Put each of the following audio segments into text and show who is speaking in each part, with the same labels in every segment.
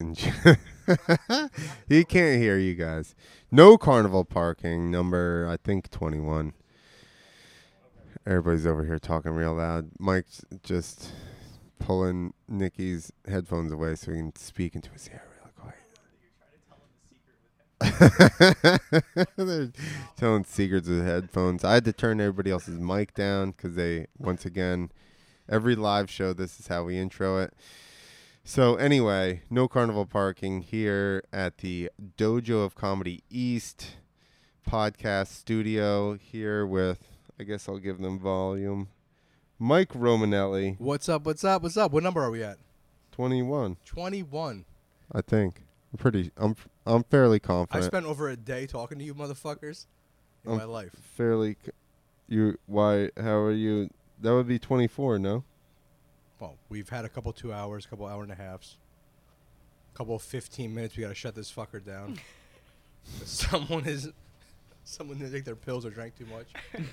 Speaker 1: he can't hear you guys. No carnival parking, number I think 21. Everybody's over here talking real loud. Mike's just pulling Nikki's headphones away so he can speak into his ear real quiet. They're telling secrets with headphones. I had to turn everybody else's mic down because they, once again, every live show, this is how we intro it. So anyway, no carnival parking here at the Dojo of Comedy East podcast studio here with I guess I'll give them volume. Mike Romanelli,
Speaker 2: What's up? What's up? What's up? What number are we at?
Speaker 1: 21,
Speaker 2: 21.
Speaker 1: I think. I'm pretty I'm I'm fairly
Speaker 2: I
Speaker 1: confident.
Speaker 2: spent over a day talking to you motherfuckers in
Speaker 1: Um,
Speaker 2: my life.
Speaker 1: fairly c- you why how are you that would be 24, no?
Speaker 2: Well, we've had a couple two hours, couple hour and a halfs, couple 15 minutes. We got to shut this fucker down. someone is, someone didn't take their pills or drank too much.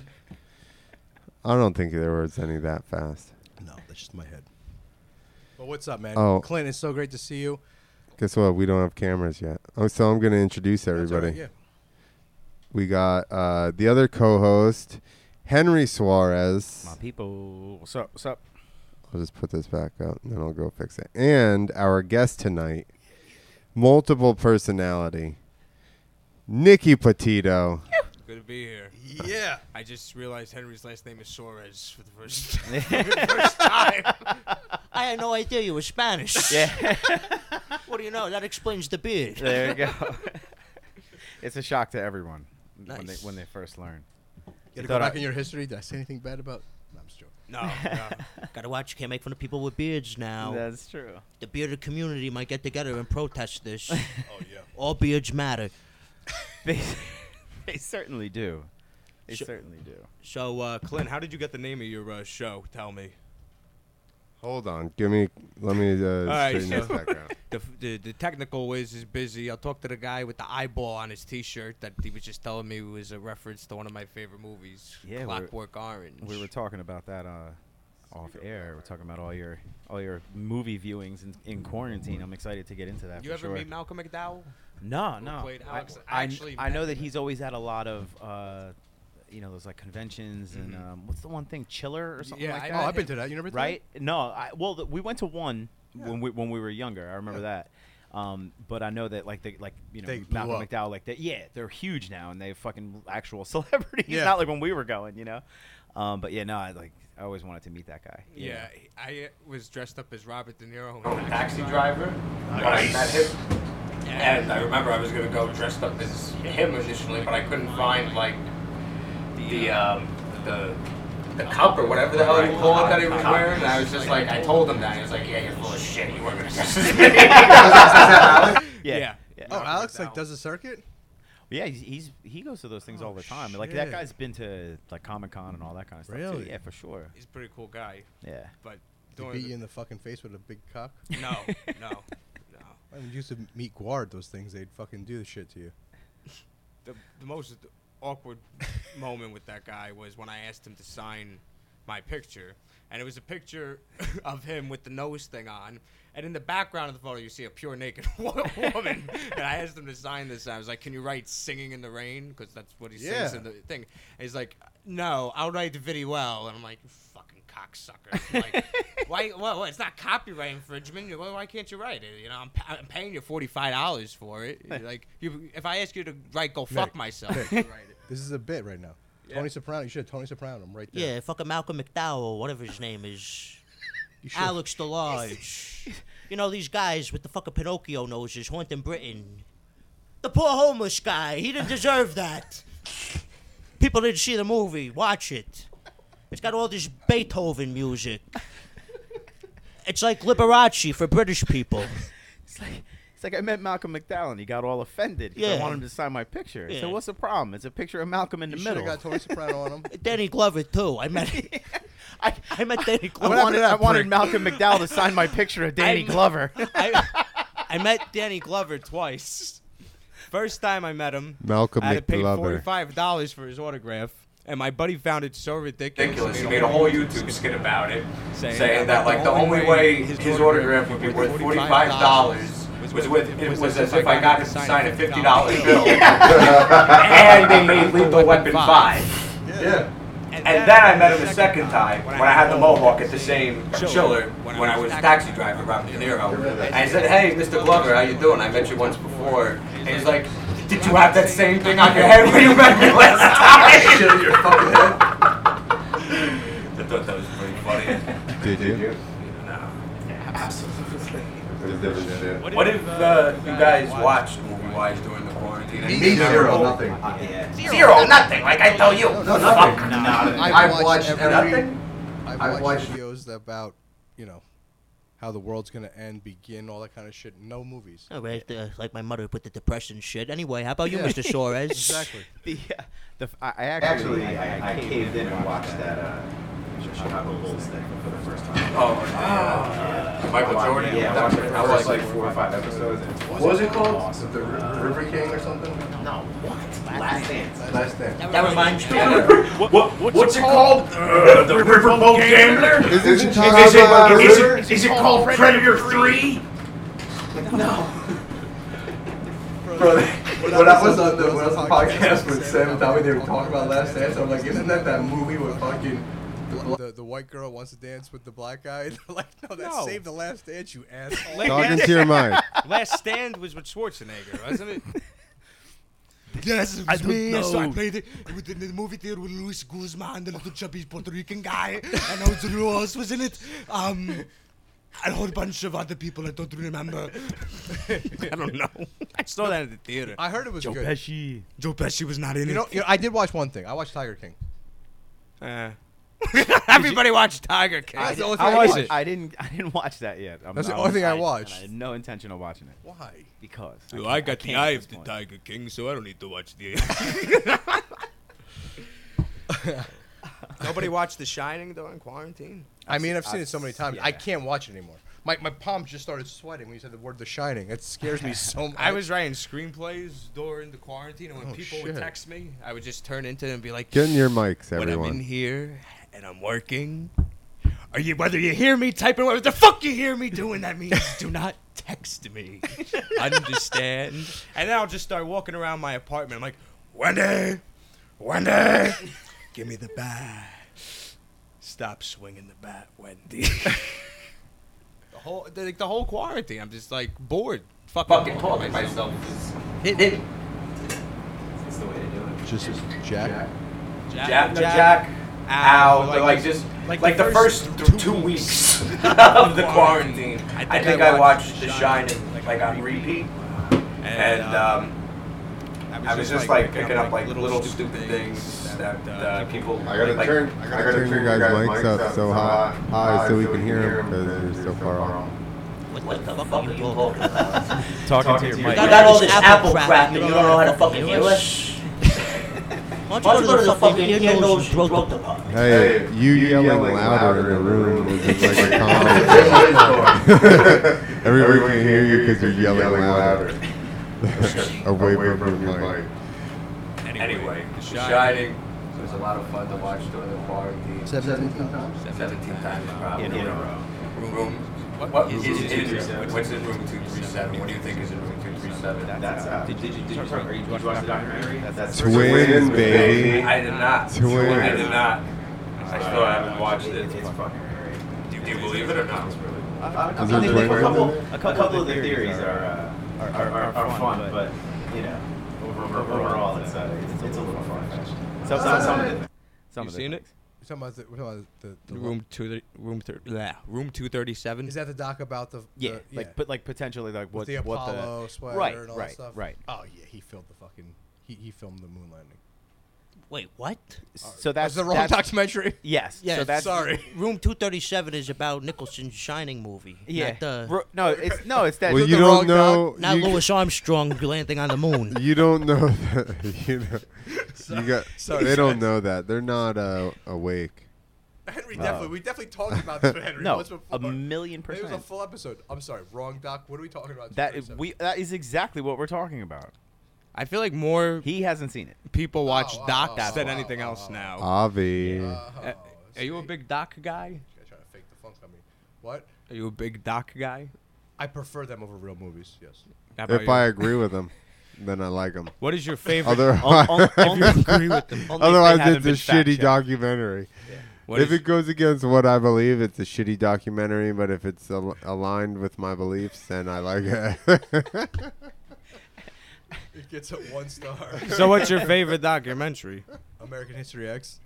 Speaker 1: I don't think there was any that fast.
Speaker 2: No, that's just my head. But what's up, man?
Speaker 1: Oh.
Speaker 2: Clint, it's so great to see you.
Speaker 1: Guess what? We don't have cameras yet. Oh, so I'm going to introduce
Speaker 2: That's
Speaker 1: everybody.
Speaker 2: all right,
Speaker 1: We got uh, the other co-host, Henry Suarez.
Speaker 3: My people. What's up? What's up?
Speaker 1: I'll just put this back up, and then I'll go fix it. And our guest tonight, multiple personality, Nikki Petito.
Speaker 4: Good to be here.
Speaker 2: yeah. Yeah.
Speaker 4: I just realized Henry's last name is Suarez for the first, first time.
Speaker 5: I had no idea you were Spanish.
Speaker 3: Yeah.
Speaker 5: What do you know? That explains the beard.
Speaker 3: there you go. it's a shock to everyone when they
Speaker 5: Nice.
Speaker 3: when they first learn.
Speaker 2: You got to go
Speaker 3: thought
Speaker 2: back
Speaker 3: I-
Speaker 2: in your history. Did I say anything bad about? No, I'm just joking.
Speaker 4: No, no.
Speaker 5: Gotta watch. You can't make fun of people with beards now.
Speaker 3: That's true.
Speaker 5: the bearded community might get together and protest this.
Speaker 2: Oh, yeah.
Speaker 5: All beards matter.
Speaker 3: They they certainly do. They
Speaker 5: Sure.
Speaker 3: certainly do.
Speaker 5: So, uh, Clint,
Speaker 4: Clint, how did you get the name of your uh, show? Tell me.
Speaker 1: Hold on, give me, let me uh,
Speaker 4: right,
Speaker 1: straighten this
Speaker 4: so-
Speaker 1: back out.
Speaker 4: The, f- the, the technical whiz is busy. I'll talk to the guy with the eyeball on his T-shirt that he was just telling me was a reference to one of my favorite movies,
Speaker 3: Yeah, we're-
Speaker 4: Clockwork Orange.
Speaker 3: We were talking about that uh, off air. We're talking about all your all your movie viewings in, in quarantine. I'm excited to get into that.
Speaker 4: you
Speaker 3: for
Speaker 4: ever
Speaker 3: sure.
Speaker 4: meet Malcolm McDowell?
Speaker 3: No,
Speaker 4: who
Speaker 3: no.
Speaker 4: played
Speaker 3: I-
Speaker 4: Alex-
Speaker 3: I, kn-
Speaker 4: actually
Speaker 3: I know
Speaker 4: met
Speaker 3: that
Speaker 4: him.
Speaker 3: he's always at a lot of, uh, you know, those like conventions and um, what's the one thing, Chiller or something
Speaker 4: Yeah,
Speaker 3: like
Speaker 4: I
Speaker 3: that.
Speaker 2: Oh, I've been to that. You never been to that?
Speaker 3: right? No, I, well, th we went to one when we when we were younger. I remember that. Um, but I know that like they like you know
Speaker 2: They blew
Speaker 3: Malcolm
Speaker 2: up.
Speaker 3: McDowell like that. Yeah, they're huge now and they fucking actual celebrities.
Speaker 2: Yeah.
Speaker 3: Not like when we were going, you know. Um, but yeah, no, I like I always wanted to meet that guy. you know.
Speaker 4: Yeah, he- I uh, was dressed up as Robert De Niro.
Speaker 6: taxi driver. Nice. I met him. And I remember I was gonna go dressed up as him initially, but I couldn't find like the
Speaker 4: uh,
Speaker 6: um, the the cup or whatever the hell you call it that he was wearing. And I was just like, I told him that. He was like, Yeah, you're full of shit. You weren't gonna dress as me.
Speaker 3: yeah,
Speaker 4: Yeah.
Speaker 3: yeah.
Speaker 2: Oh, Alex like does a circuit.
Speaker 3: Yeah, he's, he's he goes to those things all the time. Like
Speaker 2: Oh, shit.
Speaker 3: that guy's been to like Comic Con and all that kind of stuff
Speaker 2: Really?
Speaker 3: too. Yeah, for sure.
Speaker 4: He's a pretty cool guy,
Speaker 3: Yeah.
Speaker 4: but
Speaker 2: He
Speaker 4: during
Speaker 2: beat
Speaker 4: the-
Speaker 2: you in the fucking face with a big cock.
Speaker 4: no, no, no.
Speaker 2: When you used to meet guard, those things they'd fucking do the shit to you.
Speaker 4: the, the most awkward moment with that guy was when I asked him to sign my picture, and it was a picture of him with the nose thing on, and in the background of the photo you see a pure naked wo- woman, and I asked him to sign this, and I was like, "Can you write singing in the rain?" Because that's what he sings
Speaker 2: Yeah.
Speaker 4: in the thing. And he's like, "No, I'll write very well," and I'm like, "You "Fucking cocksucker!" I'm like, why? Well, it's not copyright infringement. You- Why why can't you write it? You know, I'm, pa- I'm paying you forty five dollars for it. Like, you, if I ask you to write, go fuck
Speaker 2: Nick,
Speaker 4: myself.
Speaker 2: Nick.
Speaker 4: you write it.
Speaker 2: This is a bit right now. Tony Soprano, you should have Tony Soprano him right there.
Speaker 5: yeah, fucking Malcolm McDowell, whatever his name is.
Speaker 2: you should.
Speaker 5: Alex DeLarge. you know, these guys with the fucking Pinocchio noses haunting Britain. The poor homeless guy, he didn't deserve that. People didn't see the movie. Watch it. It's got all this Beethoven music. It's like Liberace for British people.
Speaker 3: It's like it's like I met Malcolm McDowell and he got all offended because I
Speaker 5: Yeah.
Speaker 3: want him to sign my picture.
Speaker 5: Yeah.
Speaker 3: So what's the problem? It's a picture of Malcolm in the
Speaker 2: You should
Speaker 3: middle.
Speaker 2: have got Tony Soprano on him.
Speaker 5: Danny Glover too. I met
Speaker 3: I,
Speaker 5: I met Danny
Speaker 3: I
Speaker 5: Glover.
Speaker 3: wanted, I
Speaker 2: that
Speaker 3: wanted
Speaker 2: prick?
Speaker 3: Malcolm McDowell to sign my picture of Danny
Speaker 5: I'm-
Speaker 3: Glover.
Speaker 4: I, I met Danny Glover twice. First time I met him,
Speaker 1: Malcolm
Speaker 4: I had to pay
Speaker 1: McGlover.
Speaker 4: forty-five dollars for his autograph, and my buddy found it so ridiculous.
Speaker 6: Ridiculous. He made a whole YouTube skit about it,
Speaker 4: Saying
Speaker 6: saying, that like the only way his autograph would be worth forty-five dollars
Speaker 4: was was
Speaker 6: was
Speaker 4: with-
Speaker 6: with it was, as if I got him to sign a fifty dollar
Speaker 4: $50
Speaker 6: bill, and they made Lethal Weapon Five.
Speaker 1: Yeah.
Speaker 6: And then I met him the second time when I had the Mohawk at the same chiller when I was taxi driver Robert De Niro. And I said, "Hey, Mr. Glover, how you doing? I met you once before." And he's like, "Did you have that same thing on your head when you met me last time?"
Speaker 1: your fucking head.
Speaker 6: I thought that was pretty funny.
Speaker 1: Did you?
Speaker 6: No.
Speaker 1: Absolutely.
Speaker 6: What if uh, you guys watched movie wise during the quarantine?
Speaker 1: Me zero, nothing.
Speaker 7: Uh,
Speaker 6: Zero, nothing. Like I tell you.
Speaker 7: No, nothing.
Speaker 6: Fuck.
Speaker 7: I've watched every.
Speaker 6: nothing.
Speaker 2: I've,
Speaker 7: I've
Speaker 2: watched,
Speaker 7: watched-
Speaker 2: videos about, you know, how the world's gonna end, begin, all that kind of shit. No movies.
Speaker 5: All right, uh, like my mother with the depression shit. Anyway, how about you,
Speaker 2: Yeah.
Speaker 5: Mr. Suarez?
Speaker 2: Exactly.
Speaker 3: The, uh, the, f- I I actually,
Speaker 7: Actually, I, I caved in and watched that uh, Chicago Bulls thing for the first time.
Speaker 6: Oh, uh, Michael Jordan.
Speaker 7: Yeah, I watched, I
Speaker 6: was
Speaker 7: watched like four or five episodes. and it
Speaker 8: What was it called?
Speaker 7: Awesome.
Speaker 8: The Ri- River King or something?
Speaker 7: No, what? Last Dance.
Speaker 8: Last thing.
Speaker 5: That reminds me.
Speaker 8: What, what's it called? Uh, the Riverboat Gambler?
Speaker 1: Is it
Speaker 8: Is it,
Speaker 1: Chicago
Speaker 8: is,
Speaker 1: River?
Speaker 8: it, is it called Predator 3?
Speaker 7: Bro, when I was on the when I was on the podcast with Sam and Tommy, they were talking about Last Dance. I'm like, isn't that that movie with fucking?
Speaker 2: The, the white girl wants to dance with the black guy. and they're like, no, that's
Speaker 4: No.
Speaker 2: Save the Last Dance, you asshole.
Speaker 1: Talking to your mind.
Speaker 4: Last Stand was with Schwarzenegger, wasn't it?
Speaker 2: yes, it was me.
Speaker 9: uh,
Speaker 2: So I played it with
Speaker 9: in the movie theater with Luis Guzman, the little chubby Puerto Rican guy, and also who else was in it? Um, and a whole bunch of other people I don't remember.
Speaker 4: I don't know. I saw that at the theater.
Speaker 2: I heard it was good.
Speaker 3: Pesci.
Speaker 9: Joe Pesci was not in
Speaker 2: You
Speaker 9: it.
Speaker 2: know, you know, I did watch one thing. I watched Tiger King.
Speaker 4: Uh, everybody watched Tiger King.
Speaker 2: That's the only thing
Speaker 3: I
Speaker 2: I,
Speaker 3: watched
Speaker 2: watched.
Speaker 3: it. I didn't. I didn't watch that yet. I'm,
Speaker 2: That's the
Speaker 3: I
Speaker 2: only
Speaker 3: was-
Speaker 2: thing I
Speaker 3: and
Speaker 2: watched.
Speaker 3: I had no intention of watching it
Speaker 2: Why?
Speaker 3: because
Speaker 4: Well, I got the
Speaker 3: can't
Speaker 4: eye
Speaker 3: at
Speaker 4: of
Speaker 3: this
Speaker 4: the
Speaker 3: point.
Speaker 4: Tiger King, so I don't need to watch the. Nobody watched The Shining during quarantine.
Speaker 2: I mean, I've seen it so many times. I
Speaker 3: yeah.
Speaker 2: can't watch it anymore. My, my palms just started sweating when you said the word "The Shining." It scares me so much.
Speaker 4: I was writing screenplays during the quarantine, and when
Speaker 2: Oh,
Speaker 4: people
Speaker 2: shit.
Speaker 4: would text me, I would just turn into them and be like,
Speaker 1: Get in your mics,
Speaker 4: "When I'm in
Speaker 1: everyone.
Speaker 4: here and I'm working, are you whether you hear me typing, whether the fuck you hear me doing, that means do not text me. Understand?" And then I'll just start walking around my apartment. I'm like, "Wendy, Wendy, give me the bat. Stop swinging the bat, Wendy." the whole, the, the whole quarantine, I'm just like bored.
Speaker 6: Fucking talking myself. Hit, hit.
Speaker 7: That's the way to do it.
Speaker 2: just Jack.
Speaker 6: Jack, no, Jack, ow. Like, like just like, the first, th- two weeks of the quarantine. I think I watched The Shining like on repeat, and um, I was just like picking up like little stupid things that uh, people.
Speaker 8: I gotta
Speaker 6: like,
Speaker 8: turn.
Speaker 1: I gotta turn your guys' mics up so high, high so we can hear them because you're so far off.
Speaker 5: What the fuck are you talking about?
Speaker 3: Talking, to your mic.
Speaker 5: got all this apple crap and you don't know how to fucking hear us? Why don't you go to the fucking ear, nose, and throat department?
Speaker 1: Hey, you yelling, louder in the room was just like a comedy. Everyone can hear you because you're yelling, louder. Away from your mic.
Speaker 6: Anyway, The Shining was a lot of fun to watch during the quarantine.
Speaker 2: Seventeen times.
Speaker 6: 17 times probably.
Speaker 3: In a
Speaker 6: row. Room. What is is in, what's in room 237? What do you think is in room 237?
Speaker 7: That's uh, did, did, did, did, you, did you watch the documentary? That's
Speaker 1: Twins, baby.
Speaker 6: I did not.
Speaker 1: Twins.
Speaker 6: I did not. I still haven't watched it.
Speaker 7: It's fucking great.
Speaker 6: Do you believe it or not?
Speaker 7: I,
Speaker 1: Is
Speaker 7: I, I
Speaker 1: there
Speaker 7: think a
Speaker 1: twins
Speaker 7: couple,
Speaker 1: in
Speaker 7: a couple of the theories are, uh, are, are, are, are fun, but you know, over, over, overall, it's, uh, it's, it's a little fun.
Speaker 3: Some, some, some of the, some
Speaker 4: You
Speaker 3: of the
Speaker 4: seen it?
Speaker 3: things.
Speaker 2: We're talking about the, we're talking about the, the
Speaker 4: Room two, room thir- blah, room two thirty seven.
Speaker 2: Is that the doc about the?
Speaker 3: Yeah,
Speaker 2: the,
Speaker 3: like but like potentially like what
Speaker 2: with the
Speaker 3: what
Speaker 2: Apollo
Speaker 3: the
Speaker 2: sweater
Speaker 3: right,
Speaker 2: and all
Speaker 3: right,
Speaker 2: that stuff?
Speaker 3: right.
Speaker 2: Oh yeah, he filmed the fucking. He, he filmed the moon landing.
Speaker 5: Wait, what?
Speaker 3: So
Speaker 2: That's
Speaker 3: that's
Speaker 2: the wrong
Speaker 3: that's,
Speaker 2: documentary.
Speaker 3: Yes.
Speaker 5: Yeah,
Speaker 3: so that's,
Speaker 2: Sorry.
Speaker 5: Room 237 is about Nicholson's Shining movie.
Speaker 3: Yeah.
Speaker 5: Not, the,
Speaker 3: Ro- no, it's no, it's that.
Speaker 1: Well,
Speaker 3: it's
Speaker 1: you
Speaker 3: the
Speaker 1: don't
Speaker 3: wrong
Speaker 1: know.
Speaker 5: not
Speaker 1: oh, you,
Speaker 5: Louis Armstrong landing on the moon.
Speaker 1: You don't know that. You, know, you got. they don't know that. They're not uh, awake.
Speaker 2: Henry definitely. We definitely talked about this with Henry
Speaker 3: Uh, No,
Speaker 2: once before.
Speaker 3: a million
Speaker 2: It was a
Speaker 3: percent.
Speaker 2: full episode. I'm sorry, wrong doc. What are we talking about?
Speaker 3: That is,
Speaker 2: 237?
Speaker 3: we that is exactly what we're talking about.
Speaker 4: I feel like more
Speaker 3: He hasn't seen it.
Speaker 4: people watch
Speaker 2: oh,
Speaker 4: docs
Speaker 2: oh,
Speaker 4: than
Speaker 2: oh,
Speaker 4: anything
Speaker 2: oh,
Speaker 4: else now. Uh,
Speaker 1: Avi.
Speaker 2: Uh-huh.
Speaker 4: Are you a big doc guy?
Speaker 2: Trying to fake the funk on me. What?
Speaker 4: Are you a big doc guy?
Speaker 2: I prefer them over real movies. Yes.
Speaker 4: How about
Speaker 1: If
Speaker 4: you?
Speaker 1: I agree with them, then I like them.
Speaker 3: What is your favorite?
Speaker 1: Otherwise,
Speaker 3: on- on- if you agree with them. Only if they
Speaker 1: Otherwise, it's
Speaker 3: haven't
Speaker 1: a
Speaker 3: been
Speaker 1: shitty
Speaker 3: fact-checked.
Speaker 1: documentary.
Speaker 3: What
Speaker 1: if
Speaker 3: is-
Speaker 1: it goes against what I believe, it's a shitty documentary. But if it's al- aligned with my beliefs, then I like it.
Speaker 2: It gets a one star.
Speaker 4: So what's your favorite documentary?
Speaker 2: American History X.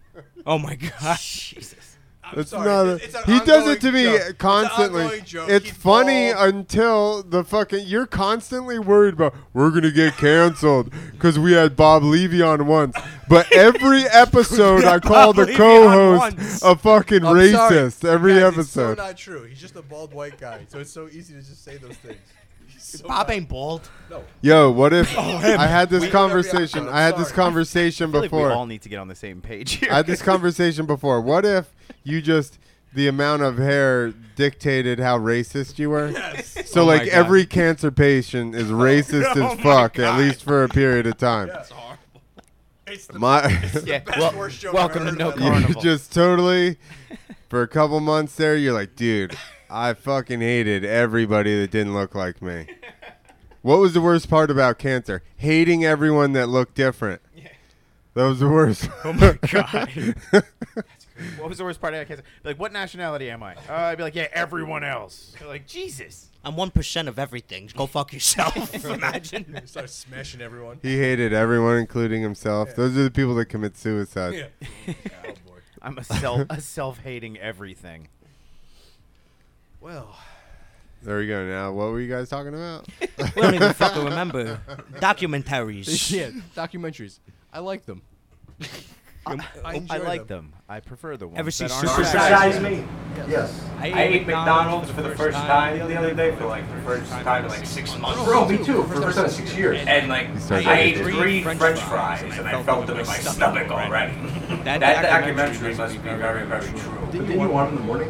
Speaker 4: Oh my gosh. Jesus.
Speaker 2: I'm
Speaker 1: It's
Speaker 2: sorry,
Speaker 1: not.
Speaker 2: it's-
Speaker 1: a-
Speaker 2: it's an
Speaker 1: he does it
Speaker 2: ongoing
Speaker 1: to me
Speaker 2: joke. It's an
Speaker 1: constantly.
Speaker 2: ongoing
Speaker 1: It's,
Speaker 2: joke. He
Speaker 1: funny
Speaker 2: falls-
Speaker 1: until the fucking. You're constantly worried about we're gonna get canceled because we had Bob Levy on once. But every episode, I call the
Speaker 4: Levy on
Speaker 1: co-host
Speaker 4: once.
Speaker 1: a fucking
Speaker 2: I'm sorry.
Speaker 1: racist. Every
Speaker 2: Guys,
Speaker 1: episode.
Speaker 2: It's so not true. He's just a bald white guy, so it's so easy to just say those things. He's so
Speaker 5: Bob
Speaker 2: not-
Speaker 5: ain't bald.
Speaker 2: No.
Speaker 1: Yo, what if
Speaker 2: Oh, him.
Speaker 1: I had this
Speaker 2: We-
Speaker 1: conversation?
Speaker 2: I'm
Speaker 1: I had this
Speaker 2: sorry.
Speaker 1: conversation
Speaker 3: I feel like we
Speaker 1: before.
Speaker 3: all need to get on the same page here.
Speaker 1: I had this conversation before. What if you just the amount of hair dictated how racist you were? So
Speaker 4: Oh my
Speaker 1: like
Speaker 4: God.
Speaker 1: every cancer patient is racist
Speaker 4: Oh
Speaker 1: as
Speaker 4: my
Speaker 1: fuck, at
Speaker 4: God.
Speaker 1: least for a period of time.
Speaker 2: That's horrible. It's the
Speaker 1: My
Speaker 3: yeah.
Speaker 2: best
Speaker 3: Well,
Speaker 2: worst joke
Speaker 3: welcome
Speaker 2: I've ever
Speaker 3: to No
Speaker 2: heard in my life.
Speaker 1: you
Speaker 3: Carnival.
Speaker 1: just totally for a couple months there, you're like, dude, I fucking hated everybody that didn't look like me. What was the worst part about cancer? Hating everyone that looked different. That was the worst. Oh my god.
Speaker 3: what was the worst part of that? cancer? Like, what nationality am I? Uh, I'd be like, yeah, everyone else. They're like, Jesus.
Speaker 5: I'm one percent of everything. Go fuck yourself. Imagine.
Speaker 2: He starts smashing everyone.
Speaker 1: He hated everyone, including himself. Those are the people that commit suicide.
Speaker 2: Yeah. Oh boy.
Speaker 3: I'm a self, a self-hating everything.
Speaker 2: Well,
Speaker 1: There we go. Now, what were you guys talking about?
Speaker 5: We don't even fucking remember. Documentaries.
Speaker 2: yeah, documentaries. I like them. I,
Speaker 3: Um, oh, I
Speaker 2: enjoy
Speaker 3: like them. I prefer the ones
Speaker 5: Ever see
Speaker 3: that aren't
Speaker 5: Super
Speaker 3: fat.
Speaker 5: Size
Speaker 6: Size me.
Speaker 7: Yes.
Speaker 6: I ate McDonald's for the first time the other day for like the first time in like six months.
Speaker 7: Bro, me too. For the first time in six years.
Speaker 6: And like
Speaker 1: started
Speaker 6: I
Speaker 1: eating
Speaker 6: ate three French fries and I felt them in my stomach already. That documentary must be very very true.
Speaker 7: But then you want them in the morning?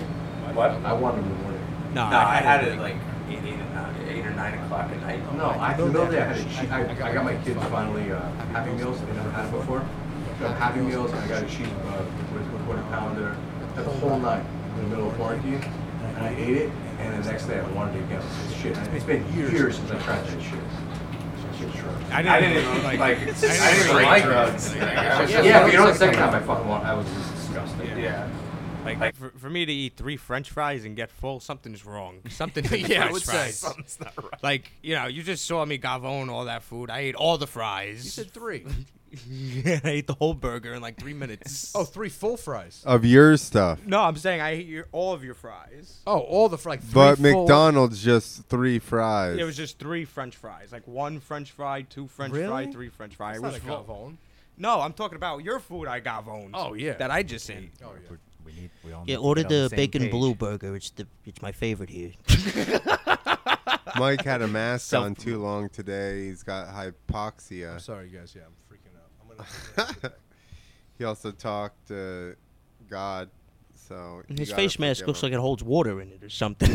Speaker 6: What?
Speaker 7: I want them in the morning.
Speaker 6: No, I had it like eight, eight, uh, eight or nine o'clock at night.
Speaker 7: No, I, in the middle of the day, I had a cheat. I, I got my kids finally uh, Happy Meals. They never had it before. Got Happy Meals. I got a cheese uh, with, with quarter pounder. Got the whole night in the middle of quarantine. And I ate it. And the next day, I wanted it again. It's shit. It's been years since I tried that shit. Shit's sharp.
Speaker 6: I didn't even like. I didn't even like drugs. Like, I was
Speaker 7: Yeah,
Speaker 6: just-
Speaker 7: but you know, the second time I fucking want, I was just disgusted.
Speaker 6: Yeah.
Speaker 4: Like, for, for me to eat three French fries and get full, something's wrong. Something. yeah, I would say something's not right. Like you know, you just saw me gavone all that food. I ate all the fries.
Speaker 2: You said three.
Speaker 4: I ate the whole burger in like three minutes.
Speaker 2: Oh, three full fries.
Speaker 1: Of your stuff.
Speaker 4: no, I'm saying I ate your, all of your fries.
Speaker 2: Oh, all the fr- like three
Speaker 1: But
Speaker 2: full-
Speaker 1: McDonald's just three fries.
Speaker 4: It was just three French fries, like one French fry, two French fry,
Speaker 2: Really?
Speaker 4: three French fry.
Speaker 2: That's
Speaker 4: It
Speaker 2: not
Speaker 4: was
Speaker 2: a
Speaker 4: full-
Speaker 2: Gavone.
Speaker 4: No, I'm talking about your food. I gavoned.
Speaker 2: Oh, yeah.
Speaker 4: that I just ate.
Speaker 2: Oh yeah.
Speaker 3: We're- We need, we all need
Speaker 5: Yeah,
Speaker 3: to
Speaker 5: order
Speaker 3: get on
Speaker 5: the
Speaker 3: same
Speaker 5: bacon
Speaker 3: page.
Speaker 5: blue burger. It's the it's my favorite here.
Speaker 1: Mike had a mask
Speaker 3: Self-
Speaker 1: on too long today. He's got hypoxia.
Speaker 2: I'm sorry, guys. Yeah, I'm freaking out. I'm gonna.
Speaker 1: he also talked to God. So you
Speaker 5: His
Speaker 1: gotta
Speaker 5: face mask
Speaker 1: forgive
Speaker 5: looks
Speaker 1: him.
Speaker 5: like it holds water in it or something.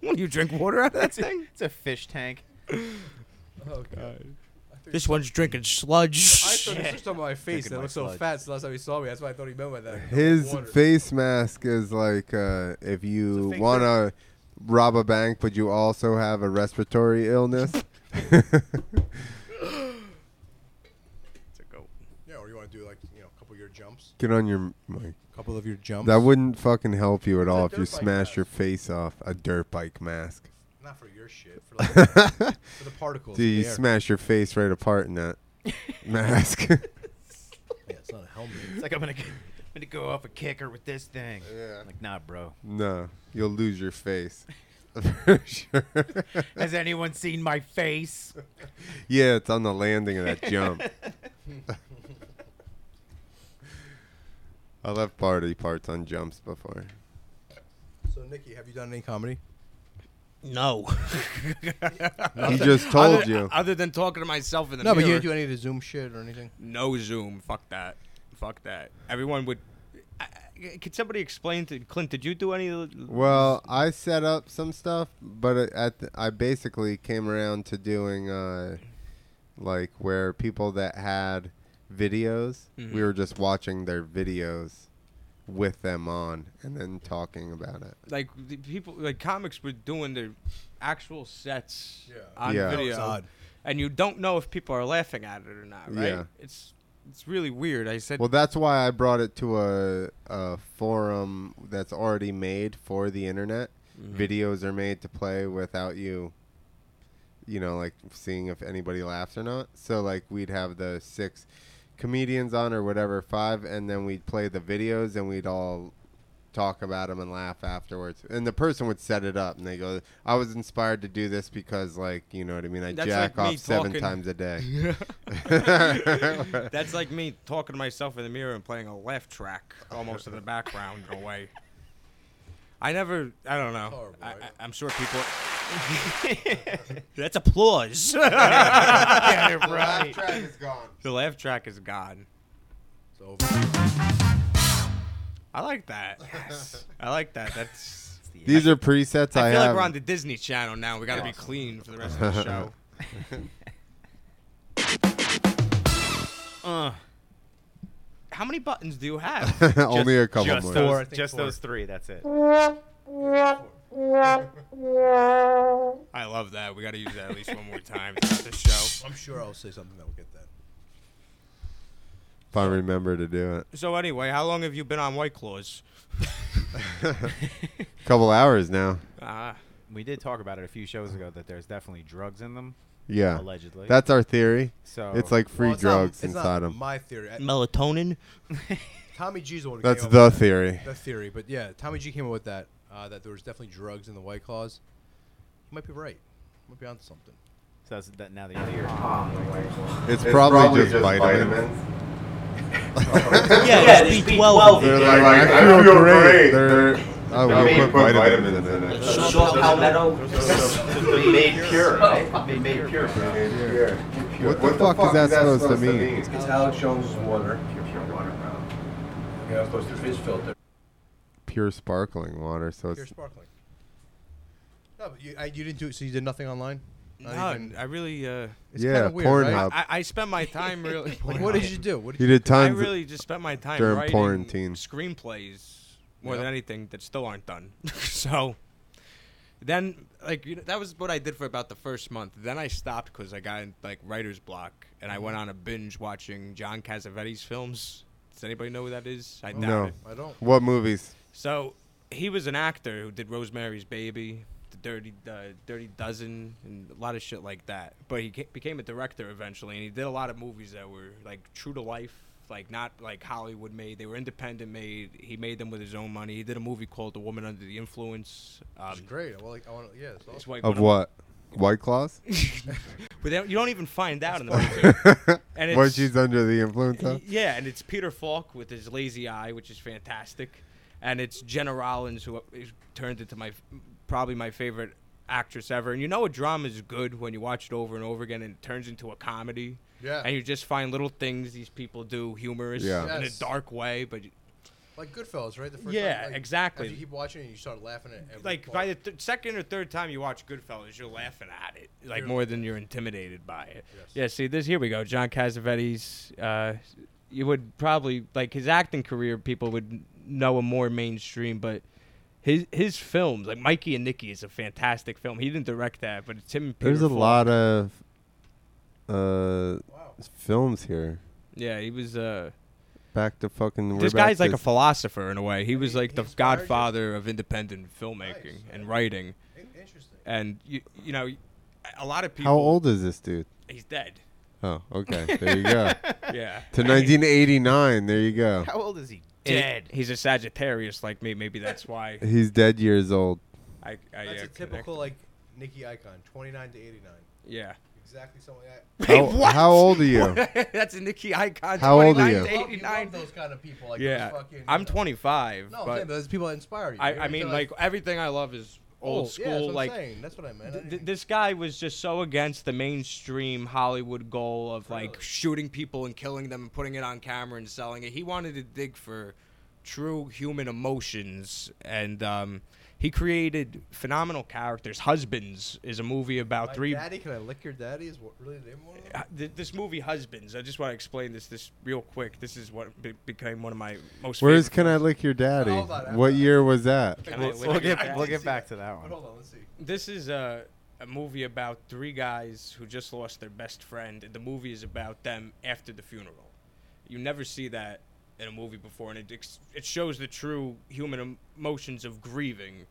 Speaker 4: you drink water out of that thing?
Speaker 3: It's a fish tank.
Speaker 2: oh god.
Speaker 5: this one's drinking sludge.
Speaker 2: I thought he was just on my face.
Speaker 3: Drinking
Speaker 2: and I
Speaker 3: my
Speaker 2: looked so
Speaker 3: sludge.
Speaker 2: fat. So last time he saw me, that's why I thought he meant by that.
Speaker 1: His
Speaker 2: Water.
Speaker 1: face mask is like uh, if you
Speaker 2: fake
Speaker 1: want to rob a bank, but you also have a respiratory illness.
Speaker 2: Yeah, or you want to do like you know a couple of your jumps,
Speaker 1: Get on your mic.
Speaker 2: a couple of your jumps.
Speaker 1: That wouldn't fucking help you at all
Speaker 2: a
Speaker 1: if you
Speaker 2: dirt bike
Speaker 1: smashed
Speaker 2: mask.
Speaker 1: your face off a dirt bike mask.
Speaker 2: Not for your shit. For, like, for the particles.
Speaker 1: Dude,
Speaker 2: in
Speaker 1: you
Speaker 2: the air.
Speaker 1: smash your face right apart in that mask.
Speaker 2: Yeah, it's not a helmet.
Speaker 3: It's like I'm gonna, g- I'm gonna go off a kicker with this thing.
Speaker 1: Yeah.
Speaker 3: Like, nah, bro.
Speaker 1: no, you'll lose your face. For sure.
Speaker 3: Has anyone seen my face?
Speaker 1: yeah, it's on the landing of that jump. I left party parts on jumps before.
Speaker 2: So Nikki, have you done any comedy?
Speaker 5: no.
Speaker 1: He just told
Speaker 4: other,
Speaker 1: you.
Speaker 4: Other than talking to myself in the
Speaker 2: No, but you
Speaker 4: mirror.
Speaker 2: didn't do any of the Zoom shit or anything.
Speaker 4: no Zoom. Fuck that. Fuck that. Everyone would. I, I- could somebody explain to Clint? Did you do any? of the-
Speaker 1: Well, I set up some stuff, but it- at the, I basically came around to doing uh, like where people that had videos, we were just watching their videos with them on and then talking about it.
Speaker 4: like the people like comics were doing their actual sets
Speaker 2: Yeah.
Speaker 4: on
Speaker 1: Yeah. That was
Speaker 4: video
Speaker 2: odd.
Speaker 4: and you don't know if people are laughing at it or not right
Speaker 1: Yeah.
Speaker 4: it's it's really weird i said
Speaker 1: Well, that's why I brought it to a, a forum that's already made for the internet.
Speaker 4: Mm-hmm.
Speaker 1: Videos are made to play without you, you know, like seeing if anybody laughs or not. So, like, we'd have the six comedians on or whatever, five, and then we'd play the videos and we'd all talk about them and laugh afterwards. And the person would set it up and they go, I was inspired to do this because, like, you know what I mean? I
Speaker 4: That's
Speaker 1: jack
Speaker 4: like me
Speaker 1: off seven
Speaker 4: talking-
Speaker 1: times a day.
Speaker 4: that's like me talking to myself in the mirror and playing a laugh track almost in the background in a way i never i don't know
Speaker 2: Horrible,
Speaker 4: I,
Speaker 2: right?
Speaker 4: I, i'm sure people
Speaker 5: That's applause.
Speaker 1: The laugh track is gone.
Speaker 4: the laugh track is gone
Speaker 2: It's over.
Speaker 4: i like that i like that that's
Speaker 1: These are presets I,
Speaker 4: I feel
Speaker 1: have.
Speaker 4: like we're on the Disney Channel now. We got to be clean for the rest of the show. uh, how many buttons do you have?
Speaker 1: Only a couple
Speaker 3: just
Speaker 1: more.
Speaker 3: those,
Speaker 2: Four, I think
Speaker 3: just
Speaker 2: four.
Speaker 3: those three. That's it.
Speaker 4: I love that. We got to use that at least one more time throughout the show.
Speaker 2: I'm sure I'll say something that will get that.
Speaker 1: If I remember to do it.
Speaker 4: So anyway, how long have you been on White Claws?
Speaker 1: Couple hours now.
Speaker 4: Uh,
Speaker 3: We did talk about it a few shows ago that there's definitely drugs in them,
Speaker 1: Yeah.
Speaker 3: allegedly. Oh.
Speaker 1: That's our theory.
Speaker 3: so
Speaker 1: It's like free
Speaker 2: Well, it's not-
Speaker 1: drugs
Speaker 2: it's not
Speaker 1: inside them.
Speaker 2: My theory. Uh,
Speaker 5: Melatonin.
Speaker 2: Tommy G's the one. who
Speaker 1: That's
Speaker 2: came up
Speaker 1: the
Speaker 2: with
Speaker 1: theory.
Speaker 2: that- The theory, but yeah, Tommy G came up with that. Uh, that there was definitely drugs in the White Claws. He might be right. Might be onto something.
Speaker 3: So that's that now that you're here.
Speaker 1: It's, probably, just, vitamins.
Speaker 5: Yeah, yeah it's B12.
Speaker 1: They're
Speaker 8: They're
Speaker 1: like,
Speaker 8: like,
Speaker 1: I feel, great. They're, oh,
Speaker 8: I
Speaker 1: we
Speaker 8: mean,
Speaker 1: put
Speaker 8: put
Speaker 1: vitamins,
Speaker 8: vitamins
Speaker 1: in
Speaker 8: in
Speaker 1: it.
Speaker 5: Salt, palmetto.
Speaker 8: Made pure, right? They made pure.
Speaker 1: What, the fuck, is that supposed, to mean?
Speaker 7: It's Alex Jones' water. Pure, pure water, bro. Yeah, of course, through his filter.
Speaker 1: Pure sparkling water. So
Speaker 2: Pure
Speaker 1: it's
Speaker 2: sparkling. No, but you, I, you didn't do so. You did nothing online. Not
Speaker 4: no,
Speaker 2: even-
Speaker 4: I really, uh,
Speaker 2: it's
Speaker 1: Yeah,
Speaker 2: kinda weird,
Speaker 1: Pornhub.
Speaker 2: Right?
Speaker 4: I, I spent my time really.
Speaker 2: Like, what did you do? What did
Speaker 1: you did
Speaker 4: I
Speaker 1: tons. of-
Speaker 4: really just spent my time
Speaker 1: during
Speaker 4: writing
Speaker 1: quarantine.
Speaker 4: screenplays more
Speaker 2: Yep.
Speaker 4: than anything that still aren't done. so then, like you know, that was what I did for about the first month. Then I stopped because I got like writer's block, and I
Speaker 1: Mm-hmm.
Speaker 4: went on a binge watching John Cassavetes films. Does anybody know who that is? I doubt
Speaker 1: No.
Speaker 4: it.
Speaker 2: I don't.
Speaker 1: what movies?
Speaker 4: So he was an actor who did Rosemary's Baby, The Dirty uh, Dirty Dozen, and a lot of shit like that. But he ca- became a director eventually, and he did a lot of movies that were like true to life, like not like Hollywood made. They were independent made. He made them with his own money. He did a movie called The Woman Under the Influence. Um,
Speaker 2: It's great. Well, like, I want. Yeah. It's awesome.
Speaker 4: it's like one
Speaker 1: Of what? White Claws?
Speaker 4: But they don't- you don't even find out in the movie. and
Speaker 1: What
Speaker 4: it's-
Speaker 1: she's under the influence of?
Speaker 4: Yeah, and it's Peter Falk with his lazy eye, which is fantastic, and it's Jenna Rollins who uh, is turned into my probably my favorite actress ever. And you know a drama is good when you watch it over and over again, and it turns into a comedy.
Speaker 2: Yeah.
Speaker 4: and you just find little things these people do humorous
Speaker 1: Yeah.
Speaker 4: in a
Speaker 2: Yes.
Speaker 4: dark way, but
Speaker 2: Like Goodfellas, right? The first
Speaker 4: Yeah,
Speaker 2: time, like,
Speaker 4: exactly.
Speaker 2: As you keep watching it, you start laughing at every
Speaker 4: like by the th- second or third time you watch Goodfellas, you're laughing at it like
Speaker 2: Yeah.
Speaker 4: more than you're intimidated by it.
Speaker 2: Yes.
Speaker 4: Yeah. See, this here we go. John Cassavetes. Uh, you would probably like his acting career. People would know him more mainstream, but his his films like Mikey and Nikki is a fantastic film. He didn't direct that, but it's him. And Peter
Speaker 1: There's a
Speaker 4: Falk.
Speaker 1: lot of uh,
Speaker 2: Wow.
Speaker 1: films here.
Speaker 4: Yeah, he was. Uh,
Speaker 1: Back to fucking. we're
Speaker 4: this
Speaker 1: back
Speaker 4: guy's like
Speaker 1: to
Speaker 4: a philosopher in a way. He was
Speaker 2: he-
Speaker 4: like
Speaker 2: he
Speaker 4: the
Speaker 2: inspired you?
Speaker 4: godfather of independent filmmaking
Speaker 2: Nice.
Speaker 4: and writing.
Speaker 2: In- Interesting.
Speaker 4: And you you know, a lot of people.
Speaker 1: How old is this dude?
Speaker 4: He's dead.
Speaker 1: Oh, okay. There you go.
Speaker 4: Yeah.
Speaker 1: to 1989. There you go.
Speaker 3: How old is he?
Speaker 4: dead. He's a Sagittarius like me. Maybe that's why
Speaker 1: He's dead years old.
Speaker 4: I. I uh,
Speaker 2: That's a
Speaker 4: connect-
Speaker 2: typical like Nikki Icon, 29 to 89.
Speaker 4: Yeah.
Speaker 2: Exactly someone that.
Speaker 1: how, how old are you?
Speaker 4: that's a Nikki icon.
Speaker 1: How old are
Speaker 4: 29
Speaker 1: you?
Speaker 4: to
Speaker 2: You love- you
Speaker 4: 89.
Speaker 2: love those kind of people. Like
Speaker 4: yeah.
Speaker 2: those fucking,
Speaker 4: I'm
Speaker 2: you know.
Speaker 4: 25.
Speaker 2: No, I'm saying,
Speaker 4: but
Speaker 2: but those people that inspire you.
Speaker 4: I,
Speaker 2: You
Speaker 4: I
Speaker 2: feel
Speaker 4: mean, like everything I love is old
Speaker 2: oh,
Speaker 4: school.
Speaker 2: Yeah, that's what I'm
Speaker 4: like.
Speaker 2: saying. that's what I meant. I
Speaker 4: Th-
Speaker 2: didn't-
Speaker 4: this guy was just so against the mainstream Hollywood goal of like
Speaker 2: Really?
Speaker 4: shooting people and killing them and putting it on camera and selling it. He wanted to dig for true human emotions, and um, He created phenomenal characters. Husbands is a movie about three.
Speaker 2: Daddy, can I lick your daddy? Is what really the name of it?
Speaker 4: Uh, th- This movie, Husbands. I just want to explain this this real quick. This is what be- became one of my most.
Speaker 1: Where's
Speaker 4: favorite
Speaker 1: Can I Lick Your Daddy?
Speaker 2: Hold on,
Speaker 1: What
Speaker 2: I'm-
Speaker 1: year was that?
Speaker 4: Can I
Speaker 3: We'll,
Speaker 4: lick
Speaker 3: we'll
Speaker 4: your
Speaker 3: get
Speaker 4: daddy?
Speaker 3: we'll get back to that
Speaker 2: But
Speaker 3: one.
Speaker 2: hold on, let's see.
Speaker 4: This is a, a movie about three guys who just lost their best friend, and the movie is about them after the funeral. You never see that in a movie before, and it ex- it shows the true human em- emotions of grieving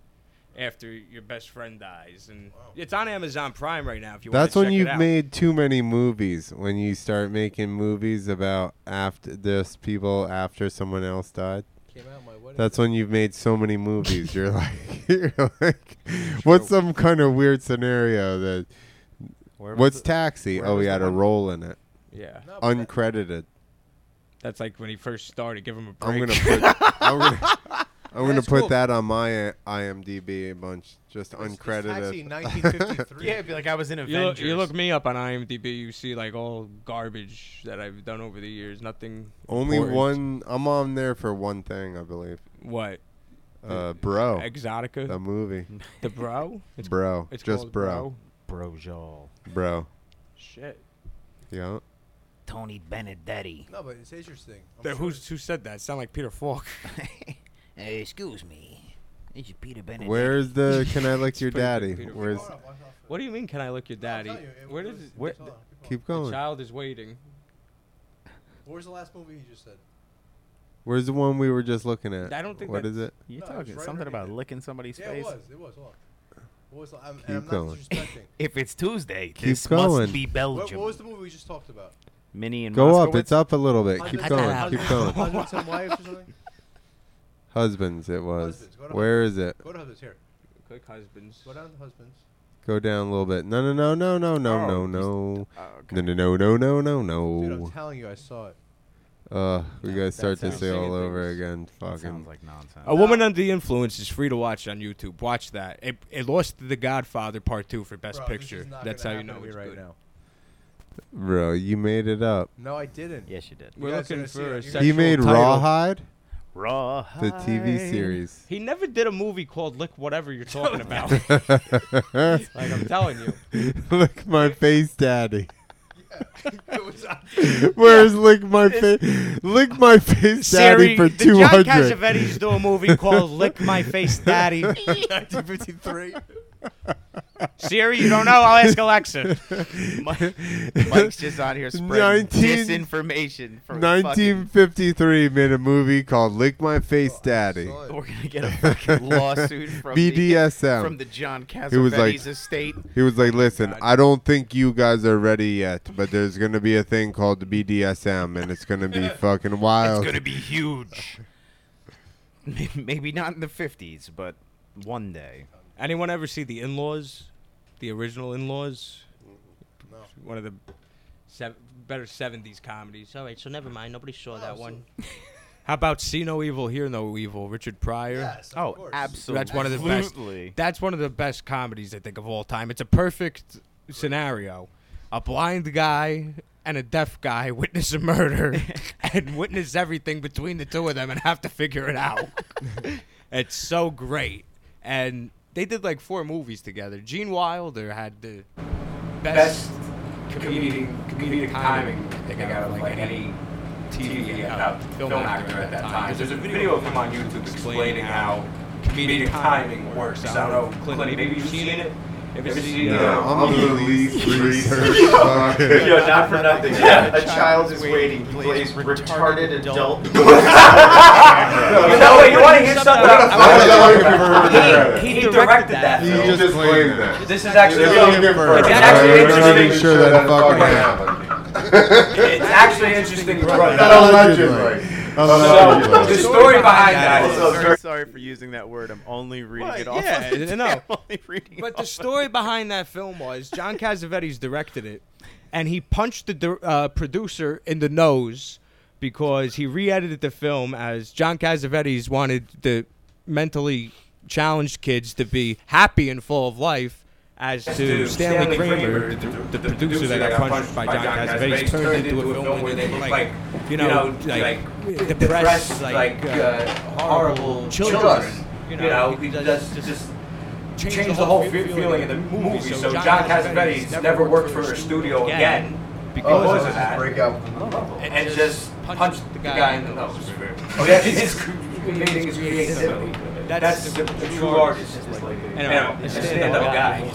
Speaker 4: after your best friend dies. And it's on Amazon Prime right now. If you
Speaker 1: That's
Speaker 4: want
Speaker 1: when
Speaker 4: to
Speaker 1: you've made too many movies. When you start making movies about after this people after someone else died.
Speaker 2: Came out my wedding.
Speaker 1: That's when you've made so many movies. You're like, you're like, what's some kind of weird scenario that?
Speaker 3: Where was
Speaker 1: What's
Speaker 3: the-
Speaker 1: Taxi?
Speaker 3: where
Speaker 1: Oh, he
Speaker 3: was
Speaker 1: had
Speaker 3: the
Speaker 1: a
Speaker 3: one-
Speaker 1: role in it,
Speaker 4: Yeah,
Speaker 2: No, but that-
Speaker 1: uncredited.
Speaker 4: that's like when he first started. Give him a break.
Speaker 1: I'm gonna put, I'm gonna, I'm gonna
Speaker 2: That's
Speaker 1: put
Speaker 2: cool.
Speaker 1: that on my uh, IMDb a bunch, just uncredited.
Speaker 2: Taxi 1953.
Speaker 3: Yeah, it'd be like I was in
Speaker 4: You
Speaker 3: Avengers.
Speaker 4: look, you look me up on IMDb. You see like all garbage that I've done over the years. Nothing.
Speaker 1: Only
Speaker 4: important.
Speaker 1: one. I'm on there for one thing, I believe.
Speaker 4: What?
Speaker 1: Uh, bro,
Speaker 4: Exotica.
Speaker 1: the movie,
Speaker 4: the bro. It's
Speaker 1: bro,
Speaker 4: It's
Speaker 1: just
Speaker 4: called
Speaker 1: bro,
Speaker 3: Brojol.
Speaker 1: bro.
Speaker 4: Shit.
Speaker 1: Yeah.
Speaker 3: Tony Benedetti.
Speaker 2: No, but it's interesting. I'm
Speaker 4: That,
Speaker 2: sure
Speaker 4: who's, who said that? Sound like Peter Falk.
Speaker 10: excuse me. This is Peter Benedetti.
Speaker 1: Where's the Can I Lick Your
Speaker 4: pretty good,
Speaker 1: Daddy?
Speaker 4: Peter.
Speaker 1: Where's?
Speaker 2: Hold on, watch out for
Speaker 4: What do you mean? Can I lick your
Speaker 2: it. No, I'm
Speaker 4: daddy?
Speaker 2: telling you, it
Speaker 4: Where
Speaker 2: was-
Speaker 4: does it,
Speaker 2: it's on. Keep going.
Speaker 1: Keep
Speaker 4: the
Speaker 1: going.
Speaker 4: child is waiting?
Speaker 2: What was the last movie you just said?
Speaker 1: Where's the one we were just looking at?
Speaker 4: I don't think
Speaker 1: What is
Speaker 4: that's-
Speaker 1: it?
Speaker 3: You
Speaker 2: No,
Speaker 3: talking
Speaker 2: it's right
Speaker 3: something
Speaker 2: underneath
Speaker 3: about
Speaker 2: it.
Speaker 3: licking somebody's
Speaker 2: Yeah, it
Speaker 3: face?
Speaker 2: was. It was. Hold on. What was the, I'm, and
Speaker 1: Keep
Speaker 2: I'm not
Speaker 1: going.
Speaker 2: disrespecting.
Speaker 3: If it's Tuesday,
Speaker 1: Keep going.
Speaker 2: what,
Speaker 3: Belgium.
Speaker 2: what was the movie we just talked about?
Speaker 3: Minnie and
Speaker 1: Go up.
Speaker 3: Moskowitz?
Speaker 1: It's up a little bit. Keep
Speaker 2: Husbands-
Speaker 1: going.
Speaker 2: husbands-
Speaker 1: Keep going.
Speaker 2: Husbands and wives or something?
Speaker 1: Husbands. It was.
Speaker 2: Husbands, go to
Speaker 1: Where is it?
Speaker 2: Go to husbands. Here.
Speaker 4: Click husbands.
Speaker 2: Go down to husbands.
Speaker 1: Go down a little bit. No, no, no, no, no, no, no,
Speaker 3: Oh, just-
Speaker 1: no,
Speaker 3: Oh, okay.
Speaker 1: no, no, no, no, no,
Speaker 2: Dude, I'm
Speaker 1: no.
Speaker 2: telling you, I saw it.
Speaker 1: Uh, we gotta start
Speaker 3: sounds-
Speaker 1: this all
Speaker 4: Singing
Speaker 1: over
Speaker 4: things.
Speaker 1: again.
Speaker 3: That sounds
Speaker 1: Fucking. Oh.
Speaker 3: like nonsense.
Speaker 4: A Woman Under the Influence is free to watch on YouTube. Watch that. It, it lost to The Godfather Part 2 for Best
Speaker 2: Bro, this is
Speaker 4: Picture.
Speaker 2: not
Speaker 4: That's how
Speaker 2: gonna happen
Speaker 4: you know
Speaker 2: to me
Speaker 4: it's
Speaker 2: right
Speaker 4: good.
Speaker 2: now.
Speaker 1: Bro, you made it up.
Speaker 2: No, I didn't.
Speaker 3: Yes, you did.
Speaker 2: You
Speaker 4: We're
Speaker 2: guys
Speaker 4: looking
Speaker 2: gotta see
Speaker 4: for
Speaker 2: it.
Speaker 4: a
Speaker 2: You guys-
Speaker 4: sexual
Speaker 1: He made
Speaker 4: title.
Speaker 1: Rawhide,
Speaker 3: Raw.
Speaker 1: the TV series.
Speaker 4: He never did a movie called Lick Whatever You're Talking About. like, I'm telling you.
Speaker 1: Lick my face, daddy.
Speaker 2: It was on-
Speaker 1: Where's lick my face? Lick my face, daddy,
Speaker 5: Siri,
Speaker 1: for
Speaker 5: did
Speaker 1: two
Speaker 5: John
Speaker 1: hundred.
Speaker 5: Cassavetes do a movie called Lick My Face Daddy?
Speaker 2: 1953.
Speaker 5: Siri, you don't know? I'll ask Alexa.
Speaker 3: Mike's just out here spreading
Speaker 1: 19
Speaker 3: disinformation from
Speaker 1: Nineteen fifty-three made a movie called "Lick My Face, Daddy."
Speaker 2: saw it.
Speaker 3: We're gonna get a fucking lawsuit from
Speaker 1: BDSM.
Speaker 3: the, from the John
Speaker 1: It was
Speaker 3: Cassavetes
Speaker 1: like-
Speaker 3: estate.
Speaker 1: He was like, "Listen, I don't think you guys are ready yet, but there's gonna be a thing called BDSM, and it's gonna be fucking
Speaker 3: It's
Speaker 1: wild."
Speaker 3: gonna be huge. May- Maybe not in the fifties, but one day.
Speaker 4: Anyone ever see The In Laws? The original In Laws?
Speaker 2: No.
Speaker 4: One of the sev- better 70s comedies.
Speaker 5: All right, so never mind. Nobody saw that one.
Speaker 4: How about See No Evil, Hear No Evil? Richard Pryor.
Speaker 2: Yes, of
Speaker 3: Oh,
Speaker 2: course.
Speaker 3: absolutely.
Speaker 4: That's one of the best. That's one of the best comedies I think of all time. It's a perfect scenario: a blind guy and a deaf guy witness a murder and witness everything between the two of them and have to figure it out. it's so great, and they did like four movies together. Gene Wilder had the best,
Speaker 6: Best comedic, comedic timing I think out of like any TV uh, film actor at that time. There's a video of him on YouTube explaining how comedic timing works. I don't know, Clint, maybe you've seen it. Have you seen it?
Speaker 4: uh,
Speaker 1: Yeah, I'm the least researched fucking-
Speaker 8: Yo, not for nothing.
Speaker 3: Yeah.
Speaker 8: A child is waiting. He plays retarded adult. No,
Speaker 6: No, wait, you want to hear something?
Speaker 1: I don't even remember that.
Speaker 6: He, he directed that.
Speaker 1: He
Speaker 6: film.
Speaker 1: just claimed that.
Speaker 6: This is actually
Speaker 1: Don't even remember.
Speaker 6: It's actually
Speaker 1: I'm not even
Speaker 6: interesting.
Speaker 1: sure that fucking happened.
Speaker 6: It's actually interesting. to run that.
Speaker 1: Allegedly.
Speaker 6: So the
Speaker 1: Allegedly.
Speaker 6: story behind that
Speaker 3: I'm
Speaker 6: is
Speaker 3: very sorry for using that word. I'm only reading
Speaker 4: Right,
Speaker 3: it off.
Speaker 4: yeah,
Speaker 3: of the-
Speaker 4: no.
Speaker 3: I'm only reading it
Speaker 4: But
Speaker 3: off
Speaker 4: the
Speaker 3: of-
Speaker 4: story behind that film was John Cassavetes directed it, and he punched the dir- uh, producer in the nose because he re-edited the film as John Cassavetes wanted the mentally challenged kids to be happy and full of life. As to
Speaker 6: to
Speaker 4: Stanley
Speaker 6: Stanley
Speaker 4: Kramer, the,
Speaker 6: Kramer,
Speaker 4: the,
Speaker 6: the- the
Speaker 4: producer that got punched by John Cassavetes, turned it into a film where they look like, you know, like depressed, like uh,
Speaker 6: horrible
Speaker 4: children.
Speaker 6: children. You know, he does just change the whole fe- feeling of the movie. So John Cassavetes never worked for a studio again.
Speaker 1: Oh,
Speaker 7: Because
Speaker 4: Oh,
Speaker 6: because
Speaker 7: of
Speaker 6: of
Speaker 7: his
Speaker 6: that.
Speaker 7: breakout.
Speaker 6: And just punched the guy in the nose.
Speaker 7: Oh,
Speaker 6: Oh,
Speaker 7: yeah,
Speaker 6: yeah,
Speaker 7: he's-
Speaker 6: his creating his creativity. That's the the true artist. is like, You know, a stand-up guy.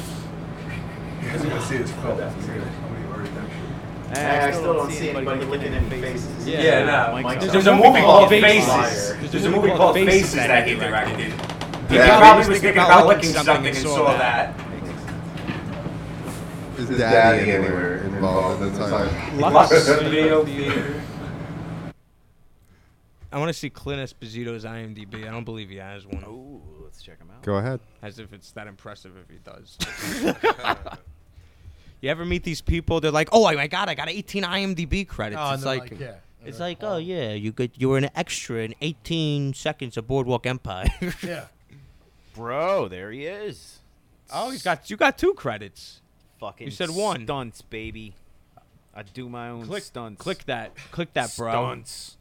Speaker 7: You guys are gonna see this film. It's gonna- I'm gonna already done
Speaker 3: Hey, I still don't see anybody looking at faces.
Speaker 6: Yeah, no.
Speaker 3: Mike's
Speaker 6: There's,
Speaker 3: up.
Speaker 6: a movie called
Speaker 7: Faces.
Speaker 6: Faces.
Speaker 7: There's
Speaker 6: There's, a movie called Faces that he directed. He
Speaker 1: Yeah.
Speaker 6: probably was thinking about licking something and saw that.
Speaker 1: Is daddy anywhere involved in the time?
Speaker 4: Lux Video Theater. I want to see Clint Esposito's IMDb. I don't believe he has one.
Speaker 3: Ooh, let's check him out.
Speaker 1: Go ahead.
Speaker 4: As if it's that impressive if he does. you ever meet these people? They're like, oh my god, I got 18 IMDb credits.
Speaker 2: Oh, and
Speaker 4: it's
Speaker 2: they're
Speaker 4: like,
Speaker 2: yeah.
Speaker 5: It's like, oh yeah, you could you were an extra in 18 seconds of Boardwalk Empire.
Speaker 2: Yeah.
Speaker 3: Bro, there he is.
Speaker 4: oh, he's got you got two credits.
Speaker 3: Fucking
Speaker 4: You said one.
Speaker 3: stunts, baby. I do my own
Speaker 4: Click,
Speaker 3: stunts.
Speaker 4: click that, click that, bro.
Speaker 3: Stunts.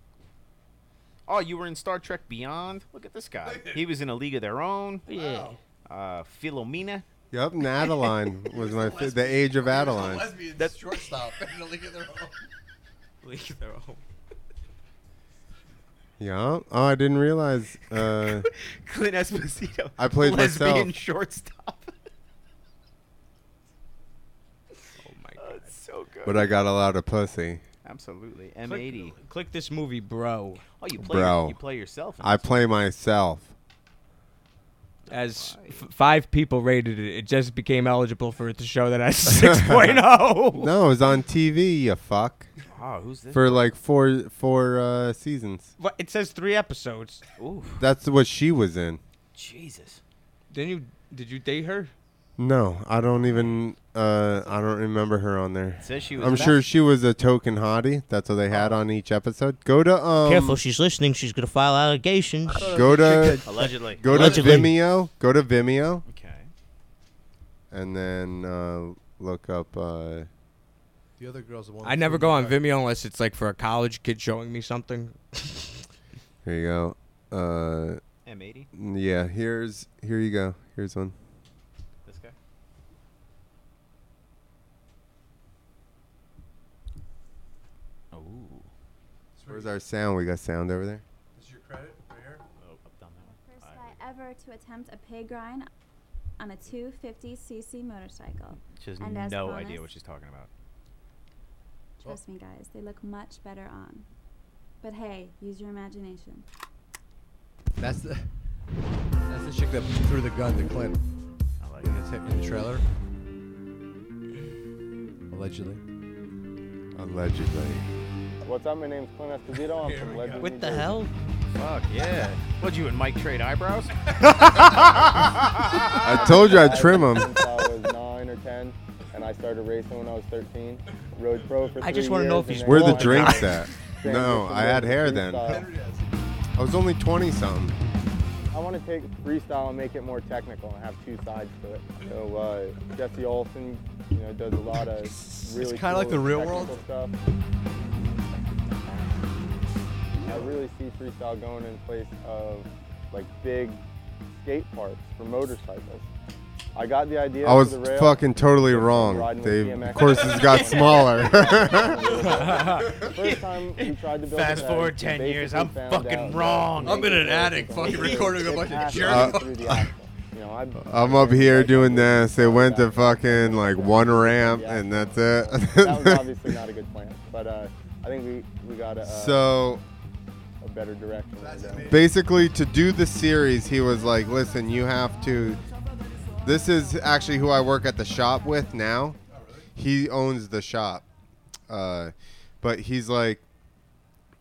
Speaker 3: Oh, you were in Star Trek Beyond? Look at this guy. He was in A League of Their Own.
Speaker 5: yeah.
Speaker 3: Uh, Philomena.
Speaker 1: Yep, and Adeline was my fi- the age of Adeline.
Speaker 2: Lesbian
Speaker 3: That's-
Speaker 2: shortstop in the league of their own.
Speaker 4: League of Their Own.
Speaker 1: Yeah. Oh, I didn't realize. Uh,
Speaker 3: Clint Esposito.
Speaker 1: I played
Speaker 3: Lesbian
Speaker 1: myself.
Speaker 3: shortstop.
Speaker 4: Oh my
Speaker 3: oh,
Speaker 4: god.
Speaker 3: it's so good.
Speaker 1: but uh, I got a lot of pussy.
Speaker 3: Absolutely.
Speaker 4: Click,
Speaker 3: M80.
Speaker 4: click this movie, bro.
Speaker 3: Oh, you play,
Speaker 1: Bro.
Speaker 3: you play yourself. in
Speaker 1: I
Speaker 3: this.
Speaker 1: play myself.
Speaker 4: As f- five people rated it, it just became eligible for it to show that as 6.0.
Speaker 1: No, it was on TV. You fuck.
Speaker 3: Oh, who's this?
Speaker 1: For like four four uh, seasons.
Speaker 4: What? It says three episodes.
Speaker 3: Ooh,
Speaker 1: That's what she was in.
Speaker 3: Jesus.
Speaker 4: Didn't you? Did you date her?
Speaker 1: No, I don't even. Uh, I don't remember her on there.
Speaker 3: It says she was
Speaker 1: I'm
Speaker 3: back- Oh.
Speaker 1: sure she was a token hottie. That's what they had on each episode. Go to um.
Speaker 5: Careful, she's listening. She's gonna file allegations.
Speaker 1: Go to
Speaker 3: Allegedly.
Speaker 1: go to
Speaker 5: Allegedly.
Speaker 1: Vimeo. Go to Vimeo
Speaker 3: Okay.
Speaker 1: and then uh, look up. Uh,
Speaker 2: The other girl's the one.
Speaker 4: I never go on Vimeo unless it's like for a college kid showing me something.
Speaker 1: here you go. Uh,
Speaker 3: M80.
Speaker 1: yeah. Here's here you go. Here's one.
Speaker 3: This guy. Oh.
Speaker 1: Where's our sound? We got sound over there.
Speaker 2: This is your credit right here.
Speaker 3: oh up down that
Speaker 11: First guy ever to attempt a pig grind on a 250cc motorcycle.
Speaker 3: She has
Speaker 11: And as
Speaker 3: no
Speaker 11: promised-
Speaker 3: idea what she's talking about.
Speaker 11: Trust me, guys, they look much better on. But hey, use your imagination.
Speaker 2: That's the that's the chick that threw the gun to Clint.
Speaker 3: I like
Speaker 2: in
Speaker 3: it.
Speaker 2: the, ta- in the trailer. Allegedly.
Speaker 1: Allegedly.
Speaker 8: What's up? My name's Clint Esposito. I'm from Legend.
Speaker 5: What the hell?
Speaker 3: Fuck yeah. What'd you and Mike trade eyebrows?
Speaker 1: I told you I'd trim them.
Speaker 8: Since I was nine or ten, and I started racing when I was 13. Rode pro for
Speaker 5: I just
Speaker 8: three
Speaker 5: wanna know
Speaker 8: years
Speaker 5: if he's
Speaker 8: and then
Speaker 1: Where the
Speaker 5: Well,
Speaker 1: drinks
Speaker 5: guys.
Speaker 1: at? No,
Speaker 8: transitioned
Speaker 1: I had
Speaker 8: into
Speaker 1: hair then.
Speaker 8: freestyle.
Speaker 1: I was only 20 something.
Speaker 8: I want to take freestyle and make it more technical and have two sides to it. So uh, Jesse Olson, you know, does a lot of really
Speaker 2: kinda like
Speaker 8: cool
Speaker 2: the real
Speaker 8: technical
Speaker 2: world.
Speaker 8: stuff. I really see freestyle going in place of like big skate parks for motorcycles. I got the idea.
Speaker 1: I
Speaker 8: for
Speaker 1: was
Speaker 8: the rail.
Speaker 1: fucking totally wrong.
Speaker 8: Riding with
Speaker 1: They,
Speaker 8: DMX.
Speaker 1: of course, it's got smaller.
Speaker 8: First time we tried to build a
Speaker 3: Fast
Speaker 8: bag,
Speaker 3: forward
Speaker 8: we
Speaker 3: 10 years,
Speaker 8: basically
Speaker 3: I'm
Speaker 8: found
Speaker 3: fucking
Speaker 8: out that
Speaker 3: wrong.
Speaker 8: making
Speaker 2: I'm in an
Speaker 8: it
Speaker 2: attic
Speaker 8: work
Speaker 2: fucking
Speaker 8: is
Speaker 2: recording a
Speaker 8: it
Speaker 2: bunch of
Speaker 8: passes
Speaker 2: jerks.
Speaker 8: through the axle. You know, I'm-
Speaker 1: Uh, I'm up here doing this. They went to fucking like one ramp, and that's
Speaker 8: that was
Speaker 1: it.
Speaker 8: obviously not a good plan, but uh, I think we, we got a, uh,
Speaker 1: so
Speaker 8: a better direction. right now.
Speaker 1: basically, to do the series, he was like, "Listen, you have to." This is actually who I work at the shop with now. He owns the shop, uh, but he's like,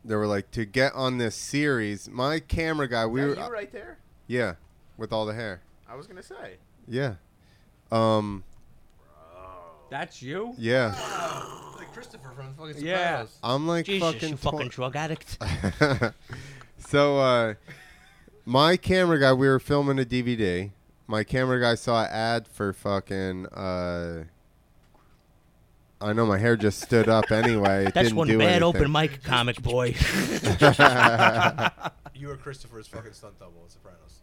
Speaker 1: they were like to get on this series. My camera guy, we were,
Speaker 3: right there?
Speaker 1: yeah, with all the hair,
Speaker 3: I was gonna say.
Speaker 1: yeah, um,
Speaker 4: That's you?
Speaker 1: yeah.
Speaker 2: Like Christopher from fucking
Speaker 4: Yeah.
Speaker 2: Sopranos.
Speaker 1: I'm like
Speaker 5: Jesus,
Speaker 1: fucking
Speaker 5: you fucking
Speaker 1: twen-
Speaker 5: drug addict.
Speaker 1: so uh, my camera guy, we were filming a DVD. My camera guy saw an ad for fucking. Uh, I know my hair just stood up anyway. It
Speaker 5: That's
Speaker 1: didn't
Speaker 5: one
Speaker 1: do
Speaker 5: bad
Speaker 1: anything.
Speaker 5: open mic comic boy.
Speaker 2: you were Christopher's fucking stunt double in Sopranos.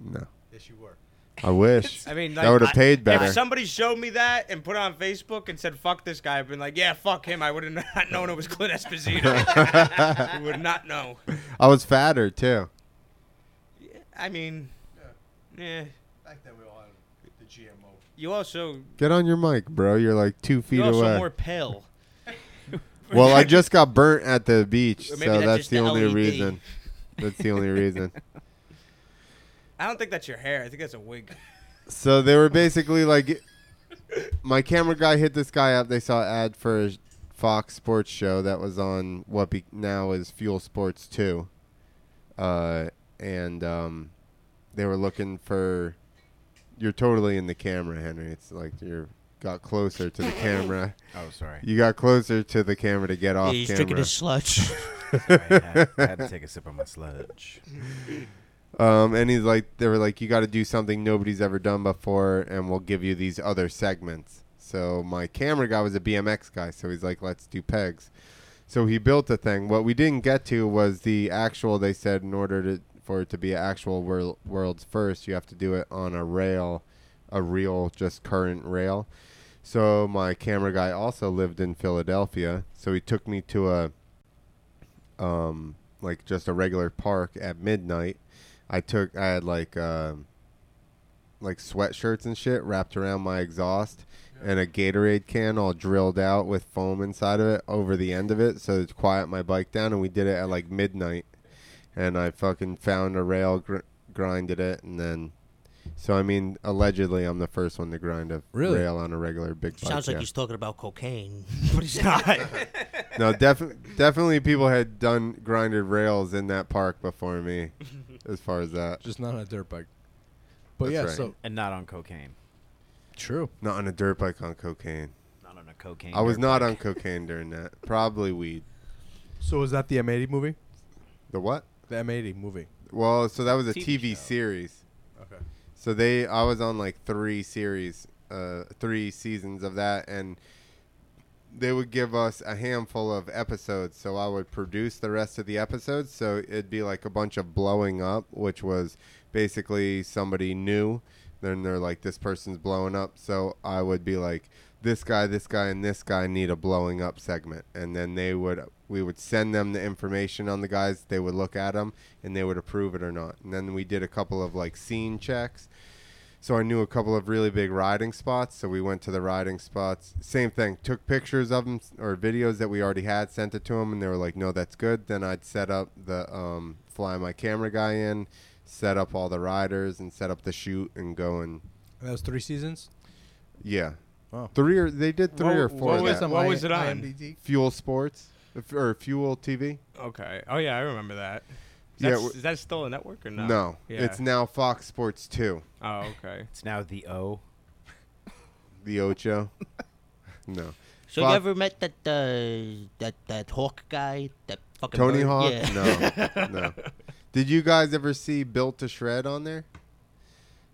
Speaker 1: No.
Speaker 2: Yes, you were.
Speaker 1: I wish.
Speaker 4: I mean,
Speaker 1: that
Speaker 4: like,
Speaker 1: would have
Speaker 4: I-
Speaker 1: paid better.
Speaker 4: If somebody showed me that and put it on Facebook and said "fuck this guy," I've been like, "Yeah, fuck him." I would have not known it was Clint Esposito. We would not know.
Speaker 1: I was fatter too.
Speaker 4: I mean, yeah.
Speaker 2: Back then we all had the GMO.
Speaker 4: You also
Speaker 1: Get on your mic, bro. You're like two feet
Speaker 4: you're also
Speaker 1: away.
Speaker 4: more pale.
Speaker 1: well, I just got burnt at the beach,
Speaker 4: Or
Speaker 1: so
Speaker 4: maybe that's
Speaker 1: that's,
Speaker 4: just
Speaker 1: the
Speaker 4: the E
Speaker 1: only
Speaker 4: LED.
Speaker 1: reason. That's the only reason.
Speaker 4: I don't think that's your hair. I think that's a wig.
Speaker 1: So they were basically like, my camera guy hit this guy up. They saw an ad for a Fox Sports show that was on what be- now is Fuel Sports Two, uh, and um, they were looking for. You're totally in the camera, Henry. It's like you're got closer to the camera.
Speaker 3: Oh, sorry.
Speaker 1: You got closer to the camera to get off.
Speaker 5: he's
Speaker 1: camera.
Speaker 5: drinking his sludge.
Speaker 3: Sorry, I had, I had to take a sip of my sludge.
Speaker 1: Um, and he's like, they were like, you got to do something nobody's ever done before, and we'll give you these other segments. So my camera guy was a BMX guy, so he's like, let's do pegs. So he built a thing. What we didn't get to was the actual. They said in order to for it to be an actual world, world's first, you have to do it on a rail, a real just current rail. So my camera guy also lived in Philadelphia, so he took me to a um like just a regular park at midnight. I took I had like um like sweatshirts and shit wrapped around my exhaust and a Gatorade can all drilled out with foam inside of it over the end of it so to quiet my bike down and we did it at like midnight and I fucking found a rail gr- grinded it and then so I mean allegedly I'm the first one to grind a
Speaker 5: Really?
Speaker 1: rail on a regular big bike.
Speaker 5: Sounds like
Speaker 1: yeah.
Speaker 5: he's talking about cocaine, but he's not.
Speaker 1: No, definitely, definitely, people had done grinded rails in that park before me. As far as that,
Speaker 2: Just not on a dirt bike. But
Speaker 1: That's
Speaker 2: yeah,
Speaker 1: right.
Speaker 2: so
Speaker 3: And not on cocaine.
Speaker 2: true.
Speaker 1: not on a dirt bike on cocaine.
Speaker 3: Not on a cocaine.
Speaker 1: I was
Speaker 3: dirt
Speaker 1: not
Speaker 3: bike.
Speaker 1: on cocaine during that. Probably weed.
Speaker 2: So is that the M80 movie?
Speaker 1: The what?
Speaker 2: The M80 movie.
Speaker 1: Well, so that was a
Speaker 3: TV
Speaker 1: TV
Speaker 3: show.
Speaker 1: series.
Speaker 2: Okay.
Speaker 1: So they, I was on like three series, uh, three seasons of that, and they would give us a handful of episodes. So I would produce the rest of the episodes. So it'd be like a bunch of blowing up, which was basically somebody new. Then they're like, this person's blowing up. So I would be like, this guy, this guy, and this guy need a blowing up segment. And then they would, we would send them the information on the guys. They would look at them and they would approve it or not. And then we did a couple of like scene checks. So I knew a couple of really big riding spots. So we went to the riding spots. Same thing. Took pictures of them or videos that we already had, sent it to them, and they were like, "No, that's good." Then I'd set up the um, fly my camera guy in, set up all the riders, and set up the shoot and go and
Speaker 2: And that was three seasons.
Speaker 1: yeah.
Speaker 2: Wow.
Speaker 1: Three or they did three
Speaker 4: What-
Speaker 1: or four.
Speaker 4: what
Speaker 1: of
Speaker 4: was
Speaker 1: that.
Speaker 4: the- What was it on?
Speaker 1: Fuel Sports if- or Fuel TV?
Speaker 4: Okay. Oh yeah, I remember that. Is,
Speaker 1: Yeah,
Speaker 4: that,
Speaker 1: w-
Speaker 4: is that still a network or
Speaker 1: No,
Speaker 4: no? Yeah.
Speaker 1: it's now Fox Sports Two.
Speaker 4: oh okay.
Speaker 3: It's now the O.
Speaker 1: The Ocho. no.
Speaker 5: so
Speaker 1: Fuck.
Speaker 5: you ever met that uh, that that hawk guy? That fucking
Speaker 1: Tony
Speaker 5: bird?
Speaker 1: Hawk?
Speaker 5: Yeah.
Speaker 1: No, no. Did you guys ever see Built to Shred on there?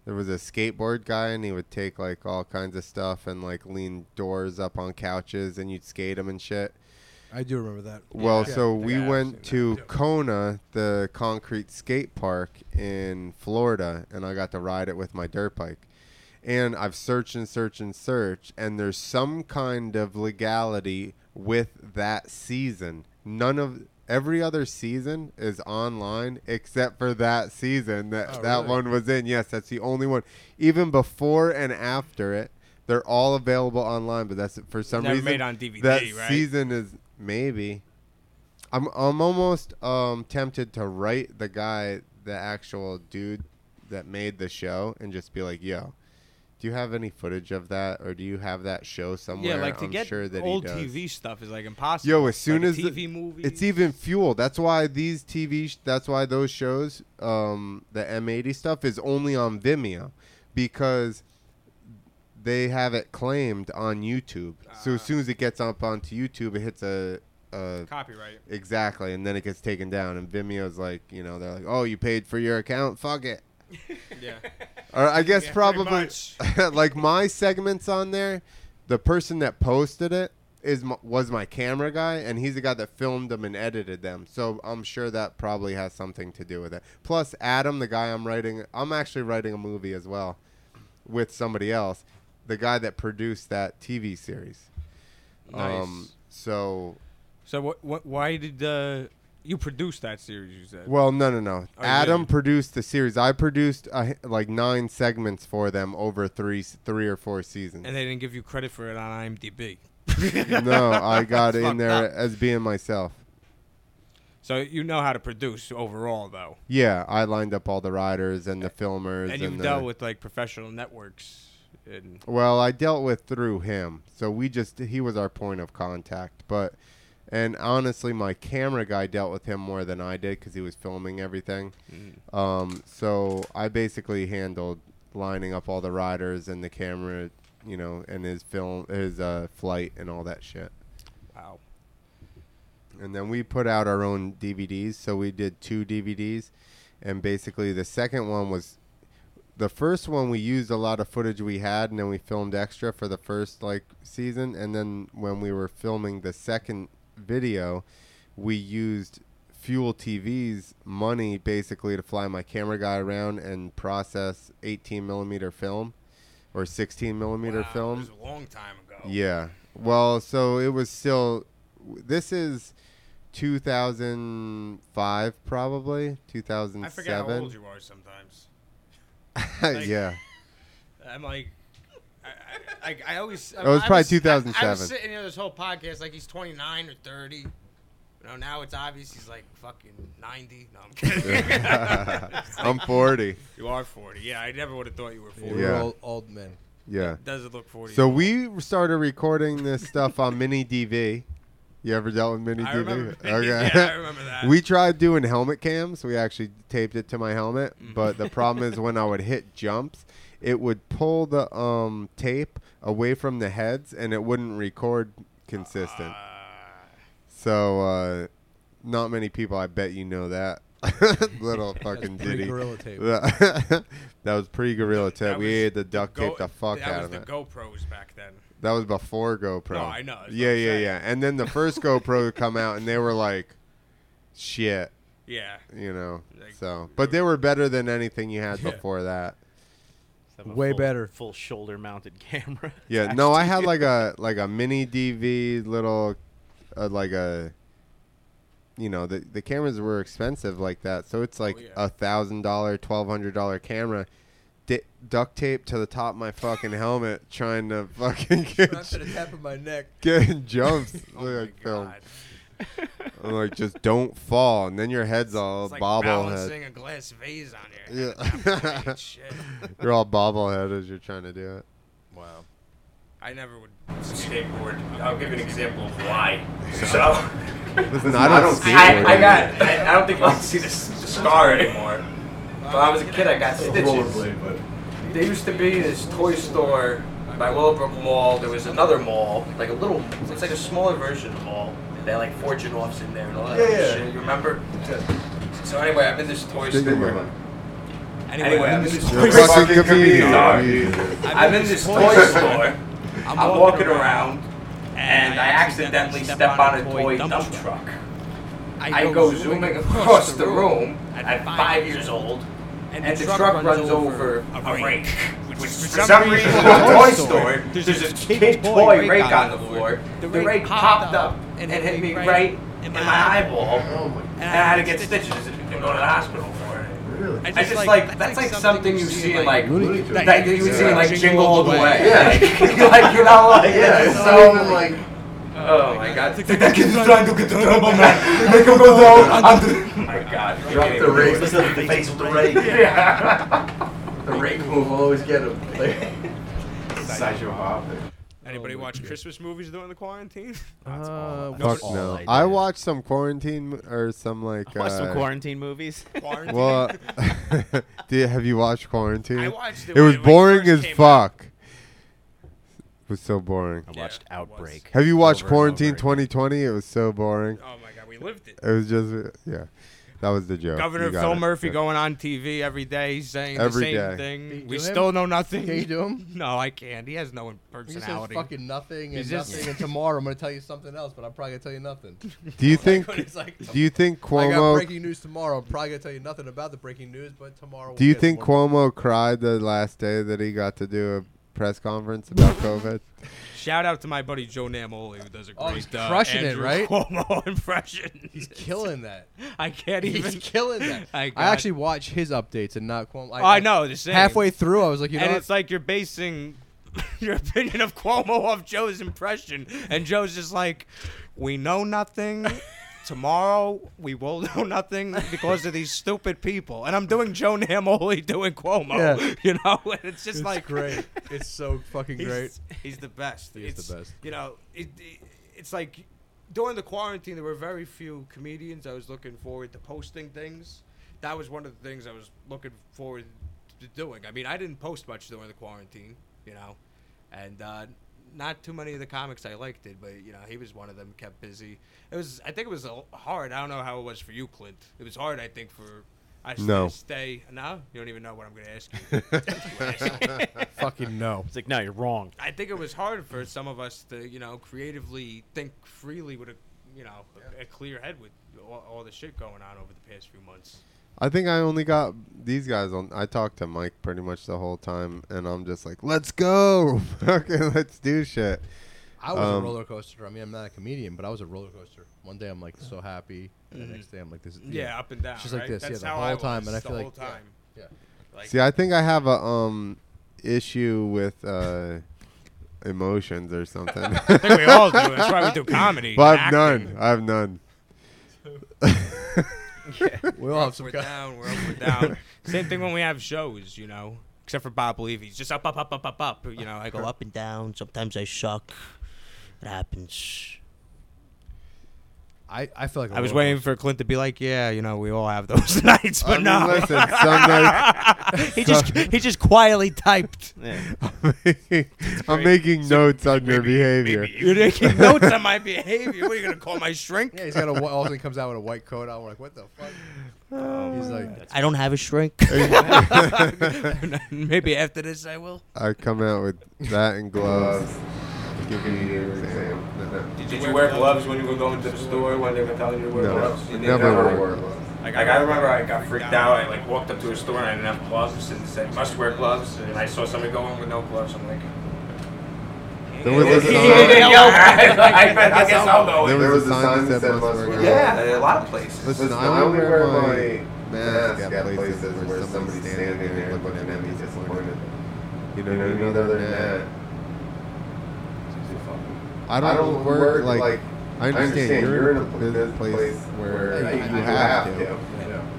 Speaker 1: There was a skateboard guy, and he would take like all kinds of stuff and like lean doors up on couches, and you'd skate him and shit.
Speaker 2: I do remember that.
Speaker 1: Well,
Speaker 4: Yeah.
Speaker 1: so
Speaker 4: Yeah,
Speaker 1: we
Speaker 4: I've
Speaker 1: went to
Speaker 4: seen
Speaker 1: Kona, the concrete skate park in Florida, and I got to ride it with my dirt bike. And I've searched and searched and searched, and there's some kind of legality with that season. None of every other season is online except for that season that
Speaker 2: Oh,
Speaker 1: that
Speaker 2: really?
Speaker 1: one was in. Yes, that's the only one. Even before and after it, they're all available online. But that's for some
Speaker 4: Never
Speaker 1: reason
Speaker 4: made on DVD,
Speaker 1: that
Speaker 4: right?
Speaker 1: season is maybe. I'm I'm almost um tempted to write the guy, the actual dude that made the show, and just be like, "Yo, do you have any footage of that, or do you have that show somewhere?"
Speaker 4: Yeah, like to
Speaker 1: I'm
Speaker 4: get
Speaker 1: sure that he
Speaker 4: old
Speaker 1: does."
Speaker 4: TV stuff is like impossible.
Speaker 1: Yo, as soon
Speaker 4: Like,
Speaker 1: as the-
Speaker 4: TV movie,
Speaker 1: it's e- even fuel. That's why these TV. Sh- that's why those shows, um, the M80 stuff, is only on Vimeo, because they have it claimed on YouTube. so
Speaker 4: Ah.
Speaker 1: as soon as it gets up onto YouTube, it hits a, a
Speaker 4: copyright.
Speaker 1: exactly, and then it gets taken down. And Vimeo's like, you know, they're like, oh, you paid for your account, fuck it.
Speaker 4: Yeah.
Speaker 1: Or I guess
Speaker 4: Yeah, pretty
Speaker 1: probably
Speaker 4: much.
Speaker 1: like my segments on there, the person that posted it is my, was my camera guy, and he's the guy that filmed them and edited them. So I'm sure that probably has something to do with it. Plus, Adam, the guy I'm writing, I'm actually writing a movie as well with somebody else, the guy that produced that TV series. Um,
Speaker 4: Nice.
Speaker 1: so
Speaker 4: So what? what why did uh, you produce that series? You said.
Speaker 1: Well, no, no, no.
Speaker 4: Oh, you
Speaker 1: Adam
Speaker 4: did?
Speaker 1: produced the series. I produced uh, like nine segments for them over three, three or four seasons.
Speaker 4: And they didn't give you credit for it on IMDb.
Speaker 1: no, I got
Speaker 4: It's
Speaker 1: in
Speaker 4: fucked
Speaker 1: there
Speaker 4: up.
Speaker 1: as being myself.
Speaker 4: So you know how to produce overall, though,
Speaker 1: Yeah, I lined up all the riders and the filmers.
Speaker 4: and you've
Speaker 1: the-
Speaker 4: dealt with like professional networks. And
Speaker 1: Well, I dealt with through him. So we just he was our point of contact, but and honestly my camera guy dealt with him more than I did cuz he was filming everything.
Speaker 4: Mm.
Speaker 1: Um so I basically handled lining up all the riders and the camera, you know, and his film his uh flight and all that shit.
Speaker 4: Wow.
Speaker 1: And then we put out our own DVDs. So we did two DVDs. And basically, the second one was the first one we used a lot of footage we had, and then we filmed extra for the first like season. And then when we were filming the second video, we used Fuel TV's money basically to fly my camera guy around and process 18 millimeter film or 16 millimeter film.
Speaker 4: was a long time ago.
Speaker 1: Yeah. Well, so it was still. This is 2005, probably 2007.
Speaker 4: I forget how old you are sometimes. Like,
Speaker 1: yeah.
Speaker 4: I'm like, I, I, I always.
Speaker 1: It was
Speaker 4: I
Speaker 1: probably
Speaker 4: I, I
Speaker 1: 2007.
Speaker 4: was sitting here this whole podcast like he's 29 or 30. You know, now it's obvious he's like fucking 90. No, I'm kidding.
Speaker 1: I'm 40.
Speaker 4: You are 40. Yeah, I never would have thought you were 40.
Speaker 1: Yeah. Yeah.
Speaker 4: It doesn't look 40.
Speaker 1: So
Speaker 4: at all.
Speaker 1: we started recording this stuff on Mini DV. You ever dealt with Mini
Speaker 4: I
Speaker 1: DV?
Speaker 4: remember Mini-
Speaker 1: okay.
Speaker 4: yeah, I remember that.
Speaker 1: we tried doing helmet cams. We actually taped it to my helmet,
Speaker 4: Mm.
Speaker 1: but the problem is when I would hit jumps, it would pull the um tape away from the heads and it wouldn't record consistent.
Speaker 4: Uh.
Speaker 1: so uh not many people I bet you know that. little fucking
Speaker 2: That's
Speaker 1: ditty.
Speaker 2: pre-gorilla tape.
Speaker 1: that was pre gorilla tape.
Speaker 4: That
Speaker 1: we
Speaker 4: was
Speaker 1: had to duct
Speaker 4: Go-
Speaker 1: tape the fuck
Speaker 4: that
Speaker 1: out
Speaker 4: was
Speaker 1: of
Speaker 4: the
Speaker 1: it.
Speaker 4: GoPros back then.
Speaker 1: That was before GoPro.
Speaker 4: No, I know, that's what
Speaker 1: Yeah,
Speaker 4: I'm
Speaker 1: yeah,
Speaker 4: saying.
Speaker 1: yeah. And then the first GoPro would come out, and they were like, "Shit."
Speaker 4: Yeah.
Speaker 1: You know.
Speaker 4: Like-
Speaker 1: so, but they were better than anything you had before that.
Speaker 3: Have a
Speaker 2: Way
Speaker 3: full-
Speaker 2: better.
Speaker 3: Full shoulder mounted camera.
Speaker 1: Yeah.
Speaker 3: attached
Speaker 1: No, I
Speaker 3: to
Speaker 1: had
Speaker 3: it.
Speaker 1: like a like a mini DV, little, uh, like a. You know the the cameras were expensive like that, so it's like a thousand dollar, twelve hundred dollar camera. Di- duct tape to the top of my fucking helmet, trying to fucking get
Speaker 2: Strapped to the top of my neck.
Speaker 1: getting jumps.
Speaker 2: Oh
Speaker 1: like, film. I'm like, just don't fall, and then your head's all
Speaker 4: It's like balancing
Speaker 1: bobblehead.
Speaker 4: a glass vase on here.
Speaker 1: Yeah,
Speaker 4: Shit.
Speaker 1: you're all bobblehead as you're trying to do it.
Speaker 4: Wow. I never would.
Speaker 6: skateboard. I'll give an example of why. So,
Speaker 1: Listen, I don't
Speaker 6: I,
Speaker 1: skateboard
Speaker 6: I got. I, I don't think I see the, s- the scar anymore. When I was a kid, I got stitches.
Speaker 7: Rollerblade, but
Speaker 6: There used to be this toy store by Willowbrook Mall. There was another mall, like a little. It's like a smaller version of the mall. They had like fortune offs in there and all that
Speaker 7: Yeah, yeah.
Speaker 6: shit. You remember? So anyway, I'm in this toy store. Anyway, I'm in this
Speaker 1: You're
Speaker 6: toy
Speaker 1: a
Speaker 6: store.
Speaker 1: fucking comedian.
Speaker 6: I'm in this toy store. I'm walking around, and I accidentally step on a toy dump truck. I go zooming across the room at five years old, and the truck runs over a rake. Which for some reason, in the toy store, there's a kid toy rake on the floor. The rake popped up and hit me right in my eyeball, and I had to get stitches and go to the hospital for it. I just, like, that's like something you see in like
Speaker 7: Looney Tunes.
Speaker 6: that you would see in like Jingle All the Way.
Speaker 7: Yeah.
Speaker 6: Like, like you know, like yeah, it's so
Speaker 7: even,
Speaker 6: like. Oh my god.
Speaker 7: That kid's trying to get the turbo man. Make him go down. under-
Speaker 6: Oh my god.
Speaker 7: Drop the rake. The face of the rake.
Speaker 6: Yeah.
Speaker 7: The rake move will always get him. Sideshow hop.
Speaker 4: Anybody watch Christmas movies during the quarantine?
Speaker 3: Uh,
Speaker 1: Fuck
Speaker 3: all
Speaker 1: no.
Speaker 3: did.
Speaker 1: I watched some quarantine mo- or some like.
Speaker 3: Watch some
Speaker 1: uh,
Speaker 3: quarantine movies.
Speaker 1: Well, do you, have you watched Quarantine?
Speaker 4: I watched it
Speaker 1: It
Speaker 4: when
Speaker 1: was
Speaker 4: it, like,
Speaker 1: boring
Speaker 4: first
Speaker 1: as
Speaker 4: came out.
Speaker 1: fuck. It was so boring.
Speaker 3: I watched Outbreak.
Speaker 1: Have you watched
Speaker 3: over and over
Speaker 1: Quarantine
Speaker 3: again.
Speaker 1: 2020? It was so boring.
Speaker 4: Oh my god, we lived it.
Speaker 1: It was just yeah. That was the joke.
Speaker 4: Governor
Speaker 1: You got
Speaker 4: Phil
Speaker 1: it.
Speaker 4: Murphy
Speaker 1: Good.
Speaker 4: going on TV every day saying
Speaker 1: Every day.
Speaker 4: the same
Speaker 2: Can you
Speaker 4: thing. We
Speaker 2: do him?
Speaker 4: still know nothing.
Speaker 2: Can you do him?
Speaker 4: No, I can't. He has no
Speaker 2: You said
Speaker 4: personality.
Speaker 2: fucking nothing and
Speaker 4: He's just-
Speaker 2: nothing, and tomorrow I'm gonna tell you something else, but I'm probably gonna tell you nothing.
Speaker 1: Do you think?
Speaker 2: It's like,
Speaker 1: do you think
Speaker 2: I got
Speaker 1: Cuomo?
Speaker 2: breaking news tomorrow. I'm probably gonna tell you nothing about the breaking news, but tomorrow.
Speaker 1: Do
Speaker 2: we'll
Speaker 1: you
Speaker 2: get
Speaker 1: think
Speaker 2: more.
Speaker 1: Cuomo cried the last day that he got to do a press conference about COVID?
Speaker 4: Shout out to my buddy Joe Namoli who does a great
Speaker 2: Oh, he's
Speaker 4: uh,
Speaker 2: crushing it,
Speaker 4: Andrew
Speaker 2: right?
Speaker 4: Cuomo impression.
Speaker 2: He's killing that.
Speaker 4: I can't even.
Speaker 2: He's killing that.
Speaker 4: I,
Speaker 2: I,
Speaker 4: got- Oh,
Speaker 2: actually watch his updates and not Cuomo.
Speaker 4: I know, the same.
Speaker 2: Halfway through, I was like, you know,
Speaker 4: and
Speaker 2: what?
Speaker 4: it's like you're basing your opinion of Cuomo off Joe's impression, and Joe's just like, "We know nothing. Tomorrow we will know nothing because of these stupid people." And I'm doing Joe Namoli doing Cuomo,
Speaker 2: Yeah.
Speaker 4: you know. And it's just
Speaker 2: It's
Speaker 4: like
Speaker 2: great. It's so fucking
Speaker 4: he's,
Speaker 2: great.
Speaker 4: He's the best.
Speaker 2: He is the
Speaker 4: It's-
Speaker 2: best.
Speaker 4: You know, it, it, it's like during the quarantine there were very few comedians. I was looking forward to posting things. That was one of the things I was looking forward to doing. I mean, I didn't post much during the quarantine, you know, and uh, not too many of the comics I liked did. But you know, he was one of them. Kept busy. It was. I think it was a l- hard. I don't know how it was for you, Clint. It was hard. I think for. I just
Speaker 1: No.
Speaker 4: gotta stay. No, you don't even know what I'm going to ask you.
Speaker 2: fucking no.
Speaker 3: It's like, no, you're wrong.
Speaker 4: I think it was hard for some of us to, you know, creatively think freely with a, you know, a, a clear head with all, all the shit going on over the past few months.
Speaker 1: I think I only got these guys on. I talked to Mike pretty much the whole time, and I'm just like, "Let's go, fucking, let's do shit."
Speaker 2: I was a
Speaker 1: Um,
Speaker 2: roller coaster. I mean, I'm not a comedian, but I was a roller coaster. One day I'm like so happy, and the next day I'm like this. is
Speaker 4: Mm-hmm. Yeah, up and down,
Speaker 2: It's Just like
Speaker 4: right?
Speaker 2: this,
Speaker 4: That's
Speaker 2: yeah, the
Speaker 4: how
Speaker 2: whole
Speaker 4: I
Speaker 2: time,
Speaker 4: was,
Speaker 2: and I
Speaker 4: the
Speaker 2: feel
Speaker 4: whole
Speaker 2: like yeah,
Speaker 4: time.
Speaker 2: Yeah,
Speaker 4: Like,
Speaker 1: See, I think I have a um issue with uh emotions or something. I
Speaker 4: think we all do. That's why we do comedy
Speaker 1: But I
Speaker 4: and
Speaker 1: have
Speaker 4: acting.
Speaker 1: none. I have none.
Speaker 2: we all have some.
Speaker 4: we're
Speaker 2: guy-
Speaker 4: down, we're up, we're down. Same thing when we have shows, you know, except for Bob Levy. He's just up, up, up, up, up, up. You know, I go
Speaker 5: Go
Speaker 4: up.
Speaker 5: up and down. Sometimes I suck. It happens.
Speaker 2: I I feel like I
Speaker 4: I was waiting for Clint to be like, yeah, you know, we all have those nights,
Speaker 1: I
Speaker 4: but
Speaker 1: mean,
Speaker 4: no.
Speaker 1: listen, some nights
Speaker 5: He just he just quietly typed.
Speaker 3: Yeah.
Speaker 1: I'm making, I'm making notes on your behavior.
Speaker 4: You're taking notes on my behavior. What are you gonna call my shrink?
Speaker 2: Yeah, he's got a. wh- All of a sudden comes out with a white coat on. We're like, what the
Speaker 4: Oh,
Speaker 2: fuck? He's like,
Speaker 5: I don't have a shrink.
Speaker 4: Maybe after this I will.
Speaker 1: I come out with that and gloves. Giving you an example.
Speaker 6: Did you, wear gloves when you were going to the store when they were telling you to wear
Speaker 1: No,
Speaker 6: gloves? You didn't
Speaker 1: never
Speaker 6: have-
Speaker 1: wore gloves.
Speaker 6: Like, I remember I got freaked out. I like walked up to a store and I didn't have gloves and it said must wear gloves. And I saw somebody going with no gloves. I'm like,
Speaker 1: There was a sign.
Speaker 6: yeah, I, I, I guess I'll go.
Speaker 1: There
Speaker 6: in.
Speaker 1: was a sign that said must wear gloves.
Speaker 6: Yeah, a lot of places.
Speaker 1: Listen, I only wear my mask at places where somebody's standing there looking at me disappointed. You know, what I mean? other than that, I don't, work, like, I understand, you're in a pl- this place, where you, have, to.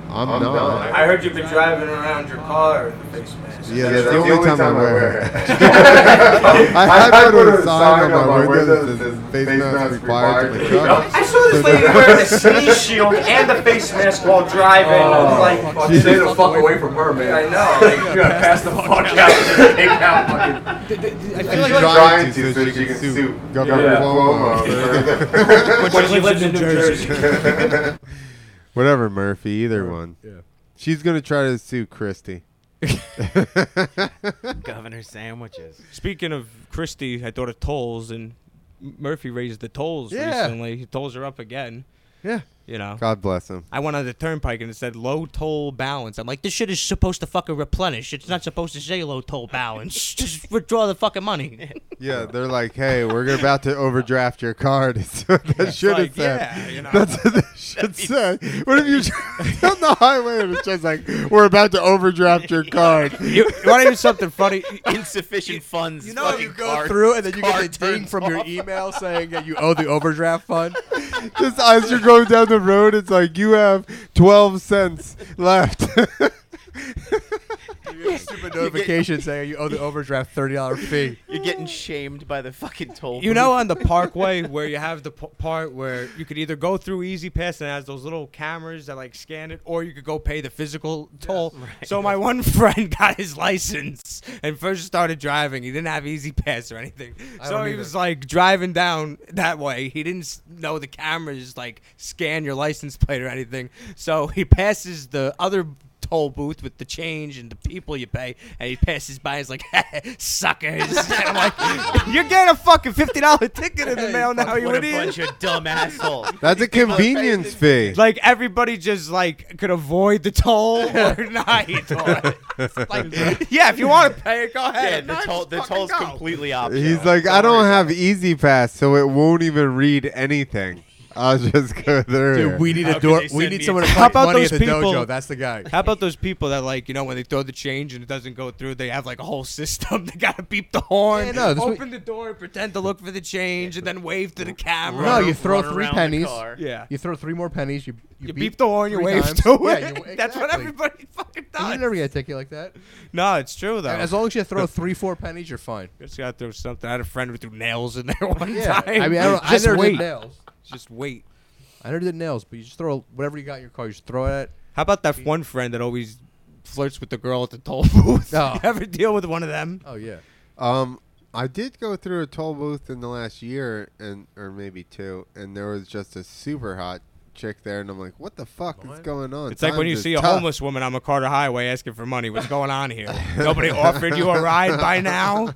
Speaker 1: I'm, not.
Speaker 6: I heard you've been driving around your car in the face mask.
Speaker 1: Yeah, that's, the only, time, I wear it. I had put a sign on my window that says face mask required to my truck.
Speaker 6: I saw this lady wearing a sneeze shield and the face mask while driving. I'm like,
Speaker 7: Oh, stay the fuck away from her, man.
Speaker 6: I know. Like, you gotta pass the fuck out. Take out fucking
Speaker 1: She's trying to so she can sue Governor
Speaker 6: Yeah.
Speaker 1: Cuomo.
Speaker 6: when she lives in New Jersey.
Speaker 1: Whatever, Murphy. Either one.
Speaker 2: yeah.
Speaker 1: She's gonna try to sue Christie.
Speaker 3: Governor sandwiches.
Speaker 4: Speaking of Christie, I thought of tolls, and Murphy raised the tolls
Speaker 2: Yeah.
Speaker 4: recently. Tolls are up again.
Speaker 2: Yeah.
Speaker 4: You know,
Speaker 1: God bless him.
Speaker 4: I went on the turnpike and it said low toll balance. I'm like,
Speaker 5: Like this shit is supposed to fucking replenish. It's not supposed to say low toll balance. Just withdraw the fucking money.
Speaker 1: Yeah, they're like, hey, we're about to overdraft your card. That's what that should have
Speaker 4: like,
Speaker 1: said.
Speaker 4: yeah, you know.
Speaker 1: That's what that should said. What if you drive down the highway and it's just like, we're about to overdraft your card?
Speaker 4: you, you want to hear something funny?
Speaker 3: Insufficient funds.
Speaker 2: You know, how you go through and then you get the ding
Speaker 3: turns
Speaker 2: from your email saying that you owe the overdraft fund.
Speaker 1: just as you're going down the road, it's like, you have 12 cents left.
Speaker 2: you get a stupid
Speaker 1: You get-
Speaker 2: notification saying you owe the overdraft thirty dollar fee.
Speaker 12: You're getting shamed by the fucking toll.
Speaker 4: You know,
Speaker 12: booth.
Speaker 4: on the Parkway where you have the p- part where you could either go through Easy Pass and it has those little cameras that like scan it, or you could go pay the physical toll. So my one friend got his license and first started driving. He didn't have Easy Pass or anything,
Speaker 2: I
Speaker 4: so
Speaker 2: don't
Speaker 4: he
Speaker 2: either.
Speaker 4: was like driving down that way. He didn't s- know the cameras like scan your license plate or anything. So he passes the other. Toll booth with the change and the people you pay, and he passes by. He's like, "Suckers!" And I'm like, "You're getting a fucking fifty dollar ticket in the mail now, you
Speaker 12: what a
Speaker 4: idiot!"
Speaker 12: bunch of dumb assholes.
Speaker 1: That's a convenience fee.
Speaker 4: Like everybody just like could avoid the toll or not. like, yeah, if you want to pay it, go
Speaker 12: Yeah,
Speaker 4: ahead.
Speaker 12: the toll, the toll's completely optional.
Speaker 1: He's like, I don't have Easy Pass, so it won't even read anything. I'll just go through. here.
Speaker 2: Dude, we need a door. We need someone to
Speaker 4: How
Speaker 2: put
Speaker 4: about
Speaker 2: money
Speaker 4: those
Speaker 2: at the
Speaker 4: people?
Speaker 2: dojo. That's the guy.
Speaker 4: How about those people that like you know when they throw the change and it doesn't go through, they have like a whole system. They gotta beep the horn,
Speaker 2: Yeah, no, that's what-
Speaker 4: open the door, pretend to look for the change, and then wave to the camera.
Speaker 2: No, you throw
Speaker 12: run
Speaker 2: three
Speaker 12: around the
Speaker 2: pennies.
Speaker 12: car.
Speaker 4: Yeah.
Speaker 2: You throw three more pennies. You
Speaker 4: You beep the horn, you
Speaker 2: three
Speaker 4: wave
Speaker 2: times.
Speaker 4: to it.
Speaker 2: Yeah, you,
Speaker 4: That's what
Speaker 2: exactly.
Speaker 4: everybody fucking
Speaker 2: And You
Speaker 4: does.
Speaker 2: never get a ticket like that.
Speaker 4: No, it's true though.
Speaker 2: As long as you throw three, four pennies, you're fine.
Speaker 4: Just gotta throw something. I had a friend who threw nails in there one
Speaker 2: Yeah,
Speaker 4: time.
Speaker 2: I mean, I, don't, I
Speaker 4: just
Speaker 2: never
Speaker 4: wait.
Speaker 2: did nails.
Speaker 4: Just wait.
Speaker 2: I never did nails, but you just throw whatever you got in your car. You just throw it at.
Speaker 4: How about that one friend that always flirts with the girl at the toll booth?
Speaker 2: Oh.
Speaker 4: You ever deal with one of them?
Speaker 2: Oh yeah.
Speaker 1: Um, I did go through a toll booth in the last year, and or maybe two, and there was just a super hot chick there, and I'm like, what the fuck is going on?
Speaker 4: It's like when
Speaker 1: Times
Speaker 4: you
Speaker 1: is
Speaker 4: see a
Speaker 1: tough.
Speaker 4: homeless woman on McCarter Highway asking for money. What's going on here? Nobody offered you a ride by now.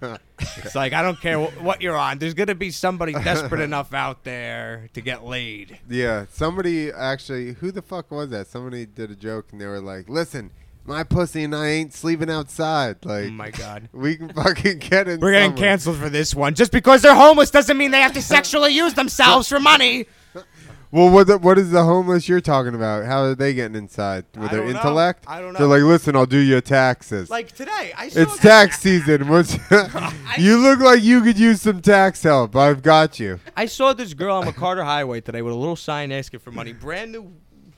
Speaker 4: It's like I don't care wh- what you're on. There's gonna be somebody desperate enough out there to get laid.
Speaker 1: Yeah, somebody actually, who the fuck was that? Somebody did a joke, and they were like, listen. My pussy and I ain't sleeping outside. Like,
Speaker 4: Oh my God.
Speaker 1: we can fucking get in.
Speaker 4: We're getting
Speaker 1: somewhere.
Speaker 4: canceled for this one. Just because they're homeless doesn't mean they have to sexually use themselves for money.
Speaker 1: Well, what the, what is the homeless you're talking about? How are they getting inside with
Speaker 4: I
Speaker 1: their
Speaker 4: don't know.
Speaker 1: intellect?
Speaker 4: I don't
Speaker 1: They're
Speaker 4: know.
Speaker 1: like, listen, I'll do your taxes.
Speaker 4: Like today, I saw
Speaker 1: it's tax season. What's you look like you could use some tax help. I've got you.
Speaker 4: I saw this girl on McCarter Highway today with a little sign asking for money. Brand new,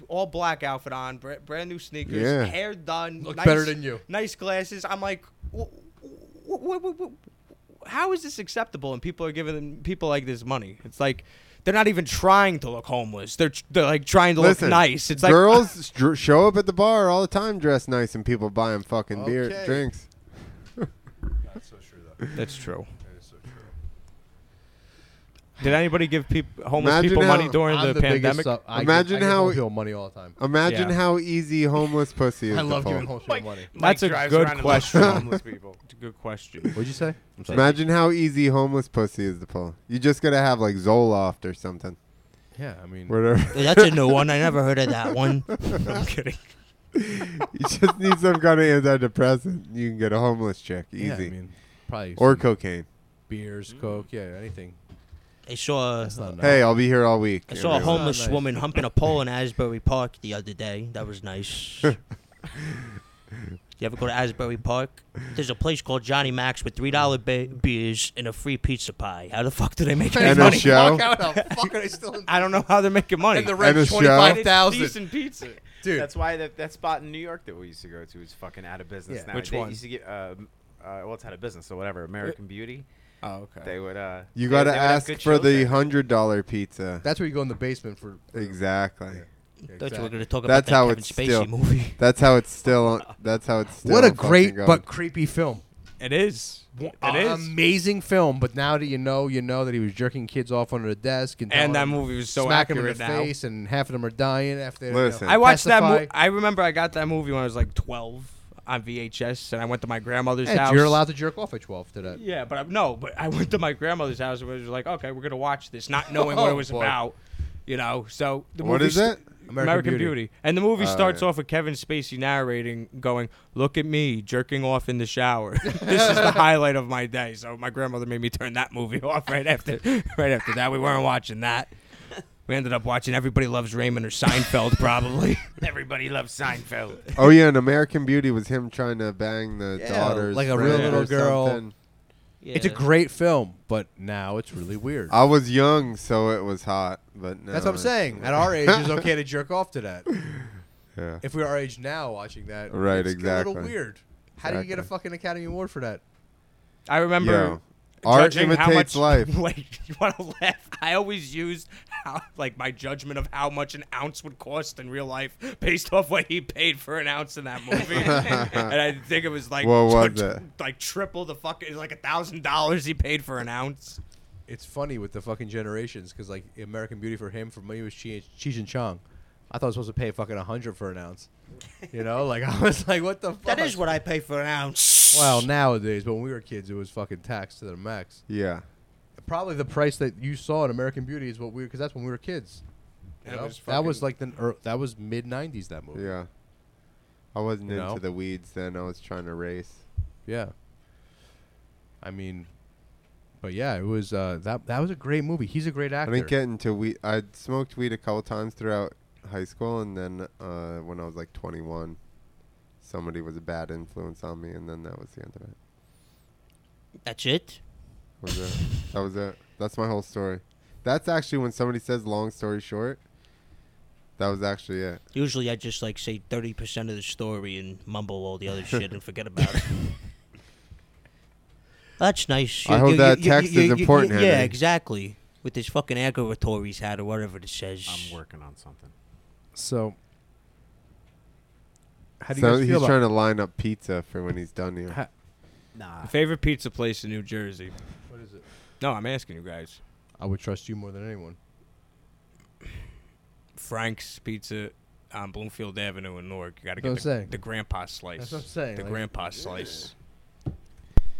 Speaker 4: all black outfit on, br- brand new sneakers,
Speaker 1: Yeah.
Speaker 4: hair done,
Speaker 2: Look
Speaker 4: nice-
Speaker 2: better than you.
Speaker 4: nice glasses. I'm like, wh- wh- wh- wh- wh- how is this acceptable? And people are giving people like this money. It's like they're not even trying to look homeless. They're tr- they're like trying to
Speaker 1: Listen,
Speaker 4: look nice. It's like
Speaker 1: girls dr- show up at the bar all the time dressed nice, and people buy them fucking beer
Speaker 2: Okay.
Speaker 1: drinks.
Speaker 7: That's so true, though.
Speaker 4: that's true.
Speaker 7: That is so true.
Speaker 4: Did anybody give peop- homeless
Speaker 1: Imagine
Speaker 4: people
Speaker 1: how-
Speaker 4: money during
Speaker 2: I'm
Speaker 4: the,
Speaker 2: the,
Speaker 4: pandemic?
Speaker 2: biggest. Sub- I
Speaker 1: Imagine
Speaker 2: give, I give
Speaker 1: how-
Speaker 2: old people money all the time.
Speaker 1: Imagine
Speaker 4: Yeah.
Speaker 1: how easy homeless pussy is.
Speaker 2: I
Speaker 1: to
Speaker 2: love
Speaker 1: pull.
Speaker 2: giving old people money.
Speaker 4: That's a
Speaker 12: drives
Speaker 4: good
Speaker 12: around and looks for
Speaker 4: question.
Speaker 12: homeless people.
Speaker 4: It's a good question.
Speaker 2: What'd you say? I'm sorry.
Speaker 1: Imagine how easy homeless pussy is to pull. You just gotta have like Zoloft or something.
Speaker 2: Yeah, I mean,
Speaker 1: Whatever.
Speaker 5: That's a new one. I never heard of that one.
Speaker 4: I'm kidding.
Speaker 1: you just need some kind of antidepressant. You can get a homeless chick easy,
Speaker 2: yeah, I mean, probably
Speaker 1: or
Speaker 2: some
Speaker 1: cocaine.
Speaker 2: beers, coke, yeah, anything.
Speaker 5: I saw
Speaker 2: That's not
Speaker 1: Hey, I'll be here all week.
Speaker 5: I saw a
Speaker 1: everyone.
Speaker 5: homeless
Speaker 2: nice.
Speaker 5: woman humping a pole in Asbury Park the other day. That was nice. you ever go to Asbury Park? There's a place called Johnny Max with three dollar ba- beers and a free pizza pie. How the fuck do they make any
Speaker 1: And a
Speaker 5: money?
Speaker 1: show.
Speaker 2: fuck are they still in?
Speaker 4: I don't know how they're making money.
Speaker 2: And the
Speaker 1: And a
Speaker 2: rent's
Speaker 1: show.
Speaker 2: twenty five thousand,
Speaker 4: decent pizza.
Speaker 2: dude.
Speaker 3: That's why that, that spot in New York that we used to go to is fucking out of business
Speaker 2: Yeah.
Speaker 3: now.
Speaker 4: Which
Speaker 3: They
Speaker 4: one?
Speaker 3: Used to get, uh, m- uh, well, it's out of business, so whatever. American Beauty.
Speaker 2: oh, okay.
Speaker 3: They would. Uh,
Speaker 1: You
Speaker 3: they-
Speaker 1: gotta
Speaker 3: they would have
Speaker 1: ask
Speaker 3: good
Speaker 1: for
Speaker 3: shows
Speaker 1: the
Speaker 3: there.
Speaker 1: hundred dollar pizza.
Speaker 2: That's where you go in the basement for.
Speaker 1: exactly.
Speaker 5: I thought you were
Speaker 2: Exactly.
Speaker 5: going to talk about
Speaker 1: That's
Speaker 5: that
Speaker 1: how
Speaker 5: Kevin
Speaker 1: it's
Speaker 5: Spacey
Speaker 1: still-
Speaker 5: movie.
Speaker 1: That's how it's still. On, that's how it's still.
Speaker 2: What a
Speaker 1: fucking
Speaker 2: great
Speaker 1: going.
Speaker 2: but creepy film.
Speaker 4: It is. It
Speaker 2: Wa- a-
Speaker 4: is.
Speaker 2: amazing film. But now that you know, you know that he was jerking kids off under the desk and, telling
Speaker 4: And that
Speaker 2: them-
Speaker 4: movie was so
Speaker 2: smacking
Speaker 4: accurate
Speaker 2: them in the
Speaker 4: now.
Speaker 2: face, and half of them are dying after. you know,
Speaker 1: Listen.
Speaker 4: I watched that.
Speaker 2: testify.
Speaker 4: Mo- I remember I got that movie when I was like 12 on VHS, and I went to my grandmother's
Speaker 2: Yeah,
Speaker 4: house.
Speaker 2: you're allowed to jerk off at twelve to that.
Speaker 4: Yeah, but I, no, but I went to my grandmother's house and was like, okay, we're gonna watch this, not knowing what it
Speaker 2: Oh,
Speaker 4: was
Speaker 2: boy.
Speaker 4: about. You know, so the
Speaker 1: What
Speaker 4: movie
Speaker 1: is
Speaker 4: st-
Speaker 1: it?
Speaker 2: American
Speaker 4: American Beauty.
Speaker 2: Beauty.
Speaker 4: and the movie
Speaker 1: Oh,
Speaker 4: starts
Speaker 1: yeah.
Speaker 4: off with Kevin Spacey narrating, going, "Look at me jerking off in the shower. this is the highlight of my day." So my grandmother made me turn that movie off right after, right after that. We weren't watching that. We ended up watching Everybody Loves Raymond or Seinfeld, probably.
Speaker 12: Everybody loves Seinfeld.
Speaker 1: Oh yeah, and American Beauty was him trying to bang the
Speaker 2: Yeah,
Speaker 1: daughter's
Speaker 2: like a real
Speaker 1: friend or
Speaker 2: little girl.
Speaker 1: something.
Speaker 2: It's a
Speaker 5: Yeah.
Speaker 2: great film, but now it's really weird.
Speaker 1: I was young, so it was hot, but now
Speaker 2: That's what I'm
Speaker 1: it's-
Speaker 2: saying. At our age, it's okay to jerk off to that.
Speaker 1: Yeah.
Speaker 2: If we were our age now watching that,
Speaker 1: Right,
Speaker 2: it's a little
Speaker 1: exactly.
Speaker 2: weird. How do you get a fucking Academy Award for that?
Speaker 4: I remember
Speaker 1: Yo, art
Speaker 4: judging how
Speaker 1: imitates
Speaker 4: much,
Speaker 1: life.
Speaker 4: Wait, you want to laugh? I always used how, like my judgment of how much an ounce would cost in real life based off what he paid for an ounce in that movie, and I think it was like
Speaker 1: What was
Speaker 4: t-
Speaker 1: it?
Speaker 4: like triple the fucking like a thousand dollars he paid for an ounce.
Speaker 2: It's funny with the fucking generations because like American Beauty for him for me was Cheech, Cheech and Chong. I thought I was supposed to pay fucking a hundred for an ounce. You know, like I was like, what the fuck?
Speaker 5: That is what I pay for an ounce.
Speaker 2: Well, nowadays, but when we were kids, it was fucking taxed to the max.
Speaker 1: Yeah.
Speaker 2: Probably the price that you saw in American Beauty is what we because that's when we were kids. You
Speaker 4: And it
Speaker 2: know?
Speaker 4: was
Speaker 2: that was like
Speaker 4: fucking-
Speaker 2: the er, that was mid '90s that movie.
Speaker 1: Yeah. I wasn't
Speaker 2: You
Speaker 1: into
Speaker 2: know?
Speaker 1: the weeds then. I was trying to race.
Speaker 2: Yeah. I mean, but yeah, it was uh, that that was a great movie. He's a great actor.
Speaker 1: I didn't get into weed. I smoked weed a couple times throughout high school, and then uh, when I was like 21, somebody was a bad influence on me, and then that was the end of it.
Speaker 5: That's it.
Speaker 1: Was it? that was it. That's my whole story. That's actually when somebody says long story short. That was actually it.
Speaker 5: Usually, I just like say thirty percent of the story and mumble all the other shit and forget about it. That's nice.
Speaker 1: I
Speaker 5: You-
Speaker 1: hope
Speaker 5: you-
Speaker 1: that
Speaker 5: you- you-
Speaker 1: text
Speaker 5: you-
Speaker 1: is
Speaker 5: you-
Speaker 1: important,
Speaker 5: you- Yeah,
Speaker 1: Henry.
Speaker 5: exactly. With his fucking aggravatories hat or whatever it says.
Speaker 3: I'm working on something.
Speaker 2: So, how do you
Speaker 1: so
Speaker 2: guys
Speaker 1: he's
Speaker 2: feel about?
Speaker 1: trying to line up pizza for when he's done here.
Speaker 2: Ha-
Speaker 3: Nah.
Speaker 4: Favorite pizza place in New Jersey?
Speaker 2: What is it?
Speaker 4: No, I'm asking you guys.
Speaker 2: I would trust you more than anyone.
Speaker 4: Frank's Pizza on Bloomfield Avenue in Newark. You got
Speaker 2: That's
Speaker 4: to get
Speaker 2: what I'm
Speaker 4: the,
Speaker 2: saying.
Speaker 4: the grandpa slice.
Speaker 2: That's what I'm saying,
Speaker 4: The
Speaker 2: like-
Speaker 4: grandpa slice. Re-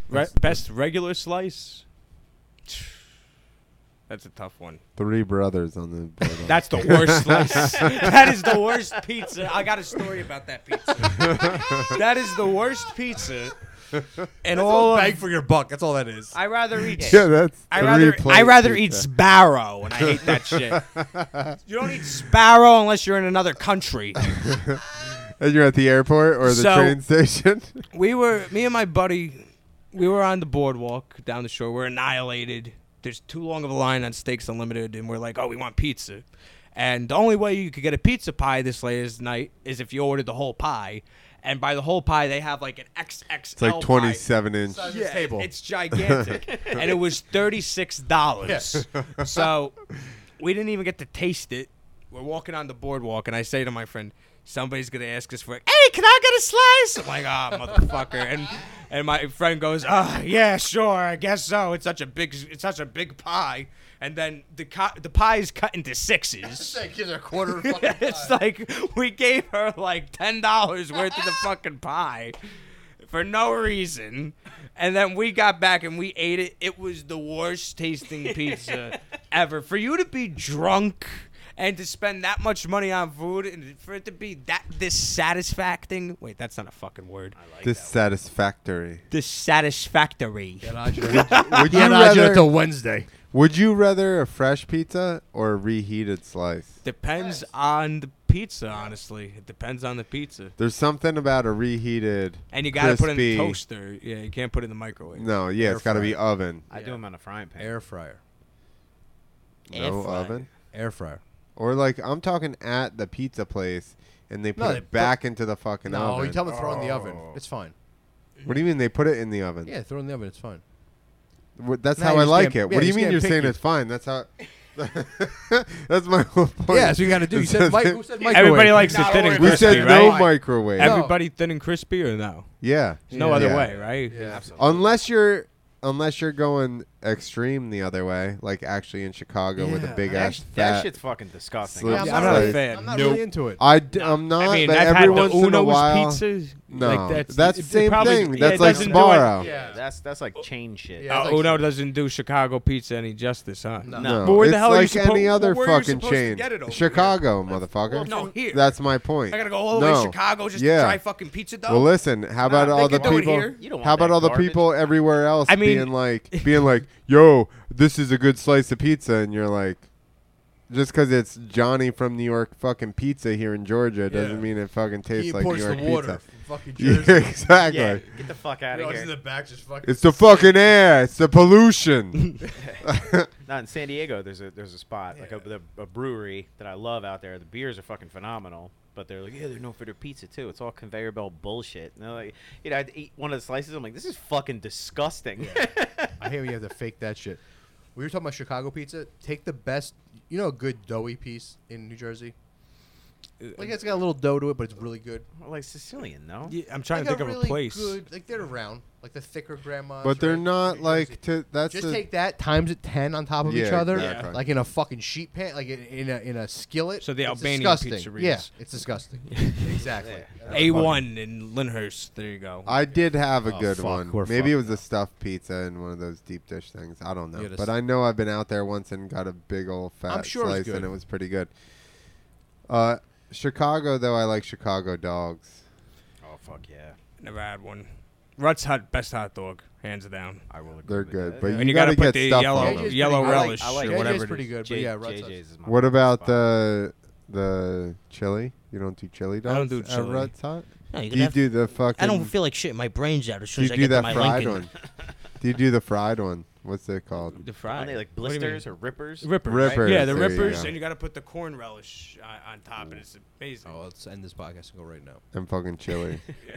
Speaker 2: That's-
Speaker 4: best regular slice. That's a tough one.
Speaker 1: Three brothers on the board.
Speaker 4: That's the worst slice. that is the worst pizza. I got a story about that pizza. that is the worst pizza. And all
Speaker 2: bang
Speaker 4: of,
Speaker 2: for your buck. That's all that is.
Speaker 4: I rather eat.
Speaker 1: Yeah, that's
Speaker 4: I
Speaker 1: three
Speaker 4: rather I
Speaker 1: plate
Speaker 4: rather eat
Speaker 1: pizza.
Speaker 4: Sbarro, and I hate that shit. You don't eat Sbarro unless you're in another country.
Speaker 1: And you're at the airport or the
Speaker 4: So-
Speaker 1: train station.
Speaker 4: we were me and my buddy we were on the boardwalk down the shore we're annihilated there's too long of a line on steaks unlimited and we're like oh we want pizza and the only way you could get a pizza pie this latest night is if you ordered the whole pie and by the whole pie they have like an xxl
Speaker 1: it's like 27 inch.
Speaker 4: pie. Yeah, it's gigantic and it was $36 so we didn't even get to taste it we're walking on the boardwalk and i say to my friend somebody's gonna ask us for hey can i get a slice i'm like ah motherfucker and and my friend goes ah yeah sure i guess so it's such a big it's such a big pie and then the co- the pie is cut into sixes
Speaker 2: a quarter.
Speaker 4: it's like we gave her like ten dollars worth of the fucking pie for no reason, and then we got back and we ate it. It was the worst tasting pizza ever. For you to be drunk and to spend that much money on food and for it to be that dissatisfacting. Wait, that's not a fucking word.
Speaker 1: Dissatisfactory.
Speaker 4: Dissatisfactory.
Speaker 1: Would you rather
Speaker 2: Wednesday.
Speaker 1: Would you rather a fresh pizza or a reheated slice?
Speaker 4: Depends on the pizza, honestly. It depends on the pizza.
Speaker 1: There's something about a reheated
Speaker 4: And you gotta put it in the
Speaker 1: crispy-
Speaker 4: toaster. Yeah, you can't put it in the microwave.
Speaker 1: No, yeah, it's got to be oven.
Speaker 3: I do them on a frying pan.
Speaker 2: Air fryer.
Speaker 5: Air
Speaker 1: no
Speaker 5: fryer.
Speaker 1: oven.
Speaker 2: Air fryer.
Speaker 1: Or like I'm talking at the pizza place and they put
Speaker 2: No, they
Speaker 1: it
Speaker 2: put-
Speaker 1: back into the fucking
Speaker 2: No,
Speaker 1: oven.
Speaker 2: you tell them to throw it
Speaker 1: Oh.
Speaker 2: in the oven. It's fine.
Speaker 1: what do you mean they put it in the oven?
Speaker 2: Yeah, throw it in the oven. It's fine.
Speaker 1: Wha- That's
Speaker 2: No,
Speaker 1: how
Speaker 2: you
Speaker 1: I
Speaker 2: just
Speaker 1: like
Speaker 2: can't-
Speaker 1: it.
Speaker 2: yeah,
Speaker 1: what do you
Speaker 2: you just
Speaker 1: mean
Speaker 2: can't
Speaker 1: you're
Speaker 2: pick
Speaker 1: saying
Speaker 2: it.
Speaker 1: it's fine? That's how That's my whole point.
Speaker 2: Yeah, so you got to do. You
Speaker 1: It's
Speaker 2: said,
Speaker 1: just-
Speaker 2: Mike, who said microwave?
Speaker 4: Everybody likes it thin and
Speaker 1: We
Speaker 4: crispy,
Speaker 1: said
Speaker 4: right?
Speaker 1: no microwave.
Speaker 4: Everybody thin and crispy or no?
Speaker 1: Yeah.
Speaker 4: There's no other
Speaker 1: Yeah.
Speaker 4: way, right? Yeah.
Speaker 1: Unless you're unless you're going extreme the other way, like actually in Chicago with a
Speaker 2: Yeah.
Speaker 1: big
Speaker 3: That,
Speaker 1: ass
Speaker 3: sh- that
Speaker 1: fat
Speaker 3: shit's fucking disgusting.
Speaker 1: slip
Speaker 2: I'm
Speaker 1: slice.
Speaker 2: not really
Speaker 4: fan.
Speaker 2: I'm not
Speaker 4: Nope.
Speaker 2: really into it.
Speaker 1: I d- I'm not.
Speaker 4: I mean,
Speaker 1: but
Speaker 4: I've
Speaker 1: every
Speaker 4: had
Speaker 1: once
Speaker 4: the Uno's
Speaker 1: in a while,
Speaker 4: pizzas.
Speaker 1: no,
Speaker 4: like, that's,
Speaker 1: that's the
Speaker 4: it- it
Speaker 1: same
Speaker 4: probably-
Speaker 1: thing.
Speaker 4: yeah,
Speaker 1: that's
Speaker 4: it
Speaker 1: like
Speaker 4: doesn't do it-
Speaker 1: Sbarro.
Speaker 2: Yeah.
Speaker 3: That's that's like chain shit.
Speaker 2: Yeah.
Speaker 4: Uh,
Speaker 2: like-
Speaker 4: Uno doesn't do Chicago pizza any justice, huh?
Speaker 1: No,
Speaker 4: But where
Speaker 1: it's
Speaker 4: the hell are you
Speaker 1: like
Speaker 4: suppo-
Speaker 1: any other
Speaker 4: where are you
Speaker 1: fucking
Speaker 4: supposed to
Speaker 1: chain.
Speaker 4: get it over here?
Speaker 1: Chicago, motherfucker.
Speaker 4: no, here.
Speaker 1: That's my point.
Speaker 4: I gotta go all the way
Speaker 1: No.
Speaker 4: to Chicago just
Speaker 1: yeah.
Speaker 4: to try fucking pizza dough.
Speaker 1: Well, listen. How about
Speaker 4: Nah, they
Speaker 1: all the
Speaker 4: can do it
Speaker 1: people?
Speaker 4: here.
Speaker 3: You don't want
Speaker 1: How about
Speaker 3: that
Speaker 1: all the
Speaker 3: garbage.
Speaker 1: people everywhere else
Speaker 4: I mean-
Speaker 1: being like, being like, "Yo, this is a good slice of pizza," and you're like, just because it's Johnny from New York fucking pizza here in Georgia doesn't mean it fucking tastes like New
Speaker 2: imports
Speaker 1: York
Speaker 2: the water
Speaker 1: pizza.
Speaker 2: from fucking
Speaker 1: Yeah,
Speaker 2: Jersey.
Speaker 1: exactly.
Speaker 2: Yeah,
Speaker 3: Get the fuck out
Speaker 2: You
Speaker 3: of
Speaker 2: know, it's
Speaker 3: here.
Speaker 2: in the back, just fucking.
Speaker 1: It's the fucking air. It's the pollution.
Speaker 3: Not in San Diego. There's a there's a spot like a, the, a brewery that I love out there. The beers are fucking phenomenal, but they're like, yeah, they're known for their pizza too. It's all conveyor belt bullshit. And they're like, you know, I'd eat one of the slices. I'm like, this is fucking disgusting.
Speaker 2: I hate when you have to fake that shit. We were talking about Chicago pizza. Take the best, you know, a good doughy piece in New Jersey.
Speaker 4: Uh,
Speaker 2: Like it's got a little dough to it, but it's really good.
Speaker 3: like Sicilian, no?
Speaker 2: Yeah,
Speaker 4: I'm trying to think of a place.
Speaker 2: Good, like they're around, like the thicker grandmas.
Speaker 1: but they're
Speaker 2: right?
Speaker 1: not like to. That's
Speaker 2: Just
Speaker 1: the-
Speaker 2: take that times it ten on top of
Speaker 1: Yeah,
Speaker 2: each other,
Speaker 1: exactly.
Speaker 2: like in a fucking sheet pan, like in, in a in a skillet.
Speaker 4: So the
Speaker 2: It's
Speaker 4: Albanian
Speaker 2: disgusting.
Speaker 4: pizzerias.
Speaker 2: Yeah, it's disgusting. exactly.
Speaker 4: A1 in Lyndhurst. There you go.
Speaker 1: I did have a
Speaker 4: Oh,
Speaker 1: good
Speaker 4: fuck, we're
Speaker 1: one. Maybe it was a stuffed pizza and one of those deep dish things. I don't know.
Speaker 2: You had a
Speaker 1: But
Speaker 2: s-
Speaker 1: I know I've been out there once and got a big old fat
Speaker 2: sure it was
Speaker 1: slice and
Speaker 2: good.
Speaker 1: it was pretty good. Uh, Chicago though, I like Chicago dogs.
Speaker 3: Oh fuck yeah.
Speaker 4: Never had one. Rutt's hot, best hot dog, hands down.
Speaker 3: I will. Agree.
Speaker 1: They're good, but
Speaker 4: And
Speaker 1: you,
Speaker 4: you gotta
Speaker 1: get
Speaker 4: put the
Speaker 1: stuff
Speaker 4: yellow-
Speaker 1: on them.
Speaker 4: JJ's yellow pretty good. relish
Speaker 3: I like
Speaker 4: or
Speaker 3: JJ's
Speaker 4: whatever it
Speaker 2: pretty
Speaker 4: is.
Speaker 2: good, but
Speaker 3: J-
Speaker 2: yeah, Rutt's
Speaker 3: JJ's is my
Speaker 1: What about the the chili? You don't do chili dogs.
Speaker 4: I don't do
Speaker 1: at
Speaker 4: chili.
Speaker 1: Rutt's Hot?
Speaker 5: No, you
Speaker 1: Do
Speaker 5: can
Speaker 1: you
Speaker 5: have-
Speaker 1: do the fucking.
Speaker 5: I don't feel like shit. My brain's out as
Speaker 1: Do you
Speaker 5: soon as I
Speaker 1: do
Speaker 5: get to
Speaker 1: that
Speaker 5: my
Speaker 1: fried
Speaker 5: Lincoln.
Speaker 1: one? Do you do the fried one? What's it called?
Speaker 4: The
Speaker 3: Aren't they like blisters or rippers?
Speaker 4: Rippers.
Speaker 1: right? Rippers,
Speaker 4: Yeah, the
Speaker 1: there you
Speaker 4: rippers,
Speaker 1: go.
Speaker 4: and you got to put the corn relish on, on top, and it's amazing.
Speaker 2: Oh, let's end this podcast and go right now.
Speaker 1: And fucking chili.
Speaker 4: Yeah.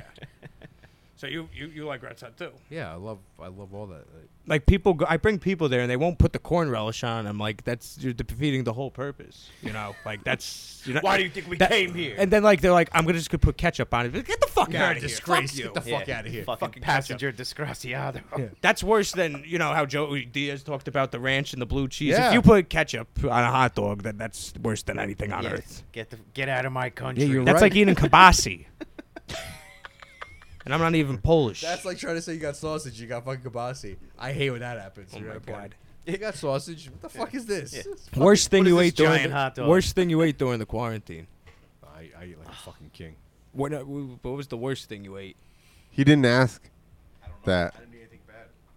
Speaker 4: so you, you you like Rutt's hot too?
Speaker 2: Yeah, I love I love all that.
Speaker 4: Like people, go, I bring people there, and they won't put the corn relish on. I'm like, that's you're defeating the whole purpose. You know, like that's. You're not,
Speaker 12: Why do you think we
Speaker 4: that-
Speaker 12: came here?
Speaker 4: And then like they're like, I'm gonna just gonna put ketchup on it. Like, Get the fuck
Speaker 2: You're a
Speaker 4: out of here!
Speaker 2: disgrace.
Speaker 4: Fuck you.
Speaker 2: Get the fuck
Speaker 4: Yeah.
Speaker 2: outta here.
Speaker 4: Fucking
Speaker 3: fucking,
Speaker 4: ketchup.
Speaker 3: passenger disgraciado?
Speaker 4: That's worse than you know how Joe Diaz talked about the ranch and the blue cheese.
Speaker 2: Yeah.
Speaker 4: If you put ketchup on a hot dog, then that's worse than anything on
Speaker 3: Yes.
Speaker 4: earth.
Speaker 3: Get the get out of my country.
Speaker 2: you're
Speaker 4: That's
Speaker 2: right.
Speaker 4: like eating kibasi. and I'm not even Polish.
Speaker 2: That's like trying to say you got sausage, you got fucking kibasi. I hate when that happens.
Speaker 4: Oh
Speaker 2: You're
Speaker 4: my
Speaker 2: right,
Speaker 4: God.
Speaker 2: boy. You got sausage. What the fuck is this?
Speaker 3: Yeah.
Speaker 2: It's fucking-
Speaker 4: worst thing
Speaker 3: What is
Speaker 4: you
Speaker 3: this
Speaker 4: ate during
Speaker 3: giant
Speaker 4: the,
Speaker 3: hot dog?
Speaker 4: worst thing you ate during the quarantine.
Speaker 2: I, I eat like a fucking king.
Speaker 4: What, what was the worst thing you ate?
Speaker 1: He didn't ask that.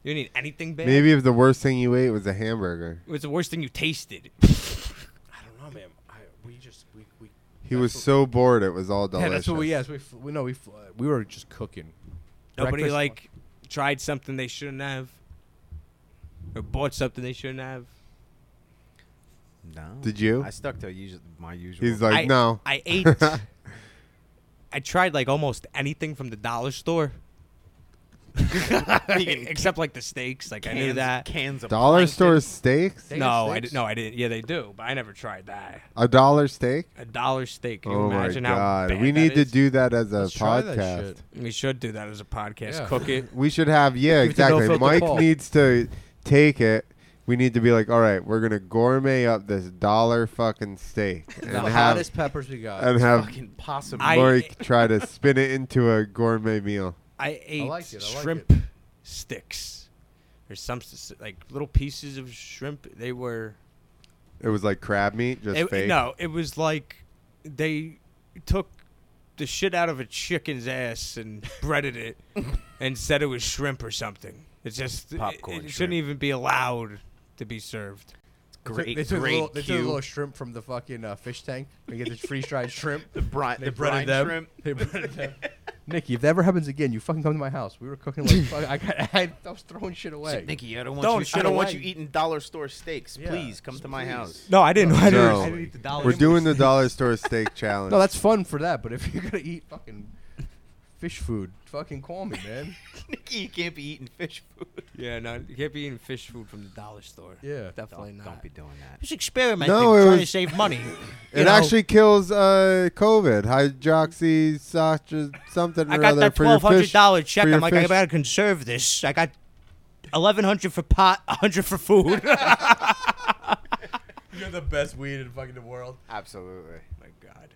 Speaker 4: You didn't eat anything bad.
Speaker 1: Maybe if the worst thing you ate was a hamburger.
Speaker 4: it was the worst thing you tasted.
Speaker 2: I don't know, man. I, we just we, we
Speaker 1: He was so bored it was all delicious.
Speaker 2: yeah, that's what we yes we f- we know we f- we were just cooking.
Speaker 4: Nobody
Speaker 2: Breakfast-
Speaker 4: like tried something they shouldn't have, or bought something they shouldn't have.
Speaker 3: No.
Speaker 1: Did you?
Speaker 3: I stuck to usual, my usual.
Speaker 1: He's like,
Speaker 4: I,
Speaker 1: no.
Speaker 4: I ate. I tried like almost anything from the dollar store. Except like the steaks, like I knew
Speaker 3: Cans-
Speaker 4: that.
Speaker 3: Cans of
Speaker 1: dollar
Speaker 3: plankton.
Speaker 1: store steaks?
Speaker 2: They got
Speaker 4: no, I
Speaker 2: steaks?
Speaker 4: didn't. No, I didn't. Yeah, they do, but I never tried that.
Speaker 1: A dollar steak?
Speaker 4: A dollar steak. Can you
Speaker 1: Oh my
Speaker 4: imagine how
Speaker 1: god.
Speaker 4: bad
Speaker 1: We
Speaker 4: that
Speaker 1: need to
Speaker 4: is?
Speaker 1: do that as a
Speaker 2: Let's try that
Speaker 1: podcast.
Speaker 2: shit.
Speaker 4: We should do that as a podcast.
Speaker 2: Yeah.
Speaker 4: Cook it.
Speaker 1: We should have yeah,
Speaker 2: Give it to No
Speaker 1: exactly.
Speaker 2: Filter
Speaker 1: Mike
Speaker 2: Paul.
Speaker 1: needs to take it. We need to be like, all right, we're gonna gourmet up this dollar fucking steak and
Speaker 2: The
Speaker 1: have
Speaker 2: hottest peppers we got.
Speaker 1: and have
Speaker 3: fucking possum.
Speaker 4: I-
Speaker 1: Mike try to spin it into a gourmet meal.
Speaker 4: I ate
Speaker 2: like it, I like
Speaker 4: shrimp
Speaker 2: it.
Speaker 4: sticks, or some s- like little pieces of shrimp. They were
Speaker 1: It was like crab meat, just
Speaker 4: It-
Speaker 1: fake.
Speaker 4: No, it was like they took the shit out of a chicken's ass and breaded it and said it was shrimp or something. It's just it-
Speaker 3: Popcorn
Speaker 4: It,
Speaker 3: shrimp.
Speaker 4: shouldn't even be allowed to be served.
Speaker 3: great,
Speaker 2: they took,
Speaker 3: great
Speaker 2: a little, they took a
Speaker 3: cue.
Speaker 2: little shrimp from the fucking uh, fish tank. We get the freeze dried shrimp.
Speaker 3: The brine,
Speaker 2: They
Speaker 3: the brine
Speaker 2: breaded them.
Speaker 3: shrimp.
Speaker 2: They breaded them. Nicky, if that ever happens again, you fucking come to my house. We were cooking like fuck, I, got, I, I was throwing shit away.
Speaker 12: Nikki, I don't want
Speaker 3: Don't,
Speaker 12: you.
Speaker 3: I don't want
Speaker 2: away.
Speaker 3: you eating dollar store steaks.
Speaker 2: Yeah,
Speaker 3: Please come to my
Speaker 2: please.
Speaker 3: house.
Speaker 4: No, I didn't. I didn't,
Speaker 1: Oh, No.
Speaker 4: I didn't eat the dollar.
Speaker 1: We're doing the dollar store steak challenge.
Speaker 2: No, that's fun for that. But if you're gonna eat fucking fish food, fucking call me, man.
Speaker 3: Nikki, you can't be eating fish food.
Speaker 4: Yeah, no, you can't be eating fish food from the dollar store.
Speaker 2: Yeah.
Speaker 4: definitely
Speaker 3: Don't,
Speaker 4: not.
Speaker 3: don't be doing that.
Speaker 5: Just experimenting,
Speaker 1: No, it
Speaker 5: trying to
Speaker 1: was-
Speaker 5: save money.
Speaker 1: It actually kills uh, COVID. Hydroxy sausage something
Speaker 5: I
Speaker 1: or
Speaker 5: got
Speaker 1: other
Speaker 5: that
Speaker 1: for your
Speaker 5: twelve hundred
Speaker 1: fish.
Speaker 5: dollar check.
Speaker 1: for your
Speaker 5: I'm like, I
Speaker 1: fish.
Speaker 5: gotta conserve this. I got eleven hundred for pot, hundred for food.
Speaker 4: Oh
Speaker 2: You're the best weed in fucking the world.
Speaker 3: Absolutely.
Speaker 4: My God,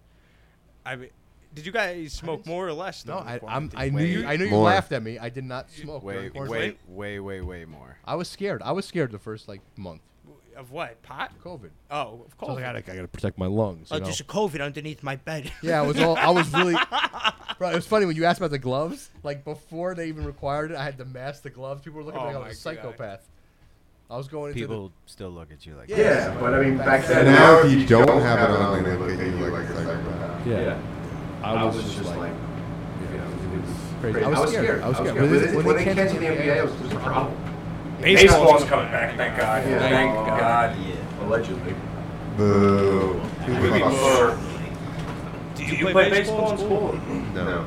Speaker 4: I mean, did you guys smoke more or less?
Speaker 2: No,
Speaker 4: during the
Speaker 2: I, I'm,
Speaker 4: quarantine?
Speaker 2: I knew you, I knew you
Speaker 1: More.
Speaker 2: laughed at me. I did not smoke.
Speaker 3: Way,
Speaker 2: during quarantine.
Speaker 3: way, way, way, way more.
Speaker 2: I was scared. I was scared the first like month.
Speaker 4: of what pot.
Speaker 2: COVID.
Speaker 4: Oh, of
Speaker 2: So I, was
Speaker 4: course.
Speaker 2: like, I gotta, I gotta protect my lungs. you
Speaker 5: oh,
Speaker 2: know?
Speaker 5: there's a COVID underneath my bed.
Speaker 2: Yeah, I was all. I was really. Bro, it was funny when you asked about the gloves. Like before they even required it, I had to mask the gloves. People were looking at
Speaker 4: Oh
Speaker 2: me like I
Speaker 4: my
Speaker 2: was a psychopath. I was going into the-
Speaker 3: People still look at you like.
Speaker 2: Yeah,
Speaker 3: this.
Speaker 2: but I mean, back
Speaker 1: And now if you don't have it on, they look at you like a psychopath.
Speaker 13: Yeah. I was just like, you know, it was crazy. I was scared. I was scared. When they- When they canceled the NBA, it was just a problem.
Speaker 6: Baseball's coming back, thank God.
Speaker 13: Yeah.
Speaker 6: Thank
Speaker 13: Oh,
Speaker 6: God.
Speaker 13: Allegedly.
Speaker 1: Boo.
Speaker 6: Maybe
Speaker 1: Fuck.
Speaker 6: more. Do you play baseball in school?
Speaker 1: No.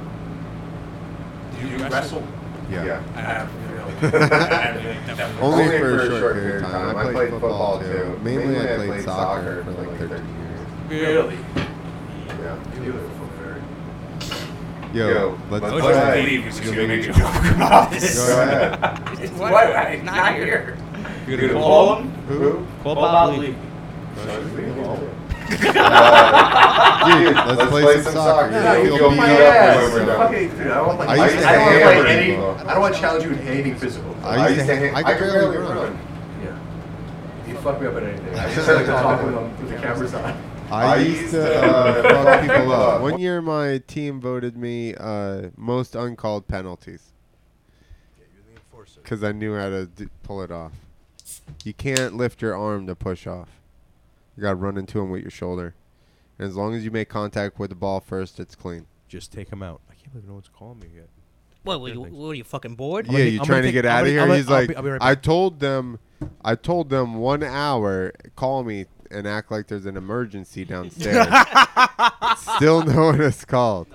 Speaker 6: Do you wrestle?
Speaker 1: Yeah.
Speaker 6: I have really. I have really definitely.
Speaker 1: Only for a short period of time. I played football too. Mainly I played soccer for like 13 years.
Speaker 6: Really?
Speaker 1: Yeah. Yo, let's
Speaker 6: Don't
Speaker 1: play.
Speaker 6: you believe it's
Speaker 1: You'll
Speaker 6: gonna
Speaker 1: be-
Speaker 6: make a joke about this?
Speaker 1: Go ahead.
Speaker 6: It's what? It's not here. You're gonna call him?
Speaker 1: Who?
Speaker 6: Call Bob Lee.
Speaker 1: Dude, let's, play, some soccer. You'll beat up when we're done. I used to hate
Speaker 13: any.
Speaker 1: football.
Speaker 13: I don't want to challenge you in anything physical.
Speaker 1: I used to hate- I could barely run.
Speaker 13: Yeah. You fuck me up at anything. I just like to talk with them with the cameras on.
Speaker 1: I used to uh, fuck people up. One year, my team voted me uh, most uncalled penalties because I knew how to d- pull it off. You can't lift your arm to push off. You got to run into him with your shoulder, and as long as you make contact with the ball first, it's clean.
Speaker 2: Just take him out. I can't believe no one's calling me yet.
Speaker 5: What, were you, what are you fucking bored?
Speaker 1: Yeah, you trying to get out of here? He's like, I
Speaker 2: back.
Speaker 1: told them, I told them one hour. Call me and act like there's an emergency downstairs. Still no one has called.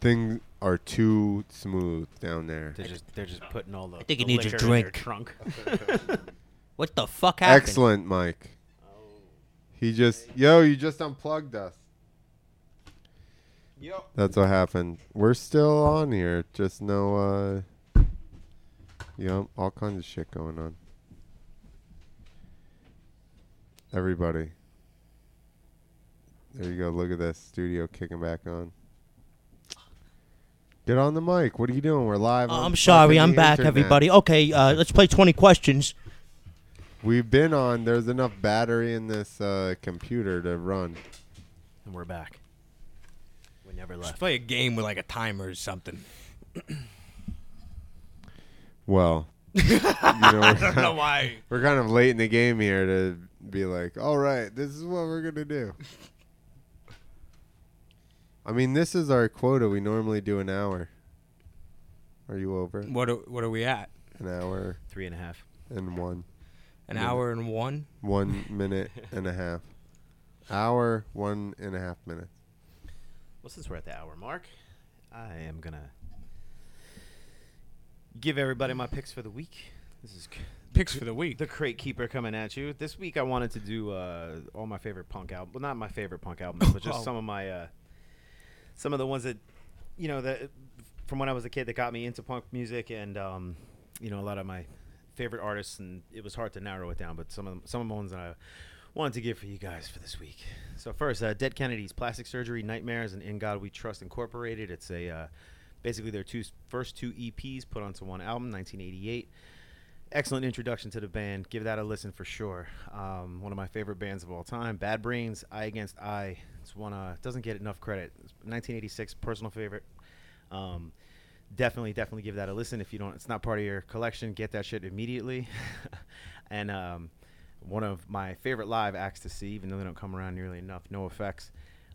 Speaker 1: Things are too smooth down there.
Speaker 3: They're just they're just putting all the.
Speaker 5: I think
Speaker 3: the
Speaker 5: you need your
Speaker 3: liquor in their
Speaker 5: drink.
Speaker 3: Trunk.
Speaker 5: What the fuck happened?
Speaker 1: Excellent, Mike. He just, yo, you just unplugged us. That's what happened. We're still on here. Just no, uh, you know, all kinds of shit going on. Everybody. There you go. Look at this studio kicking back on. Get on the mic. What are you doing? We're live.
Speaker 5: Oh,
Speaker 1: on
Speaker 5: I'm sorry.
Speaker 1: fucking
Speaker 5: I'm
Speaker 1: the
Speaker 5: back,
Speaker 1: internet.
Speaker 5: everybody. Okay, uh, let's play 20 questions.
Speaker 1: We've been on. There's enough battery in this uh, computer to run.
Speaker 3: And we're back. We never
Speaker 4: Just
Speaker 3: left.
Speaker 4: play a game with like a timer or something.
Speaker 1: Well, you know, we're
Speaker 4: I don't
Speaker 1: ki-
Speaker 4: know why.
Speaker 1: We're kind of late in the game here to be like, all right, this is what we're gonna do. I mean, this is our quota. We normally do an hour. Are you over? it?
Speaker 4: What are, what are we at?
Speaker 1: An hour
Speaker 3: Three and a half.
Speaker 1: and one.
Speaker 4: An
Speaker 1: minute.
Speaker 4: hour and one?
Speaker 1: One minute and a half. Hour one and a half minutes.
Speaker 3: Well, since we're at the hour mark, I am gonna give everybody my picks for the week. This is c-
Speaker 4: Picks for the week.
Speaker 3: The Crate Keeper coming at you this week. I wanted to do uh, all my favorite punk albums. Well, not my favorite punk albums, but just
Speaker 4: Oh.
Speaker 3: some of my uh, some of the ones that you know that from when I was a kid that got me into punk music, and um, you know a lot of my favorite artists. And it was hard to narrow it down, but some of them, some of the ones that I wanted to give for you guys for this week. So first, uh, Dead Kennedys, Plastic Surgery, Nightmares, and In God We Trust Incorporated. It's a uh, basically their two first two EPs put onto one album, 1988 excellent introduction to the band. Give that a listen for sure. Um, one of my favorite bands of all time, Bad Brains, Eye Against Eye. It's one uh doesn't get enough credit. It's 1986, personal favorite. Um, definitely, definitely give that a listen. If you don't, it's not part of your collection. Get that shit immediately. and um, one of my favorite live acts to see, even though they don't come around nearly enough. No effects.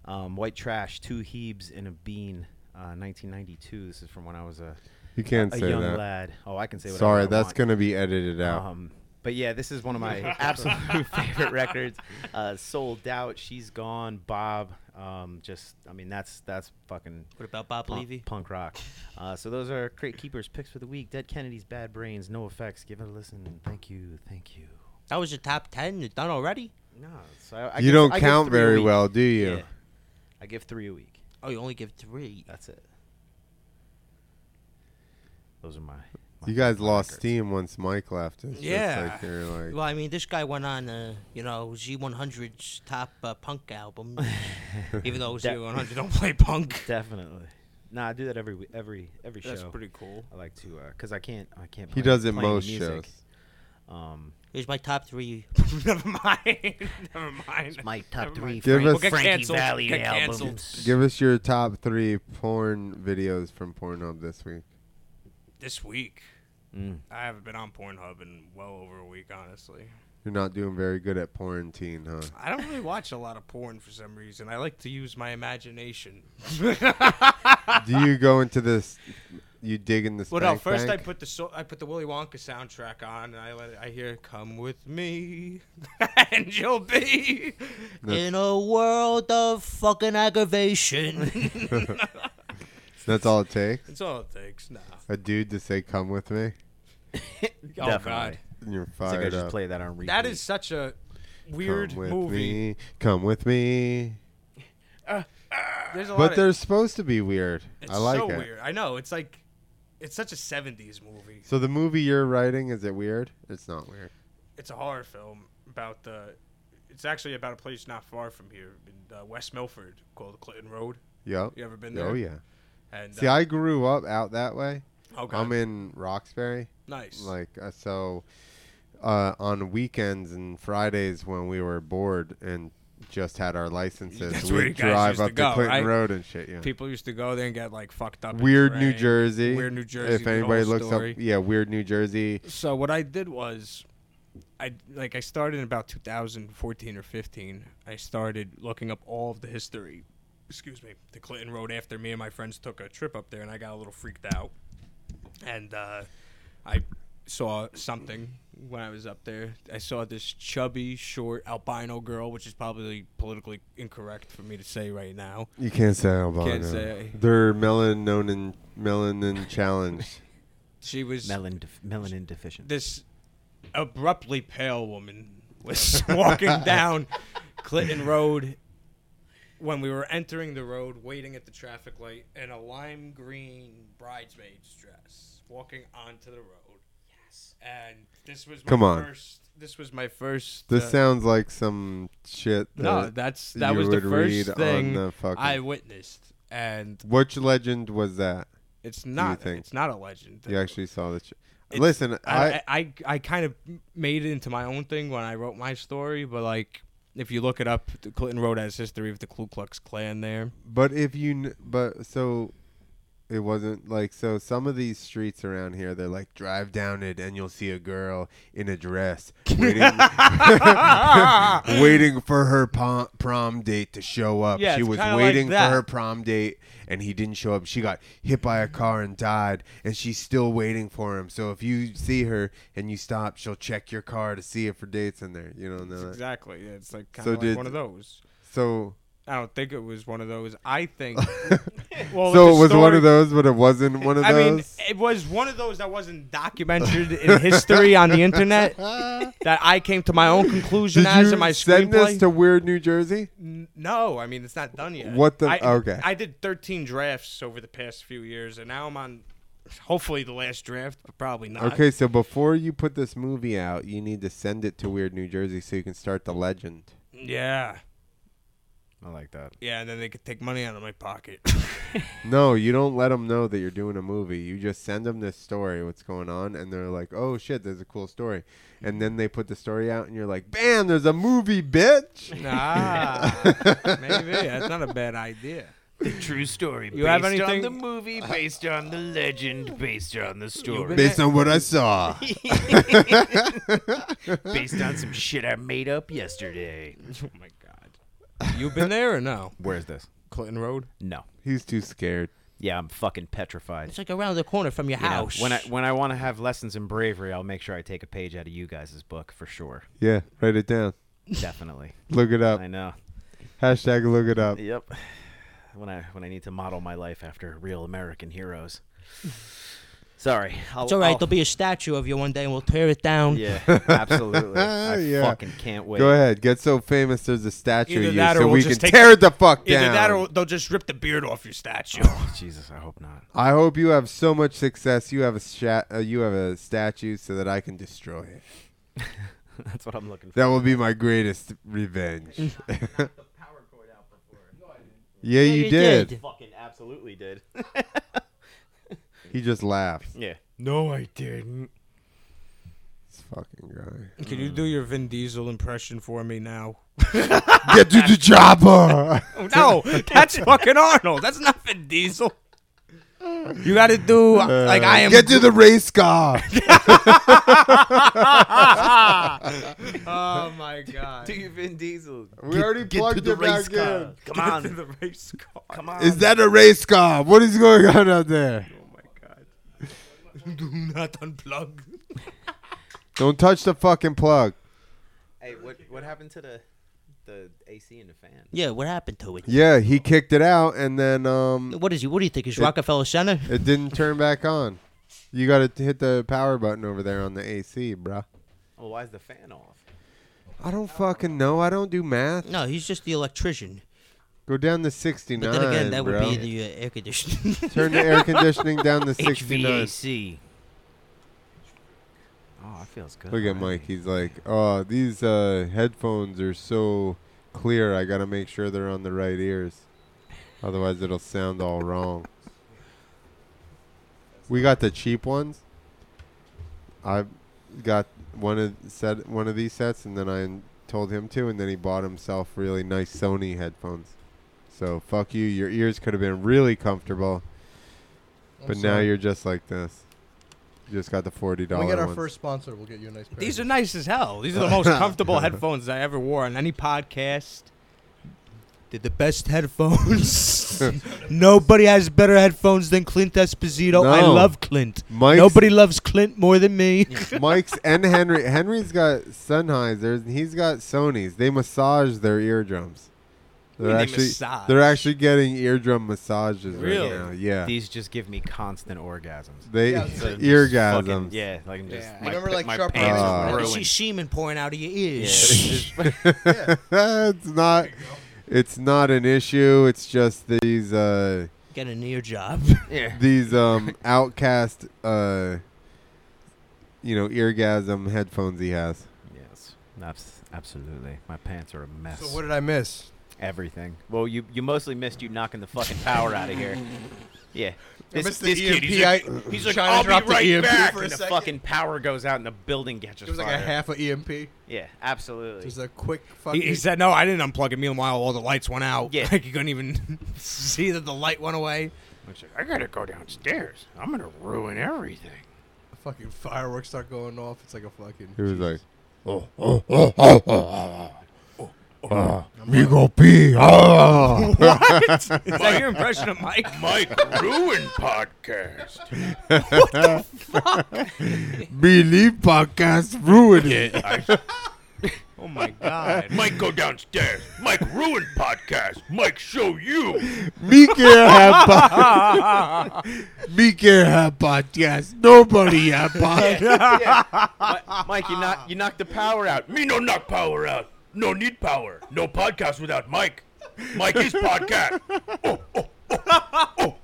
Speaker 3: Um, White Trash, Two Hebes and a Bean, uh, 1992. This is from when I was a
Speaker 1: You can't
Speaker 3: a, a
Speaker 1: say
Speaker 3: young
Speaker 1: that.
Speaker 3: lad. Oh, I can say whatever
Speaker 1: Sorry,
Speaker 3: I
Speaker 1: that's
Speaker 3: want.
Speaker 1: gonna be edited out.
Speaker 3: Um, but yeah, this is one of my absolute favorite records. Uh, Sold out, she's gone. Bob, um, just I mean that's that's fucking.
Speaker 5: What about Bob
Speaker 3: punk,
Speaker 5: Levy?
Speaker 3: Punk rock. Uh, so those are Crate Keepers picks for the week. Dead Kennedys, Bad Brains, No Effects. Give it a listen. Thank you, thank you.
Speaker 5: That was the top 10. It's done already?
Speaker 3: No, so I, I
Speaker 1: You
Speaker 3: give-
Speaker 1: don't
Speaker 3: I give
Speaker 1: count
Speaker 3: three a
Speaker 1: very
Speaker 3: week.
Speaker 1: well, do you?
Speaker 3: Yeah. I give three a week.
Speaker 5: Oh, you only give three.
Speaker 3: That's it. Those are my.
Speaker 1: You guys lost steam once Mike left. It's
Speaker 5: Yeah.
Speaker 1: Just like you're like,
Speaker 5: Well, I mean, this guy went on, uh, you know, Z100's top uh, punk album, even though
Speaker 3: De-
Speaker 5: Z100 don't play punk.
Speaker 3: Definitely. Nah, I do that every every every show.
Speaker 4: That's pretty cool.
Speaker 3: I like to because I can't I can't.
Speaker 1: He
Speaker 3: play-
Speaker 1: does it
Speaker 3: play any
Speaker 1: most
Speaker 3: music.
Speaker 1: shows.
Speaker 3: Um,
Speaker 5: Here's my top three.
Speaker 4: Never mind. Never mind.
Speaker 10: my top
Speaker 4: Never
Speaker 10: three
Speaker 4: mind.
Speaker 1: Give
Speaker 10: Frank-
Speaker 1: us-
Speaker 10: Frankie
Speaker 4: canceled.
Speaker 10: Valli
Speaker 4: Get
Speaker 10: albums.
Speaker 4: canceled.
Speaker 1: give us your top three porn videos from Pornhub this week.
Speaker 4: This week.
Speaker 3: Mm.
Speaker 4: I haven't been on Pornhub in well over a week, honestly.
Speaker 1: You're not doing very good at quarantine, huh?
Speaker 4: I don't really watch a lot of porn for some reason. I like to use my imagination.
Speaker 1: Do you go into this? You dig in this?
Speaker 4: Well, no. First,
Speaker 1: bank?
Speaker 4: I put the so- I put the Willy Wonka soundtrack on, and I let it, I hear "Come with me, and you'll be."
Speaker 5: In a world of fucking aggravation.
Speaker 1: That's all it takes.
Speaker 4: That's all it takes. Nah.
Speaker 1: A dude to say, "Come with me."
Speaker 4: Oh, Definitely.
Speaker 1: And You're
Speaker 3: It's like I
Speaker 1: fired
Speaker 3: just
Speaker 1: up.
Speaker 3: play that on repeat.
Speaker 4: That is such a weird
Speaker 1: Come with
Speaker 4: movie.
Speaker 1: Me. Come with me.
Speaker 4: There's a lot
Speaker 1: But
Speaker 4: of-
Speaker 1: they're supposed to be weird.
Speaker 4: It's
Speaker 1: I like
Speaker 4: so
Speaker 1: it.
Speaker 4: weird. I know. It's like it's such a '70s movie.
Speaker 1: So the movie you're writing is it weird? It's not weird.
Speaker 4: It's a horror film about the. It's actually about a place not far from here in uh, West Milford called Clinton Road.
Speaker 1: Yep.
Speaker 4: You ever been there?
Speaker 1: Oh yeah.
Speaker 4: And
Speaker 1: See,
Speaker 4: uh,
Speaker 1: I grew up out that way.
Speaker 4: Okay.
Speaker 1: I'm in Roxbury.
Speaker 4: Nice.
Speaker 1: Like uh, so, uh, on weekends and Fridays when we were bored and just had our licenses,
Speaker 4: That's where you
Speaker 1: we'd
Speaker 4: guys
Speaker 1: drive
Speaker 4: used to
Speaker 1: up
Speaker 4: go,
Speaker 1: to Clinton
Speaker 4: right?
Speaker 1: Road and shit. Yeah.
Speaker 4: People used to go there and get like fucked up. and
Speaker 1: Weird New
Speaker 4: drank.
Speaker 1: Jersey.
Speaker 4: Weird New Jersey.
Speaker 1: If
Speaker 4: the whole
Speaker 1: anybody looks
Speaker 4: story.
Speaker 1: up, yeah, Weird New Jersey.
Speaker 4: So what I did was, I like I started in about 2014 or 15. I started looking up all of the history. Excuse me, the Clinton Road after me and my friends took a trip up there, and I got a little freaked out. And uh, I saw something when I was up there. I saw this chubby, short albino girl, which is probably politically incorrect for me to say right now.
Speaker 1: You can't say albino.
Speaker 4: Can't say.
Speaker 1: They're melanonin melanin challenged.
Speaker 4: She was
Speaker 3: melanin, def- melanin deficient.
Speaker 4: This abruptly pale woman was walking down Clinton Road when we were entering the road, waiting at the traffic light, in a lime green bridesmaid's dress, walking onto the road. Yes. And this was my
Speaker 1: Come on.
Speaker 4: first. This was my first.
Speaker 1: This
Speaker 4: uh,
Speaker 1: sounds like some shit.
Speaker 4: No,
Speaker 1: that
Speaker 4: that's that
Speaker 1: you
Speaker 4: was the
Speaker 1: would read
Speaker 4: first thing
Speaker 1: on the fucking.
Speaker 4: I witnessed, and
Speaker 1: Which legend was that?
Speaker 4: It's
Speaker 1: do you
Speaker 4: not-
Speaker 1: think?
Speaker 4: it's not a legend.
Speaker 1: You actually saw the. Ch-
Speaker 4: It's-
Speaker 1: Listen, I,
Speaker 4: I, I, I, kind of made it into my own thing when I wrote my story, but like if you look it up, the Clinton Road has history of the Ku Klux Klan there.
Speaker 1: But if you, kn- but so, it wasn't like so. Some of these streets around here, they're like drive down it and you'll see a girl in a dress waiting, waiting for her pom- prom date to show up.
Speaker 13: Yeah,
Speaker 1: she
Speaker 13: it's
Speaker 1: was
Speaker 13: kinda like
Speaker 1: waiting
Speaker 13: that.
Speaker 1: for her prom date and he didn't show up. She got hit by a car and died, and she's still waiting for him. So if you see her and you stop, she'll check your car to see if her date's in there. You don't know that.
Speaker 4: Exactly. Yeah, it's like kind
Speaker 1: So
Speaker 4: of like
Speaker 1: did-
Speaker 4: one of those.
Speaker 1: So.
Speaker 4: I don't think it was one of those. I think.
Speaker 1: so
Speaker 4: with
Speaker 1: it
Speaker 4: the
Speaker 1: was one
Speaker 4: story-
Speaker 1: of those, but it wasn't one of
Speaker 4: I
Speaker 1: those.
Speaker 4: mean, it was one of those that wasn't documented in history on the internet that I came to my own conclusion
Speaker 1: Did
Speaker 4: as
Speaker 1: you
Speaker 4: in my
Speaker 1: send
Speaker 4: screenplay.
Speaker 1: this to Weird New Jersey?
Speaker 4: N- No, I mean it's not done yet.
Speaker 1: What the-
Speaker 4: I,
Speaker 1: okay.
Speaker 4: I did 13 drafts over the past few years, and now I'm on hopefully the last draft, but probably not.
Speaker 1: Okay, so before you put this movie out, you need to send it to Weird New Jersey so you can start the legend.
Speaker 4: Yeah.
Speaker 3: I like that.
Speaker 4: Yeah, and then they could take money out of my pocket.
Speaker 1: No, you don't let them know that you're doing a movie. You just send them this story, what's going on, and they're like, "Oh shit, there's a cool story," and then they put the story out, and you're like, "Bam, there's a movie, bitch!"
Speaker 4: ah, maybe that's not a bad idea.
Speaker 12: The true story
Speaker 4: You
Speaker 12: based
Speaker 4: have
Speaker 12: on
Speaker 4: anything-
Speaker 12: the movie, based on the legend, based on the story.
Speaker 1: Based on what I saw.
Speaker 12: based on some shit I made up yesterday.
Speaker 4: Oh my god. You been there or no?
Speaker 3: Where's this?
Speaker 4: Clinton Road?
Speaker 3: No.
Speaker 1: He's too scared.
Speaker 3: Yeah, I'm fucking petrified.
Speaker 5: It's like around the corner from your
Speaker 3: You know,
Speaker 5: house.
Speaker 3: when I when I want to have lessons in bravery, I'll make sure I take a page out of you guys' book for sure.
Speaker 1: Yeah, write it down.
Speaker 3: Definitely.
Speaker 1: Look it up.
Speaker 3: I know.
Speaker 1: Hashtag look it up.
Speaker 3: Yep. When I when I need to model my life after real American heroes. Sorry. I'll,
Speaker 5: it's all right.
Speaker 3: I'll-
Speaker 5: There'll be a statue of you one day, and we'll tear it down.
Speaker 3: Yeah, absolutely. I
Speaker 1: Yeah.
Speaker 3: fucking can't wait.
Speaker 1: Go ahead, get so famous. There's a statue
Speaker 4: Either
Speaker 1: of you,
Speaker 4: that or
Speaker 1: so
Speaker 4: we'll
Speaker 1: we can
Speaker 4: just take-
Speaker 1: tear it the fuck
Speaker 4: Either
Speaker 1: down.
Speaker 4: that or they'll just rip the beard off your statue.
Speaker 3: Oh, Jesus, I hope not.
Speaker 1: I hope you have so much success. You have a sha- uh, you have a statue so that I can destroy it.
Speaker 3: That's what I'm looking for.
Speaker 1: That will be my greatest revenge. yeah, you did.
Speaker 3: Fucking absolutely did.
Speaker 1: He just laughed.
Speaker 3: yeah. No, I didn't.
Speaker 1: This fucking guy.
Speaker 4: Can you do your Vin Diesel impression for me now?
Speaker 1: Get to the chopper.
Speaker 4: no, that's fucking Arnold. That's not Vin Diesel. You got to do like I am.
Speaker 1: Uh, Get to the race car.
Speaker 4: oh my god.
Speaker 3: Do you Vin Diesel?
Speaker 1: We already plugged it back in.
Speaker 3: Come on.
Speaker 4: the race car.
Speaker 3: Come on.
Speaker 1: Is that a race car? What is going on out there?
Speaker 4: Oh Do not unplug.
Speaker 1: Don't touch the fucking plug.
Speaker 3: Hey, what what happened to the the AC and the fan?
Speaker 5: Yeah, what happened to it?
Speaker 1: Yeah, he kicked it out, and then um,
Speaker 5: What is he? What do you think? Is
Speaker 1: It-
Speaker 5: Rockefeller Center?
Speaker 1: it didn't turn back on. You got to hit the power button over there on the AC, bruh.
Speaker 3: Well, why is the fan off?
Speaker 1: I don't fucking know. I don't do math.
Speaker 5: No, he's just the electrician.
Speaker 1: Go down to
Speaker 5: But
Speaker 1: 69.
Speaker 5: then again, that
Speaker 1: bro.
Speaker 5: would be the uh, air conditioning.
Speaker 1: Turn the air conditioning down to 69.
Speaker 3: HVAC. Oh, it feels good.
Speaker 1: Look at
Speaker 3: already.
Speaker 1: Mike. He's like, oh, these uh, headphones are so clear. I got to make sure they're on the right ears. Otherwise, it'll sound all wrong. We got the cheap ones. I got one of set one of these sets, and then I told him to, and then he bought himself really nice Sony headphones. So fuck you. Your ears could have been really comfortable,
Speaker 2: I'm
Speaker 1: but now
Speaker 2: sorry.
Speaker 1: you're just like this. You just got the forty
Speaker 2: When
Speaker 1: dollars.
Speaker 2: we get our first sponsor, we'll get you a nice pair.
Speaker 4: These are nice as hell. These are the most comfortable headphones I ever wore on any podcast. They're the best headphones. Nobody has better headphones than Clint Esposito. I
Speaker 1: No.
Speaker 4: love Clint.
Speaker 1: Mike's-
Speaker 4: Nobody loves Clint more than me.
Speaker 1: Mike's and Henry. Henry's got Sennheisers and he's got Sony's. They massage their eardrums.
Speaker 4: What do
Speaker 1: They're
Speaker 4: you mean
Speaker 1: actually
Speaker 4: massage?
Speaker 1: they're actually getting eardrum massages
Speaker 3: Really?
Speaker 1: right now. Yeah,
Speaker 3: These just give me constant orgasms.
Speaker 1: they
Speaker 2: Yeah, it's like-
Speaker 1: eargasms.
Speaker 3: Fucking- yeah, like I'm just.
Speaker 2: Yeah.
Speaker 3: my-
Speaker 2: Remember, like,
Speaker 3: my
Speaker 2: Sharp
Speaker 3: pants
Speaker 1: Objects?
Speaker 3: are
Speaker 1: Uh,
Speaker 5: you
Speaker 3: ruined.
Speaker 5: see semen pouring out of your
Speaker 3: Yeah,
Speaker 5: ears.
Speaker 3: it's
Speaker 1: it's not. It's not an issue. It's just these uh,
Speaker 5: Get an ear job.
Speaker 3: just- yeah.
Speaker 1: these um, outcast uh, you know eargasm headphones he has.
Speaker 3: Yes, abs- absolutely. My pants are a mess.
Speaker 2: So what did I miss?
Speaker 3: Everything. Well, you you mostly missed you knocking the fucking power out of here. Yeah. This,
Speaker 2: missed the
Speaker 3: this kid, he's
Speaker 2: EMP.
Speaker 3: like,
Speaker 2: I-
Speaker 3: he's like,
Speaker 2: China
Speaker 3: I'll
Speaker 2: dropped
Speaker 3: be
Speaker 2: the EMP
Speaker 3: right back,
Speaker 2: for a
Speaker 3: and the
Speaker 2: second.
Speaker 3: fucking power goes out, and the building catches
Speaker 2: It was like
Speaker 3: fire.
Speaker 2: a E half of EMP.
Speaker 3: Yeah, absolutely.
Speaker 2: Just a quick
Speaker 4: He,
Speaker 2: fucking.
Speaker 4: he said, "No, I didn't unplug it." Meanwhile, all the lights went out.
Speaker 3: Yeah.
Speaker 4: like you couldn't even see that the light went away.
Speaker 12: It's like, I gotta go downstairs. I'm gonna ruin everything.
Speaker 2: fucking fireworks start going off. It's like a fucking.
Speaker 1: He was like, oh, oh, oh, oh, oh, oh, oh, oh, me go pee. Oh.
Speaker 4: Is that your impression of Mike?
Speaker 12: Mike Ruin Podcast.
Speaker 1: Believe podcast ruined it.
Speaker 12: I,
Speaker 4: Oh my god!
Speaker 12: Mike go downstairs. Mike Ruin Podcast. Mike show you.
Speaker 1: Me care have po- Me care have podcast. Nobody have podcast.
Speaker 3: Mi- Mike, you knock you knocked the power out.
Speaker 12: Me no knock power out. No need power. No podcast without Mike. Mike is podcast. oh.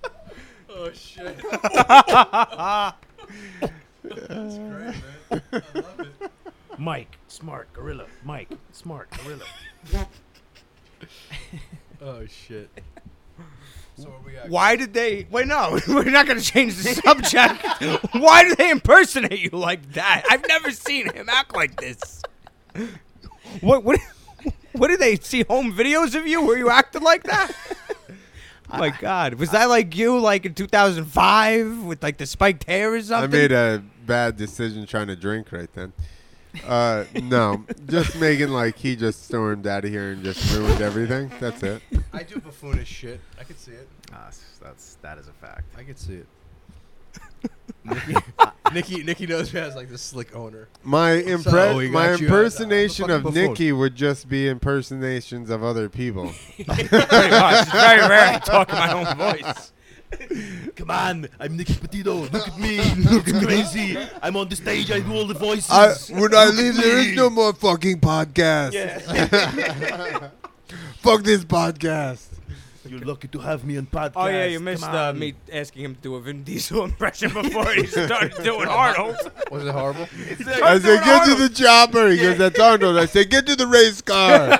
Speaker 2: oh shit.
Speaker 12: Mike, smart gorilla. Mike, smart gorilla.
Speaker 2: Oh shit. So what we got?
Speaker 4: Why did they? Wait, no, we're not going to change the subject. Why do they impersonate you like that? I've never seen him act like this. What? What? What did they see? Home videos of you where you acted like that? Oh my God, was that like you, like in 2005 with like the spiked hair or
Speaker 1: I
Speaker 4: something?
Speaker 1: made a bad decision trying to drink right then. Uh, no, just making like he just stormed out of here and just ruined everything. That's it.
Speaker 2: I do buffoonish shit. I can see it.
Speaker 3: Ah, that's that is a fact.
Speaker 2: I can see it. Nikki, Nikki, Nikki knows who has like the slick owner.
Speaker 1: My impre-
Speaker 2: we
Speaker 1: my
Speaker 2: got you.
Speaker 1: impersonation
Speaker 2: I'm a
Speaker 1: of
Speaker 2: fucking buffoon.
Speaker 1: Nikki would just be impersonations of other people.
Speaker 4: Pretty much. It's very rare I talk in my own voice.
Speaker 12: Come on, I'm Nicky Petito. Look at me. Look crazy. I'm on the stage. I do all the voices.
Speaker 1: I, when I leave, there is no more fucking podcast. Fuck this podcast.
Speaker 12: You're lucky to have me on podcast.
Speaker 4: Oh yeah, you missed uh, me asking him to do a Vin Diesel impression before he started doing Arnold.
Speaker 2: Was it horrible?
Speaker 1: I said, get to the chopper. He goes, that's Arnold. I said, get to the race car.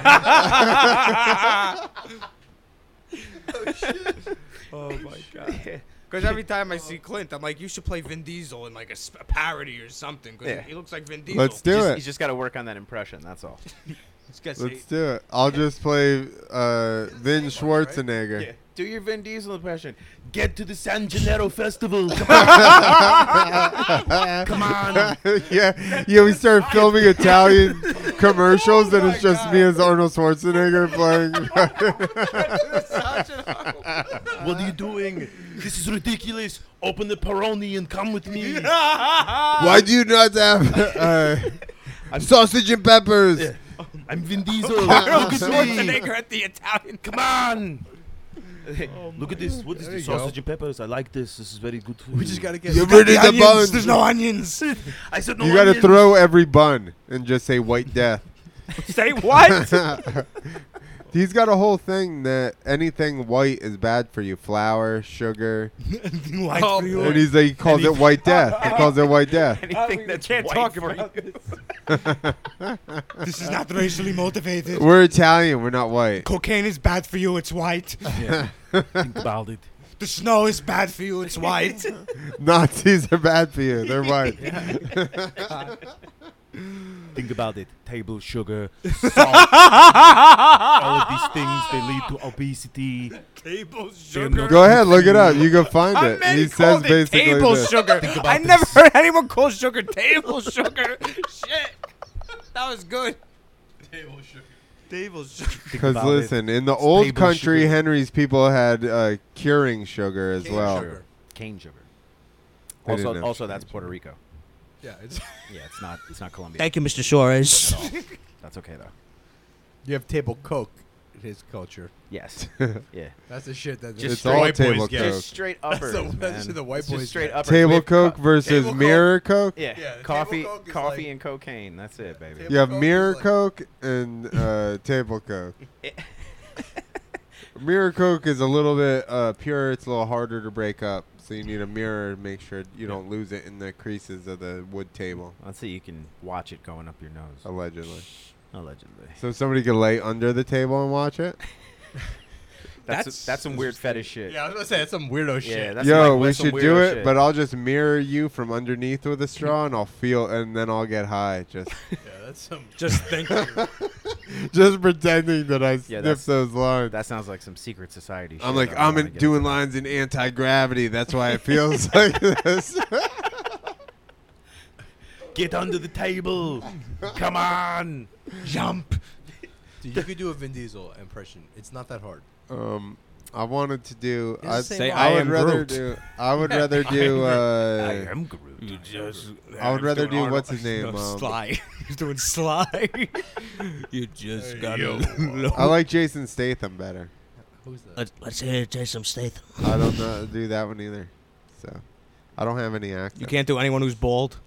Speaker 4: Oh my god. Because every time I see Clint, I'm like, you should play Vin Diesel in like a, sp- a parody or something. Because
Speaker 3: Yeah.
Speaker 4: he looks like Vin Diesel.
Speaker 1: Let's do
Speaker 3: just,
Speaker 1: it.
Speaker 3: He's just got to work on that impression. That's all.
Speaker 4: Let's get
Speaker 1: Let's do it. I'll just play uh, Vin Schwarzenegger.
Speaker 3: Do your Vin Diesel impression.
Speaker 12: Get to the San Gennaro Festival. Come on. Come on.
Speaker 1: yeah, yeah. We started filming Italian commercials,
Speaker 12: Oh
Speaker 1: and it's just me as Arnold Schwarzenegger playing.
Speaker 12: What are you doing? This is ridiculous. Open the Peroni and come with me.
Speaker 1: Why do you not have uh, sausage and peppers?
Speaker 12: I'm Vin Diesel.
Speaker 4: Arnold
Speaker 12: Look at me.
Speaker 4: Schwarzenegger at the Italian.
Speaker 12: Come on. Look at this. What is
Speaker 4: Oh There
Speaker 12: this?
Speaker 4: you go.
Speaker 12: Sausage and peppers. I like this. This is very good food. We
Speaker 2: just
Speaker 12: gotta
Speaker 2: get-
Speaker 1: You ready to bun?
Speaker 12: onions. I said no
Speaker 1: you got to
Speaker 12: onions.
Speaker 1: throw every bun and just say White Death.
Speaker 4: Say what?
Speaker 1: He's got a whole thing that anything white is bad for you. Flour, sugar.
Speaker 9: Anything white
Speaker 4: Oh,
Speaker 9: for you.
Speaker 1: And he's like, he calls it white death. He calls it white death.
Speaker 9: Anything
Speaker 4: that's can't white talk for about you.
Speaker 9: This is not racially motivated.
Speaker 1: We're Italian. We're not white.
Speaker 9: Cocaine is bad for you. It's white.
Speaker 1: Yeah. Think
Speaker 12: about it.
Speaker 9: The snow is bad for you. It's white.
Speaker 1: Nazis are bad for you. They're white.
Speaker 12: Think about it. Table sugar, salt, all of these things they lead to obesity.
Speaker 4: Table
Speaker 12: sugar.
Speaker 1: Go ahead, look it up. You can find
Speaker 4: I
Speaker 1: it.
Speaker 4: meant
Speaker 1: He
Speaker 4: he
Speaker 1: says
Speaker 4: called it
Speaker 1: basically
Speaker 4: table
Speaker 1: this.
Speaker 4: sugar.
Speaker 12: Think about
Speaker 4: I never heard anyone call sugar table sugar. Shit, that was good. Table sugar. Table sugar.
Speaker 1: Because listen, in the old
Speaker 12: table
Speaker 1: country,
Speaker 12: sugar.
Speaker 1: Henry's people had uh, curing sugar as well.
Speaker 3: sugar. Cane sugar.
Speaker 1: I didn't
Speaker 3: Also,
Speaker 1: know.
Speaker 3: also that's Puerto Rico.
Speaker 2: Yeah, it's
Speaker 3: Yeah, it's not. It's not Colombia.
Speaker 5: Thank you, Mr. Suarez.
Speaker 3: At all. That's okay though.
Speaker 2: you have table coke in his culture.
Speaker 3: Yes. Yeah.
Speaker 2: That's the shit that
Speaker 1: Just It's straight all white table boys get. coke.
Speaker 3: Just straight
Speaker 2: That's
Speaker 3: uppers,
Speaker 2: the- that's
Speaker 3: man.
Speaker 2: the white
Speaker 3: It's just
Speaker 2: boys
Speaker 3: straight
Speaker 2: get.
Speaker 3: uppers.
Speaker 1: Table
Speaker 3: We've
Speaker 1: coke
Speaker 3: co-
Speaker 1: versus
Speaker 3: Table
Speaker 1: mirror coke.
Speaker 3: Yeah.
Speaker 2: Yeah, the
Speaker 3: coffee,
Speaker 2: table coke is
Speaker 3: coffee,
Speaker 2: like-
Speaker 3: and cocaine. That's it, baby.
Speaker 1: You have
Speaker 2: Coke is
Speaker 1: mirror
Speaker 2: like-
Speaker 1: coke and uh, table coke. mirror coke is a little bit uh, pure. It's a little harder to break up, so you need a mirror to make sure you don't lose it in the creases of the wood table.
Speaker 3: Let's see. You can watch it going up your nose.
Speaker 1: Allegedly.
Speaker 3: Oh. Allegedly.
Speaker 1: So somebody could lay under the table and watch it.
Speaker 3: That's
Speaker 2: That's-
Speaker 3: that's, some weird fetish shit.
Speaker 2: Yeah, I was gonna say that's some weirdo
Speaker 3: Yeah,
Speaker 2: shit.
Speaker 3: that's
Speaker 1: Yo,
Speaker 3: like
Speaker 1: we
Speaker 3: some
Speaker 1: should
Speaker 3: weirdo
Speaker 1: do it,
Speaker 3: shit.
Speaker 1: but I'll just mirror you from underneath with a straw, and I'll feel, and then I'll get high. Just,
Speaker 2: yeah, that's some.
Speaker 4: Just think.
Speaker 1: just pretending that I
Speaker 3: Yeah,
Speaker 1: sniffed
Speaker 3: that's-
Speaker 1: those lines.
Speaker 3: That sounds like some secret society. shit
Speaker 1: I'm like,
Speaker 3: that I
Speaker 1: I'm
Speaker 3: wanna
Speaker 1: in,
Speaker 3: get
Speaker 1: doing
Speaker 3: into.
Speaker 1: lines in anti gravity. That's why it feels like this.
Speaker 12: Get under the table. Come on. Jump.
Speaker 2: Dude, you could do a Vin Diesel impression. It's not that hard.
Speaker 1: Um, I wanted to do.
Speaker 2: It's the
Speaker 1: I'd
Speaker 2: same
Speaker 1: say I
Speaker 2: line. Say, "I
Speaker 1: would
Speaker 2: am
Speaker 1: rather
Speaker 2: Groot."
Speaker 1: do. I would rather do. Uh,
Speaker 12: am Groot. You just,
Speaker 1: I would rather do what's his name. um,
Speaker 4: Sly. He's doing Sly. you just got to.
Speaker 1: I like Jason Statham better.
Speaker 2: Who's that?
Speaker 5: Let, let's hear Jason Statham.
Speaker 1: I don't know, do that one either. So, I don't have any accent.
Speaker 4: You can't do anyone who's bald.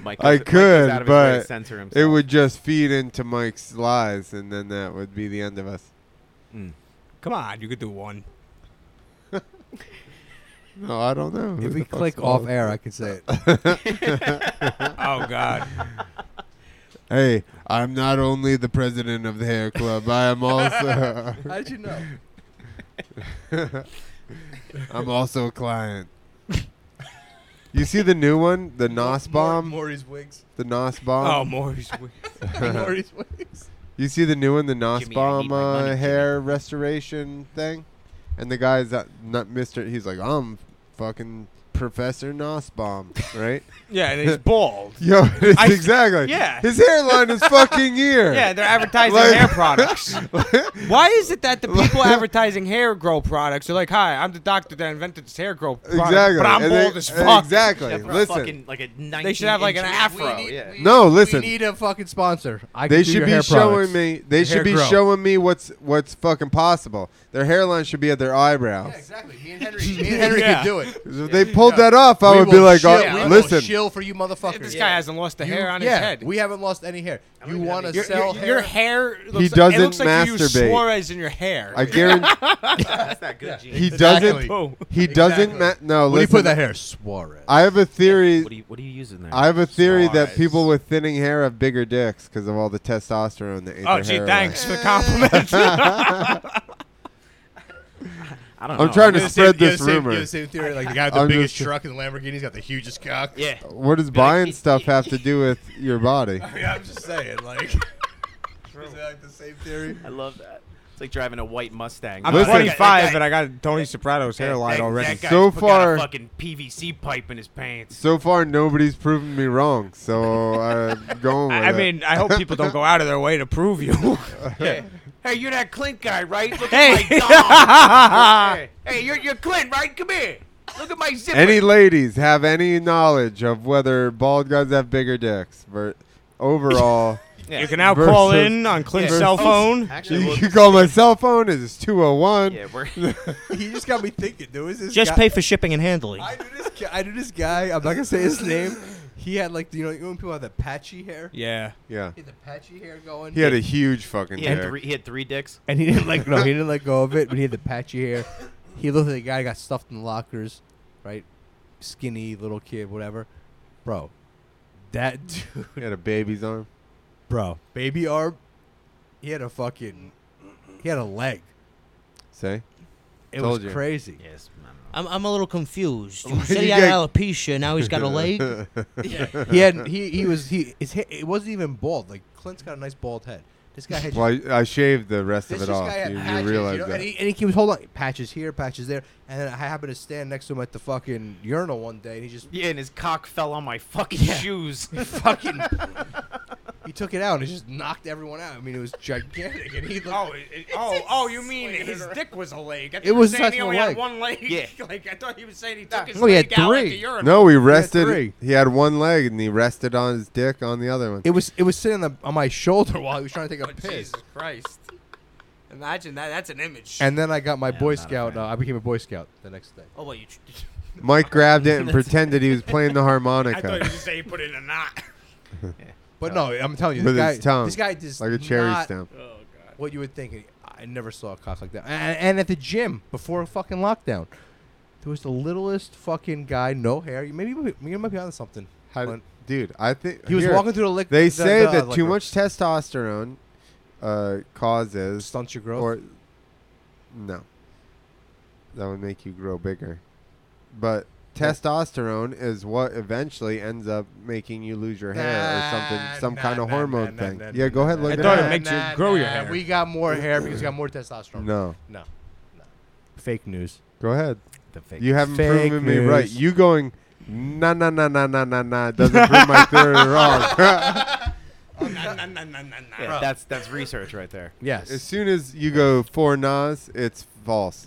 Speaker 3: Mike
Speaker 1: I
Speaker 3: goes- Mike
Speaker 1: could,
Speaker 3: goes out of his way to
Speaker 1: but
Speaker 3: censor
Speaker 1: it
Speaker 3: himself.
Speaker 1: would just feed into Mike's lies, and then that would be the end of us.
Speaker 3: Mm.
Speaker 4: Come on, you could do one.
Speaker 1: No, I don't know. Who
Speaker 2: If
Speaker 1: the
Speaker 2: we
Speaker 1: fuck's
Speaker 2: click
Speaker 1: all-
Speaker 2: off air, I could say it.
Speaker 4: Oh God.
Speaker 1: Hey, I'm not only the president of the hair club, I am also.
Speaker 2: How did you know?
Speaker 1: I'm also a client. You see the new one, the Nos bomb,
Speaker 2: Maury's wigs.
Speaker 1: the Nos
Speaker 4: Oh,
Speaker 1: bomb.
Speaker 4: Maury's. wi-
Speaker 2: Maury's wigs.
Speaker 1: You see the new one, the Nos
Speaker 3: Jimmy, I need
Speaker 1: bomb
Speaker 3: my money,
Speaker 1: uh,
Speaker 3: Jimmy.
Speaker 1: hair restoration thing, and the guy's that not Mister. He's like, I'm fucking Professor Nos bomb, right?
Speaker 4: Yeah, and he's bald.
Speaker 1: Yo, it's
Speaker 4: I-
Speaker 1: exactly.
Speaker 4: yeah.
Speaker 1: His hairline is fucking here.
Speaker 4: Yeah, they're advertising
Speaker 1: Like-
Speaker 4: hair products. Why is it that the people advertising hair grow products are like, "Hi, I'm the doctor that invented this hair grow product,
Speaker 1: Exactly.
Speaker 4: but I'm
Speaker 1: And they-
Speaker 4: bald as fuck."
Speaker 1: Exactly.
Speaker 3: Except for a
Speaker 1: Listen.
Speaker 3: fucking, like a 19
Speaker 4: They should have like an
Speaker 3: inch-
Speaker 4: afro.
Speaker 3: We need- yeah.
Speaker 1: no, listen.
Speaker 2: We need a fucking sponsor. I
Speaker 1: They
Speaker 2: could do
Speaker 1: should
Speaker 2: your
Speaker 1: be
Speaker 2: hair
Speaker 1: showing
Speaker 2: products.
Speaker 1: me. They
Speaker 2: Your
Speaker 1: should
Speaker 2: hair
Speaker 1: be
Speaker 2: grow.
Speaker 1: showing me what's what's fucking possible. Their hairline should be at their eyebrows.
Speaker 2: Yeah, exactly. Me and Henry, me and Henry
Speaker 4: Yeah.
Speaker 2: could do it.
Speaker 1: 'Cause If they pulled that off, I
Speaker 2: We
Speaker 1: would be
Speaker 2: will
Speaker 1: like,
Speaker 2: chill-
Speaker 1: oh,
Speaker 2: we
Speaker 1: listen.
Speaker 2: will chill for you, motherfuckers.
Speaker 4: This guy hasn't lost a
Speaker 2: You-
Speaker 4: hair on
Speaker 2: yeah,
Speaker 4: his head.
Speaker 2: We haven't lost any hair. You
Speaker 3: even
Speaker 2: want
Speaker 3: have
Speaker 2: to
Speaker 4: your,
Speaker 2: sell
Speaker 4: your,
Speaker 2: hair?
Speaker 4: your hair. Looks
Speaker 1: doesn't
Speaker 4: like, it looks like you use
Speaker 1: masturbate.
Speaker 4: Suarez in your hair.
Speaker 1: I guarantee
Speaker 3: That's not good, Gene.
Speaker 1: he
Speaker 2: Exactly.
Speaker 1: doesn't.
Speaker 4: Boom.
Speaker 1: He doesn't. Ma- no,
Speaker 2: What do you
Speaker 1: listen.
Speaker 2: put in that hair? Suarez.
Speaker 1: I have a theory.
Speaker 3: What do you What do you use in there?
Speaker 1: I have a theory that
Speaker 2: Suarez.
Speaker 1: people with thinning hair have bigger dicks because of all the testosterone that ate
Speaker 4: Oh,
Speaker 1: their
Speaker 4: gee,
Speaker 1: hair away.
Speaker 4: thanks for the compliment.
Speaker 3: I don't
Speaker 1: I'm
Speaker 3: know.
Speaker 1: trying to
Speaker 2: You know the
Speaker 1: spread
Speaker 2: same- you know
Speaker 1: this
Speaker 2: the same-
Speaker 1: rumor.
Speaker 2: you know the same theory, like the guy with the
Speaker 1: I'm
Speaker 2: biggest
Speaker 1: just-
Speaker 2: truck in the Lamborghini's got the hugest cock.
Speaker 3: Yeah.
Speaker 1: What does buying stuff have to do with your body?
Speaker 2: yeah, I'm just saying, like, is that like the same theory?
Speaker 3: I love that. It's like driving a white Mustang.
Speaker 14: I'm 25 and I got Tony Soprano's hairline already.
Speaker 1: So far-
Speaker 3: got a fucking PVC pipe in his pants.
Speaker 1: So far, nobody's proven me wrong, so uh, I'm going with
Speaker 14: I
Speaker 1: it.
Speaker 14: mean, I hope people don't go out of their way to prove you.
Speaker 3: Hey, you're that Clint guy, right? Look
Speaker 14: Hey.
Speaker 3: at my dog. hey, hey, you're you're Clint, right? Come here. Look at my zipper.
Speaker 1: Any ladies have any knowledge of whether bald guys have bigger dicks? Ver- overall,
Speaker 14: Yeah. You can now call
Speaker 1: versus-
Speaker 14: in on Clint's Yeah. cell phone.
Speaker 1: you
Speaker 14: Actually, we'll-
Speaker 1: can call my cell phone. It is two hundred one.
Speaker 3: Yeah,
Speaker 2: you just got me thinking, dude. Is this
Speaker 5: Just
Speaker 2: guy-
Speaker 5: pay for shipping and handling.
Speaker 2: I knew this guy. I knew this guy. I'm not gonna say his name. He had like you know you know when people have that patchy hair.
Speaker 14: Yeah.
Speaker 1: Yeah.
Speaker 2: He had the patchy hair going.
Speaker 1: He had a huge fucking
Speaker 3: He had
Speaker 1: dick.
Speaker 3: three, he had three dicks.
Speaker 2: and he didn't let go. He didn't let go of it, but he had the patchy hair. He looked like a guy who got stuffed in lockers, right? Skinny little kid, whatever. Bro, that dude.
Speaker 1: He had a baby's arm.
Speaker 2: Bro, baby arm. He had a fucking. He had a leg.
Speaker 1: Say,
Speaker 2: It
Speaker 1: Told
Speaker 2: was
Speaker 1: you.
Speaker 2: crazy.
Speaker 3: Yes.
Speaker 5: I'm, I'm a little confused. You
Speaker 2: Why
Speaker 5: said
Speaker 2: you
Speaker 5: he had
Speaker 2: get-
Speaker 5: alopecia. Now he's got a leg.
Speaker 2: Yeah. he had he he was he his ha- it wasn't even bald. Like Clint's got a nice bald head. This guy had
Speaker 1: Well, I, I shaved the rest of
Speaker 2: this
Speaker 1: it
Speaker 2: just
Speaker 1: off.
Speaker 2: guy had
Speaker 1: You,
Speaker 2: patches,
Speaker 1: you realize
Speaker 2: know,
Speaker 1: that?
Speaker 2: And he, and he was holding like, patches here, patches there, and then I happened to stand next to him at the fucking urinal one day, and he just
Speaker 3: Yeah, and his cock fell on my fucking shoes.
Speaker 2: fucking he took it out and it just knocked everyone out. I mean, it was gigantic, and he looked.
Speaker 4: Oh, it- it- oh, oh! You mean his dick was a leg? I thought
Speaker 2: It
Speaker 4: you were
Speaker 2: was
Speaker 4: saying
Speaker 2: such
Speaker 4: he
Speaker 2: a
Speaker 4: only
Speaker 2: leg.
Speaker 4: had one leg.
Speaker 2: Yeah.
Speaker 4: like I thought he was saying he took his
Speaker 2: No, he
Speaker 4: leg
Speaker 2: had
Speaker 4: out like
Speaker 2: three.
Speaker 4: the urinal.
Speaker 1: No, we rested.
Speaker 2: three.
Speaker 1: He had one leg and he rested on his dick on the other one.
Speaker 2: it was it was sitting on, the, on my shoulder while he was trying to take a
Speaker 4: Oh,
Speaker 2: piss.
Speaker 4: Jesus Christ! Imagine that. That's an image.
Speaker 2: And then I got my Boy Scout. Uh, I became a Boy Scout the next day.
Speaker 4: Oh wait, you.
Speaker 1: Mike grabbed it and pretended he was playing the
Speaker 4: I thought you were
Speaker 1: harmonica.
Speaker 4: gonna say he put it in a knot.
Speaker 2: But no, I'm telling you, this
Speaker 1: With
Speaker 2: guy,
Speaker 1: his tongue,
Speaker 2: this guy just
Speaker 1: like a cherry
Speaker 2: not
Speaker 1: stem.
Speaker 12: Oh,
Speaker 2: What you would think? I never saw a cock like that. And, and at the gym before fucking lockdown, there was the littlest fucking guy, no hair. You- Maybe you might- you might be onto something.
Speaker 1: How-
Speaker 2: Clint.
Speaker 1: dude, I think
Speaker 2: He was
Speaker 1: here,
Speaker 2: walking through the lick-
Speaker 1: They
Speaker 2: the-
Speaker 1: say
Speaker 2: the uh,
Speaker 1: that too
Speaker 2: liquor.
Speaker 1: much testosterone uh, causes stunts
Speaker 2: your growth.
Speaker 1: Or no, that would make you grow bigger. But testosterone is what eventually ends up making you lose your hair or something, some kind of hormone thing. yeah, go ahead. Look it up.
Speaker 2: Nah, nah, We got more hair because we got more testosterone.
Speaker 1: No.
Speaker 2: no, Fake news.
Speaker 1: Go ahead.
Speaker 2: The fake
Speaker 1: you haven't
Speaker 2: Fake
Speaker 1: proven me right.
Speaker 2: news.
Speaker 1: You going na na na na na na na doesn't prove my theory wrong.
Speaker 3: Yeah, that's that's research right there.
Speaker 1: As soon as you go for Nas, it's false.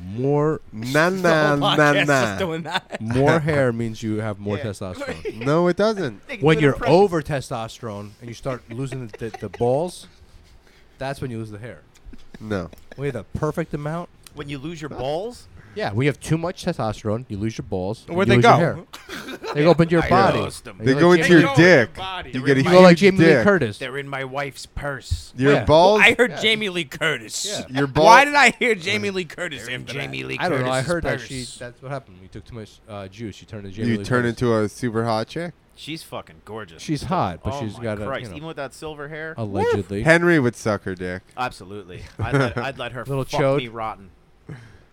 Speaker 2: More
Speaker 1: na na na na.
Speaker 2: More hair means you have more testosterone.
Speaker 1: No, it doesn't.
Speaker 2: when you're over testosterone and you start losing the, the, the balls, that's when you lose the hair.
Speaker 1: No.
Speaker 2: We have the perfect amount.
Speaker 3: When you lose your balls,
Speaker 2: Yeah, we have too much testosterone. You lose your balls. and
Speaker 3: Where'd
Speaker 2: you
Speaker 3: they
Speaker 2: lose your
Speaker 3: go?
Speaker 2: hair. they go up into your
Speaker 3: I
Speaker 2: body.
Speaker 3: lost 'em.
Speaker 2: You
Speaker 1: They
Speaker 2: look
Speaker 1: go
Speaker 2: like
Speaker 1: into
Speaker 2: Jamie-
Speaker 1: your dick. You get a
Speaker 2: You go like
Speaker 1: huge
Speaker 2: Jamie Lee
Speaker 1: dick.
Speaker 2: Curtis. Oh,
Speaker 3: they're in my wife's purse.
Speaker 1: Your balls.
Speaker 14: I heard Jamie Lee Curtis.
Speaker 1: Your
Speaker 14: Why
Speaker 1: ball-
Speaker 14: did I hear Jamie Lee Curtis? after
Speaker 3: Jamie
Speaker 14: that?
Speaker 3: Lee
Speaker 2: I don't know. I
Speaker 3: Curtis's
Speaker 2: heard that
Speaker 3: purse.
Speaker 2: she. That's what happened. You took too much uh, juice. You turned into Jamie
Speaker 1: You
Speaker 2: Lee
Speaker 1: turn
Speaker 2: Curtis.
Speaker 1: into a super hot chick.
Speaker 3: She's fucking gorgeous.
Speaker 2: She's hot, but
Speaker 3: oh
Speaker 2: she's
Speaker 3: my
Speaker 2: got a, you
Speaker 3: Christ.
Speaker 2: know.
Speaker 3: even with that silver hair.
Speaker 2: Allegedly.
Speaker 1: Henry would suck her dick.
Speaker 3: Absolutely. I'd let, I'd let her
Speaker 2: Little
Speaker 3: fuck
Speaker 2: chode.
Speaker 3: me rotten.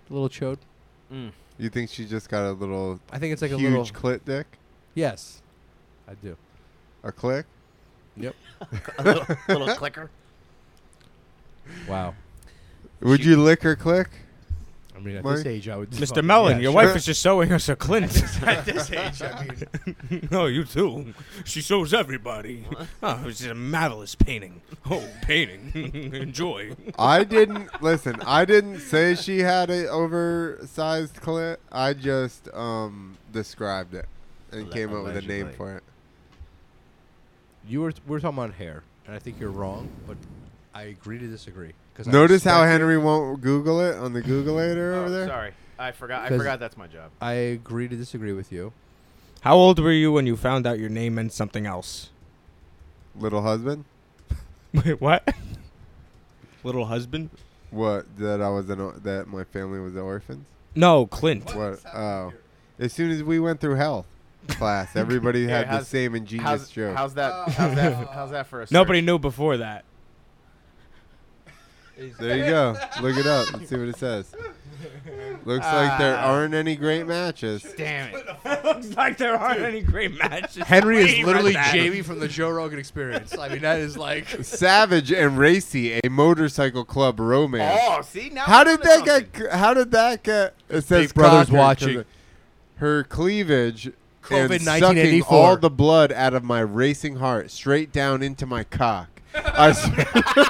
Speaker 2: little chode.
Speaker 3: Mm.
Speaker 1: You think she just got a little?
Speaker 2: I think it's like a
Speaker 1: huge
Speaker 2: little-
Speaker 1: clit dick.
Speaker 2: Yes, I do.
Speaker 1: A click.
Speaker 2: Yep.
Speaker 3: A little, little clicker.
Speaker 2: Wow.
Speaker 1: Would you lick her click?
Speaker 2: I mean, at
Speaker 1: Mike?
Speaker 2: this age, I would.
Speaker 14: Mr.
Speaker 2: fucking-
Speaker 14: Mellon,
Speaker 2: yeah,
Speaker 14: your
Speaker 2: sure.
Speaker 14: wife is just showing us a Clint.
Speaker 2: At this age, I mean,
Speaker 14: no, you too. She shows everybody. Oh, it's a marvelous painting. Oh, painting. Enjoy.
Speaker 1: I didn't listen. I didn't say she had a oversized clit. I just um described it and came up with a name
Speaker 3: Allegedly.
Speaker 1: for it.
Speaker 2: you were we are talking about hair, and I think you're wrong, but I agree to disagree. 'cause I
Speaker 1: Notice how
Speaker 2: respect
Speaker 1: Henry won't Google it on the Googleator
Speaker 3: Oh,
Speaker 1: over there.
Speaker 3: Sorry, I forgot. I
Speaker 2: 'Cause-
Speaker 3: forgot that's my job.
Speaker 2: I agree to disagree with you.
Speaker 14: How old were you when you found out your name meant something else?
Speaker 1: Little husband,
Speaker 14: Wait, what? Little husband?
Speaker 1: what that I was an or- that my family was orphans.
Speaker 14: No, Clint.
Speaker 1: What? Oh, as soon as we went through health class, everybody
Speaker 3: Yeah,
Speaker 1: had the
Speaker 3: how's-
Speaker 1: same ingenious
Speaker 3: how's,
Speaker 1: joke.
Speaker 3: How's that? How's that? How's that for a?
Speaker 14: Nobody
Speaker 3: search?
Speaker 14: knew before that.
Speaker 1: There you go. Look it up. Let's see what it says. Looks like there
Speaker 3: Ah.
Speaker 1: aren't any great matches.
Speaker 3: Damn it.
Speaker 4: Looks like there aren't any great matches.
Speaker 2: Henry
Speaker 4: Wait,
Speaker 2: is literally
Speaker 4: right back.
Speaker 2: Jamie from the Joe Rogan Experience. I mean, that is like
Speaker 1: Savage and Racy, a motorcycle club romance.
Speaker 2: Oh, see? Now
Speaker 1: how
Speaker 2: we're
Speaker 1: did
Speaker 2: onto
Speaker 1: that get? How did that get? It says
Speaker 2: Big Brother's
Speaker 1: Cocker 'cause
Speaker 2: watching.
Speaker 1: of Her cleavage and
Speaker 2: COVID-19
Speaker 1: sucking
Speaker 2: 84.
Speaker 1: all the blood out of my racing heart straight down into my cock. I, s-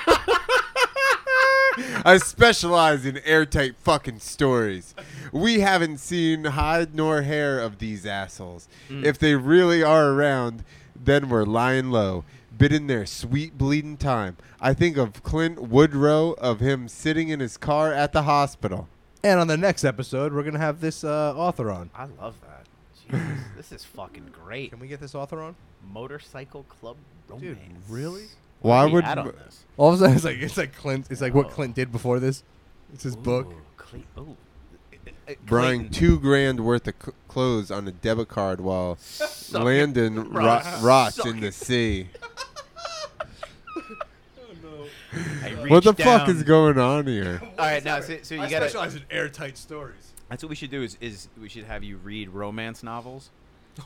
Speaker 1: I specialize in airtight fucking stories. We haven't seen hide nor hair of these assholes.
Speaker 2: Hmm.
Speaker 13: Mm.
Speaker 1: If they really are around, then we're lying low. Bidden their sweet bleeding time. I think of Clint Woodrow of him sitting in his car at the hospital.
Speaker 2: And on the next episode, we're gonna have this uh, author on.
Speaker 3: I love that. Jesus, this is fucking great. Can
Speaker 2: we get this author on?
Speaker 3: Motorcycle Club
Speaker 2: Dude,
Speaker 3: Romance.
Speaker 2: really?
Speaker 1: Why
Speaker 3: Where'd we
Speaker 1: would
Speaker 3: add on this?
Speaker 2: All of a sudden, it's like it's like Clint. It's like what Clint did before this. It's his book.
Speaker 3: Cle- ooh. Uh,
Speaker 1: buying two grand worth of c- clothes on a debit card while Landon ro-
Speaker 3: Ross.
Speaker 1: rots
Speaker 3: Suck
Speaker 1: in the
Speaker 3: it.
Speaker 1: sea.
Speaker 3: I
Speaker 1: What the
Speaker 3: reached
Speaker 1: fuck
Speaker 3: down.
Speaker 1: is going on here?
Speaker 3: All right, now so, so you
Speaker 2: I
Speaker 3: gotta.
Speaker 2: specialize in airtight stories.
Speaker 3: That's what we should do. Is, is we should have you read romance novels.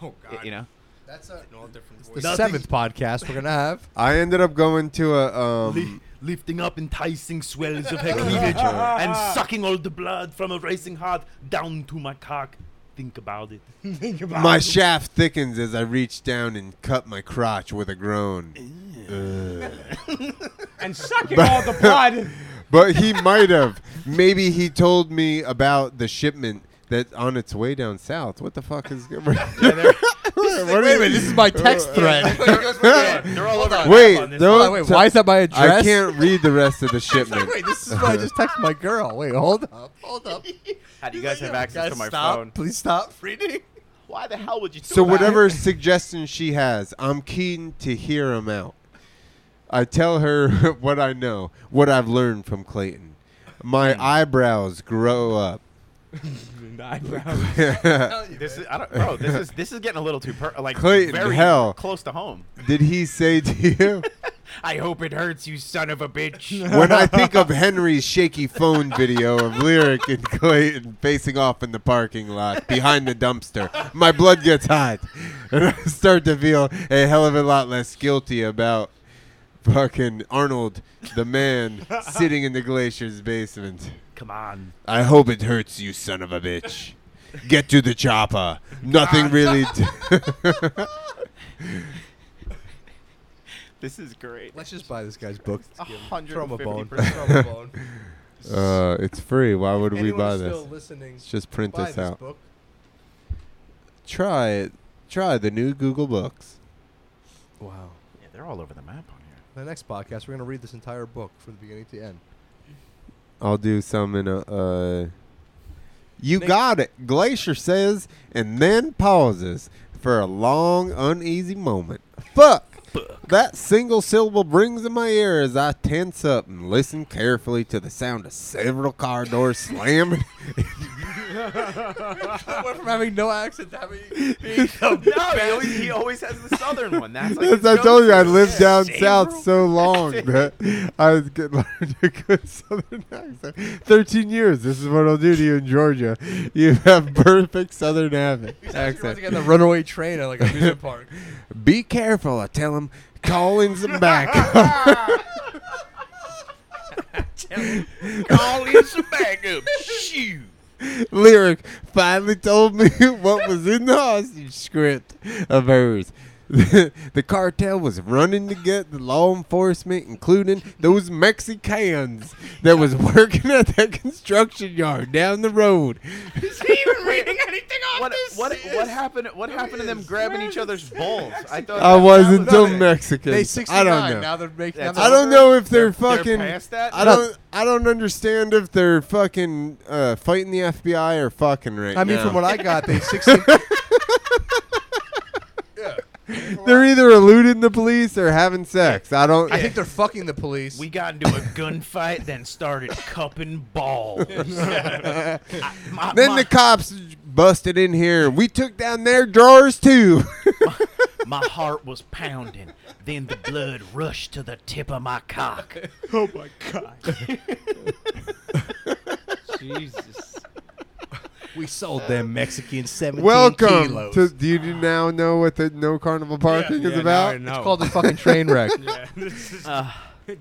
Speaker 2: Oh
Speaker 3: Y- You know.
Speaker 2: That's a, all different
Speaker 12: the Nothing- seventh
Speaker 2: podcast we're gonna have.
Speaker 1: I ended up going to a um,
Speaker 12: Li- lifting up enticing swells of her cleavage and sucking all the blood from a racing heart down to my cock. Think about it. Think
Speaker 1: my shaft thickens as I reach down and cut my crotch with a groan. Ugh.
Speaker 4: and sucking all the blood.
Speaker 1: but he might have. Maybe he told me about the shipment that's on its way down south. What the fuck is going on?
Speaker 2: wait a minute, this is my text thread. They're all over
Speaker 1: Wait,
Speaker 2: on this.
Speaker 1: no,
Speaker 2: Hold on, wait,
Speaker 1: so-
Speaker 2: why is that my
Speaker 1: I
Speaker 2: address?
Speaker 1: can't read the rest of the shipment.
Speaker 2: Wait, this is what I just texted my girl. Wait, hold up.
Speaker 12: Hold up.
Speaker 3: How do you guys have access
Speaker 2: Guys,
Speaker 3: to my
Speaker 2: stop.
Speaker 3: phone?
Speaker 2: Please stop.
Speaker 12: Reading. Why the hell would you? Do
Speaker 1: So
Speaker 12: that?
Speaker 1: whatever suggestions she has, I'm keen to hear 'em out. I tell her what I know, what I've learned from Clayton.
Speaker 2: Hmm.
Speaker 1: My eyebrows grow up.
Speaker 3: this is, I don't, bro. This is this is getting a little too per- like
Speaker 1: Clayton,
Speaker 3: very
Speaker 1: hell.
Speaker 3: close to home.
Speaker 1: Did he say to you?
Speaker 3: I hope it hurts, you son of a bitch.
Speaker 1: when I think of Henry's shaky phone video of Lyric and Clayton facing off in the parking lot behind the dumpster, my blood gets hot. And I start to feel a hell of a lot less guilty about fucking Arnold, the man sitting in the glacier's basement.
Speaker 12: Come on.
Speaker 1: I hope it hurts you, son of a bitch. Get to the chopper. Nothing really. d-
Speaker 3: this is great.
Speaker 2: Let's just buy this guy's book.
Speaker 3: A hundred
Speaker 2: Throw him a
Speaker 3: and fifty
Speaker 2: bone.
Speaker 3: percent.
Speaker 2: Throw him a bone.
Speaker 1: Uh, it's free. Why would we
Speaker 2: Anyone
Speaker 1: buy
Speaker 2: who's
Speaker 1: this?
Speaker 2: still listening,
Speaker 1: Let's just print
Speaker 2: buy
Speaker 1: this out.
Speaker 2: book.
Speaker 1: Try it. Try the new Google Books.
Speaker 2: Wow.
Speaker 3: Yeah, they're all over the map on here.
Speaker 2: The next podcast, we're gonna read this entire book from the beginning to the end.
Speaker 1: I'll do some in a. Uh, you got it, Glacier says, and then pauses for a long, uneasy moment. Fuck! That single syllable brings in my ear as I tense up and listen carefully to the sound of several car doors slamming.
Speaker 2: Went from having no accent to having
Speaker 3: Oh, no, he always, he always has the southern one. That's like
Speaker 1: As
Speaker 3: his
Speaker 1: I told you, I
Speaker 3: go-to.
Speaker 1: lived down
Speaker 3: Same
Speaker 1: south
Speaker 3: rule.
Speaker 1: so long that I was getting learned a good southern accent. Thirteen years. This is what I'll do to you in Georgia. You have perfect southern av- accent.
Speaker 2: like on the runaway train at like a amusement park.
Speaker 1: Be careful, I tell him. Calling's the back.
Speaker 13: Call in some backup. Shoot.
Speaker 1: Lyric finally told me what was in the hostage script of hers. the cartel was running to get the law enforcement, including those Mexicans that was working at that construction yard down the road.
Speaker 13: Is he even reading anything off
Speaker 3: What,
Speaker 13: this?
Speaker 3: what, what happened? What happened to them grabbing each other's balls? I thought
Speaker 1: I
Speaker 3: Oh, that-
Speaker 1: wasn't
Speaker 3: that was-
Speaker 1: till Mexican.
Speaker 2: They
Speaker 1: I don't
Speaker 2: 69,
Speaker 1: know.
Speaker 2: now they're making- now
Speaker 1: I
Speaker 2: they're-
Speaker 1: don't know if they're,
Speaker 3: They're- they're
Speaker 1: fucking.
Speaker 3: past that?
Speaker 1: I don't. I don't understand if they're fucking uh, fighting the FBI or fucking right
Speaker 2: I mean,
Speaker 1: now.
Speaker 2: from what I got, they 16
Speaker 1: they're either eluding the police or having sex. I don't.
Speaker 2: I think they're fucking the police.
Speaker 12: We got into a gunfight, then started cupping balls. I- my-
Speaker 1: then
Speaker 12: my-
Speaker 1: the cops busted in here. We took down their drawers too.
Speaker 3: My heart was pounding. Then the blood rushed to the tip of my cock.
Speaker 14: Oh my god.
Speaker 3: Jesus.
Speaker 2: We sold them Mexican 17
Speaker 1: Welcome
Speaker 2: kilos.
Speaker 1: to. Do you now know what the no carnival parking
Speaker 2: Yeah,
Speaker 1: is
Speaker 2: now
Speaker 1: about?
Speaker 2: I know. It's called the fucking train wreck.
Speaker 4: Yeah, this is-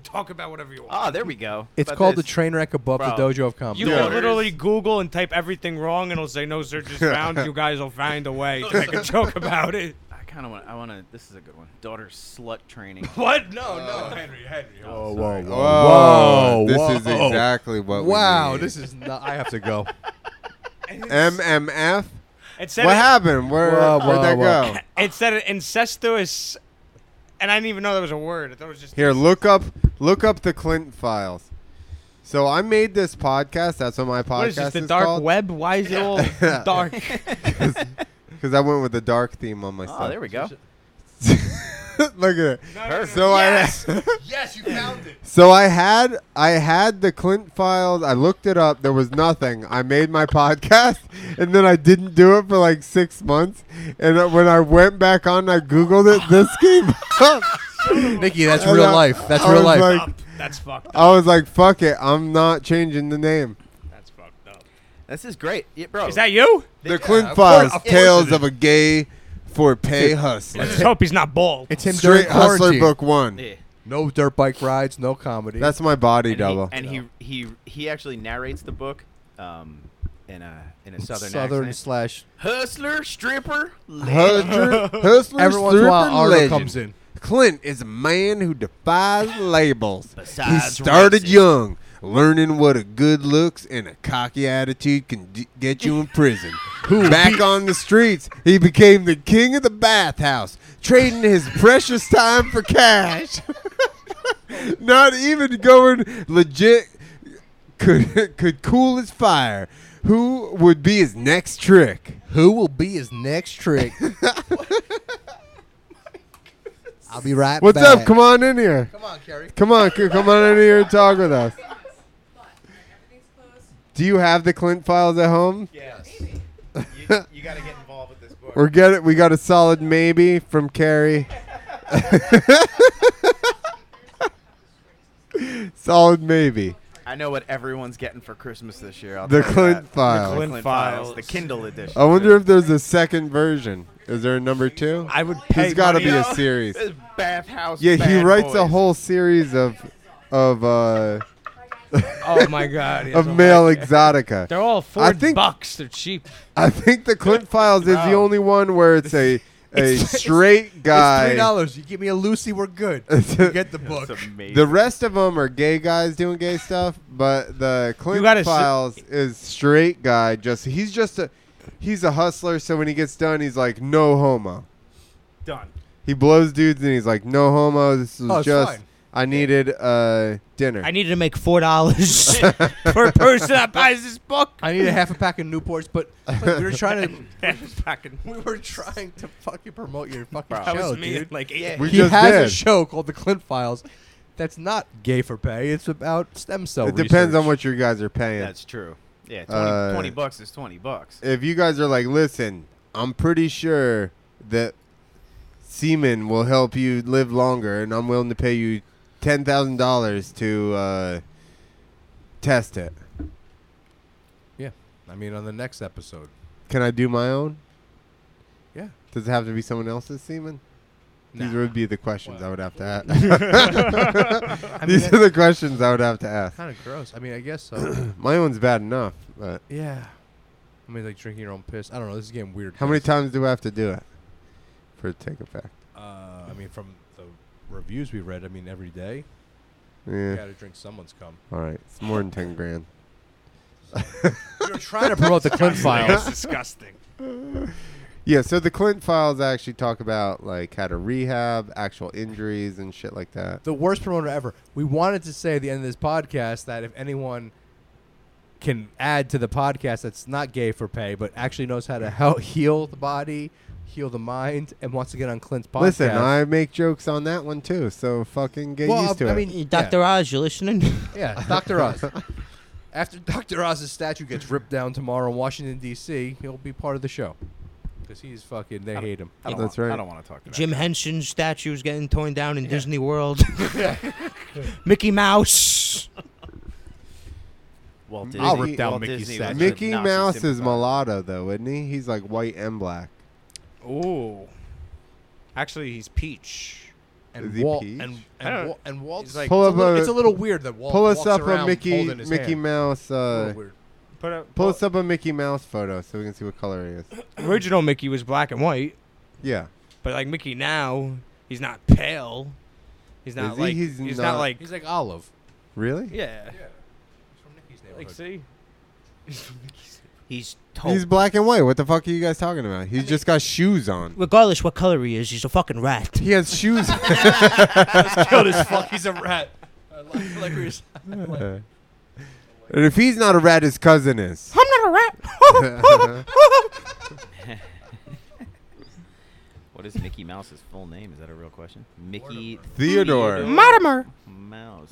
Speaker 4: talk about whatever you want.
Speaker 3: Ah, there we go.
Speaker 2: It's
Speaker 3: But
Speaker 2: called
Speaker 3: this-
Speaker 2: the train wreck above the
Speaker 3: Bro,
Speaker 2: dojo of comedy.
Speaker 4: You can literally Google and type everything wrong, and it'll say no searches found. You guys will find a way to make a joke about it.
Speaker 3: I kind of want. I want to. This is a good one. Daughter slut training.
Speaker 4: What? No, no, Henry, Henry.
Speaker 2: Whoa,
Speaker 1: Oh, whoa,
Speaker 2: whoa,
Speaker 1: whoa.
Speaker 2: whoa,
Speaker 1: This
Speaker 2: whoa.
Speaker 1: is exactly what we
Speaker 2: Wow,
Speaker 1: need.
Speaker 2: this is not. I have to go.
Speaker 1: MMF.
Speaker 4: It said
Speaker 1: What
Speaker 4: it-
Speaker 1: happened? Where
Speaker 2: Whoa,
Speaker 1: where'd that go?
Speaker 4: It said incestuous, and I didn't even know that was a word. I thought it was just
Speaker 1: Here, look up look up the Clinton files. So I made this podcast. That's what my podcast
Speaker 4: what is this? The
Speaker 1: is
Speaker 4: dark
Speaker 1: called.
Speaker 4: web? Why is it all dark?
Speaker 1: Because I went with the dark theme on my
Speaker 3: Oh, there we go.
Speaker 1: look at it.
Speaker 3: Perfect.
Speaker 1: So
Speaker 3: Yes!
Speaker 1: I
Speaker 3: Yes, you found it.
Speaker 1: So I had I had the Clint files. I looked it up. There was nothing. I made my podcast, and then I didn't do it for like six months. And uh, when I went back on, I googled it. This came up.
Speaker 2: Nikki, that's
Speaker 1: And
Speaker 2: real
Speaker 1: I-
Speaker 2: life. That's
Speaker 1: I
Speaker 2: real
Speaker 1: was
Speaker 2: life.
Speaker 1: like-
Speaker 2: Up.
Speaker 4: That's fucked
Speaker 1: I was like, "Fuck it, I'm not changing the name."
Speaker 3: This is great, yeah, bro.
Speaker 4: Is that you?
Speaker 1: The Clint Files: Tales of a Gay for Pay
Speaker 2: Dude,
Speaker 1: Hustler.
Speaker 4: I just hope he's not bald.
Speaker 2: It's him
Speaker 1: Straight
Speaker 2: during
Speaker 1: Hustler
Speaker 2: quarantine.
Speaker 1: Book One. Yeah.
Speaker 2: No dirt bike rides, no comedy.
Speaker 1: That's my body
Speaker 3: and
Speaker 1: double.
Speaker 3: He, and he he he actually narrates the book, um, in a in a southern
Speaker 2: Southern
Speaker 3: accent.
Speaker 2: slash
Speaker 3: Hustler, stripper,
Speaker 1: Hustler,
Speaker 3: legend.
Speaker 1: hustler,
Speaker 2: Every once in a while,
Speaker 1: stripper
Speaker 2: Arnold
Speaker 1: legend.
Speaker 2: comes in.
Speaker 1: Clint is a man who defies labels. he
Speaker 3: Besides
Speaker 1: started
Speaker 3: racist.
Speaker 1: young, learning what a good looks and a cocky attitude can d- get you in prison. Back on the streets, he became the king of the bathhouse, trading his precious time for cash. Not even going legit could could cool his fire. Who would be his next trick?
Speaker 2: Who will be his next trick? I'll be right
Speaker 1: What's
Speaker 2: back.
Speaker 1: up? Come on in here.
Speaker 2: Come on, Kerry.
Speaker 1: Come on, c- come on in here and talk with us. Do you have the Clint files at home?
Speaker 3: Yes. you got to get involved with this book.
Speaker 1: We're get it. We got a solid maybe from Carrie. solid maybe.
Speaker 3: I know what everyone's getting for Christmas this year. I'll
Speaker 1: The
Speaker 3: tell you
Speaker 1: Clint
Speaker 3: that.
Speaker 1: Files.
Speaker 3: The Clint,
Speaker 1: Clint
Speaker 3: Files. The
Speaker 4: Files.
Speaker 3: Kindle edition.
Speaker 1: I wonder if there's a second version. Is there a number two?
Speaker 4: I would
Speaker 1: There's
Speaker 4: pay
Speaker 1: got to be
Speaker 4: money-
Speaker 1: a
Speaker 4: Yo,
Speaker 1: series.
Speaker 3: this bathhouse
Speaker 1: Yeah, he
Speaker 3: bad
Speaker 1: writes a
Speaker 3: boys.
Speaker 1: whole series of of uh
Speaker 4: Oh my god! yes,
Speaker 1: of
Speaker 4: I'm
Speaker 1: male
Speaker 4: like-
Speaker 1: exotica.
Speaker 4: They're all four
Speaker 1: I think
Speaker 4: bucks. They're cheap.
Speaker 1: I think the Clint Files is the
Speaker 4: Wow.
Speaker 1: only one where it's a a straight
Speaker 2: It's three
Speaker 1: guy.
Speaker 2: dollars. You give me a Lucy, we're good. You get the book.
Speaker 1: The rest of them are gay guys doing gay stuff, but the Clint
Speaker 4: gotta s-
Speaker 1: Files is straight guy. Just he's just a he's a hustler. So when he gets done, he's like no homo.
Speaker 3: Done.
Speaker 1: He blows dudes and he's like no homo. This was
Speaker 2: Oh, it's
Speaker 1: just
Speaker 2: fine.
Speaker 1: I needed uh dinner.
Speaker 5: I needed to make four dollars.
Speaker 4: per person that buys this book.
Speaker 2: I need a half a pack of Newports, but like, we were trying to
Speaker 4: Fucking
Speaker 2: we were trying to fucking promote your fucking
Speaker 3: Bro,
Speaker 2: show,
Speaker 3: that
Speaker 4: was me.
Speaker 2: dude.
Speaker 4: Like,
Speaker 3: Yeah.
Speaker 1: We
Speaker 2: he
Speaker 1: just
Speaker 2: has a
Speaker 1: did.
Speaker 2: show called The Clint Files. That's not gay for pay. It's about stem cell.
Speaker 1: it depends
Speaker 2: research.
Speaker 1: on what you guys are paying.
Speaker 3: That's true. Yeah, 20,
Speaker 1: Uh,
Speaker 3: 20 bucks is 20 bucks.
Speaker 1: if you guys are like, listen, I'm pretty sure that semen will help you live longer, and I'm willing to pay you ten thousand dollars to uh, test it.
Speaker 2: Yeah, I mean on the next episode.
Speaker 1: Can I do my own?
Speaker 2: Yeah.
Speaker 1: Does it have to be someone else's semen? These
Speaker 2: Nah.
Speaker 1: would be the questions I would have to ask.
Speaker 2: I mean,
Speaker 1: These
Speaker 2: that-
Speaker 1: are the questions I would have to ask.
Speaker 2: Kind of gross. I mean, I guess so.
Speaker 1: My one's bad enough, but
Speaker 2: yeah. I mean, like drinking your own piss. I don't know. This is getting weird.
Speaker 1: how many
Speaker 2: guys.
Speaker 1: times do I have to do it for it to take effect?
Speaker 2: Uh, I mean, from the reviews we read, I mean, every day you
Speaker 1: Yeah.
Speaker 2: got to drink someone's cum.
Speaker 1: All right. It's more than ten grand.
Speaker 2: You're trying to promote the Clint
Speaker 4: That's
Speaker 2: Files.
Speaker 4: disgusting.
Speaker 1: Yeah, so the Clint files actually talk about like how to rehab, actual injuries and shit like that.
Speaker 2: The worst promoter ever. We wanted to say at the end of this podcast that if anyone can add to the podcast that's not gay for pay, but actually knows how to help heal the body, heal the mind, and wants to get on Clint's podcast.
Speaker 1: Listen, I make jokes on that one too, so fucking get
Speaker 2: Well,
Speaker 1: used to
Speaker 2: I
Speaker 1: it.
Speaker 2: mean- Yeah.
Speaker 5: Doctor Oz, you listening?
Speaker 2: Yeah, Dr. Oz. After Dr. Oz's statue gets ripped down tomorrow in Washington D.C., he'll be part of the show. because he's fucking. They hate him.
Speaker 3: I don't That's wa- right. I don't wanna talk to
Speaker 5: Jim Henson statues getting torn down in Disney World. Mickey Mouse.
Speaker 3: Walt
Speaker 1: Disney-
Speaker 3: I'll rip down Walt Mickey's Disney was statue. a
Speaker 1: Mickey
Speaker 3: Nazi
Speaker 1: Mouse is
Speaker 3: sympathizer.
Speaker 1: mulatto though, isn't he? He's like white and black.
Speaker 4: Ooh. Actually, he's Peach.
Speaker 1: Is he
Speaker 2: Walt-
Speaker 1: peach?
Speaker 2: and-
Speaker 4: I don't-
Speaker 2: and, Walt, and Walt's
Speaker 4: he's like-
Speaker 1: pull
Speaker 2: it's,
Speaker 1: up
Speaker 2: a little,
Speaker 1: a,
Speaker 2: it's a little weird that Walt
Speaker 1: pull us
Speaker 2: walks
Speaker 1: up a
Speaker 2: around
Speaker 1: Mickey
Speaker 2: holding his
Speaker 1: Mickey
Speaker 2: hand.
Speaker 1: Mouse.
Speaker 2: a
Speaker 1: Uh,
Speaker 2: little weird.
Speaker 4: Put up,
Speaker 1: pull us up a Mickey Mouse photo so we can see what color he is.
Speaker 4: Original Mickey was black and white.
Speaker 1: Yeah.
Speaker 4: But like Mickey now, he's not pale. He's not
Speaker 1: Is he?
Speaker 4: like
Speaker 1: He's
Speaker 4: he's, not,
Speaker 1: not-
Speaker 4: like
Speaker 2: He's like olive.
Speaker 1: Really?
Speaker 4: yeah.
Speaker 2: Like,
Speaker 4: see.
Speaker 5: He's
Speaker 2: Oh.
Speaker 1: He's black and white. What the fuck are you guys talking about? He's just got shoes on.
Speaker 5: Regardless what color he is, he's a fucking rat.
Speaker 1: He has shoes.
Speaker 5: He's
Speaker 2: Killed as fuck. He's a rat. I like, I like we
Speaker 1: Uh, and if he's not a rat, his cousin is.
Speaker 5: I'm not a
Speaker 1: rat.
Speaker 3: What is Mickey Mouse's full name? Is that a real question? Mickey
Speaker 1: Theodore.
Speaker 5: Mortimer.
Speaker 3: Mouse.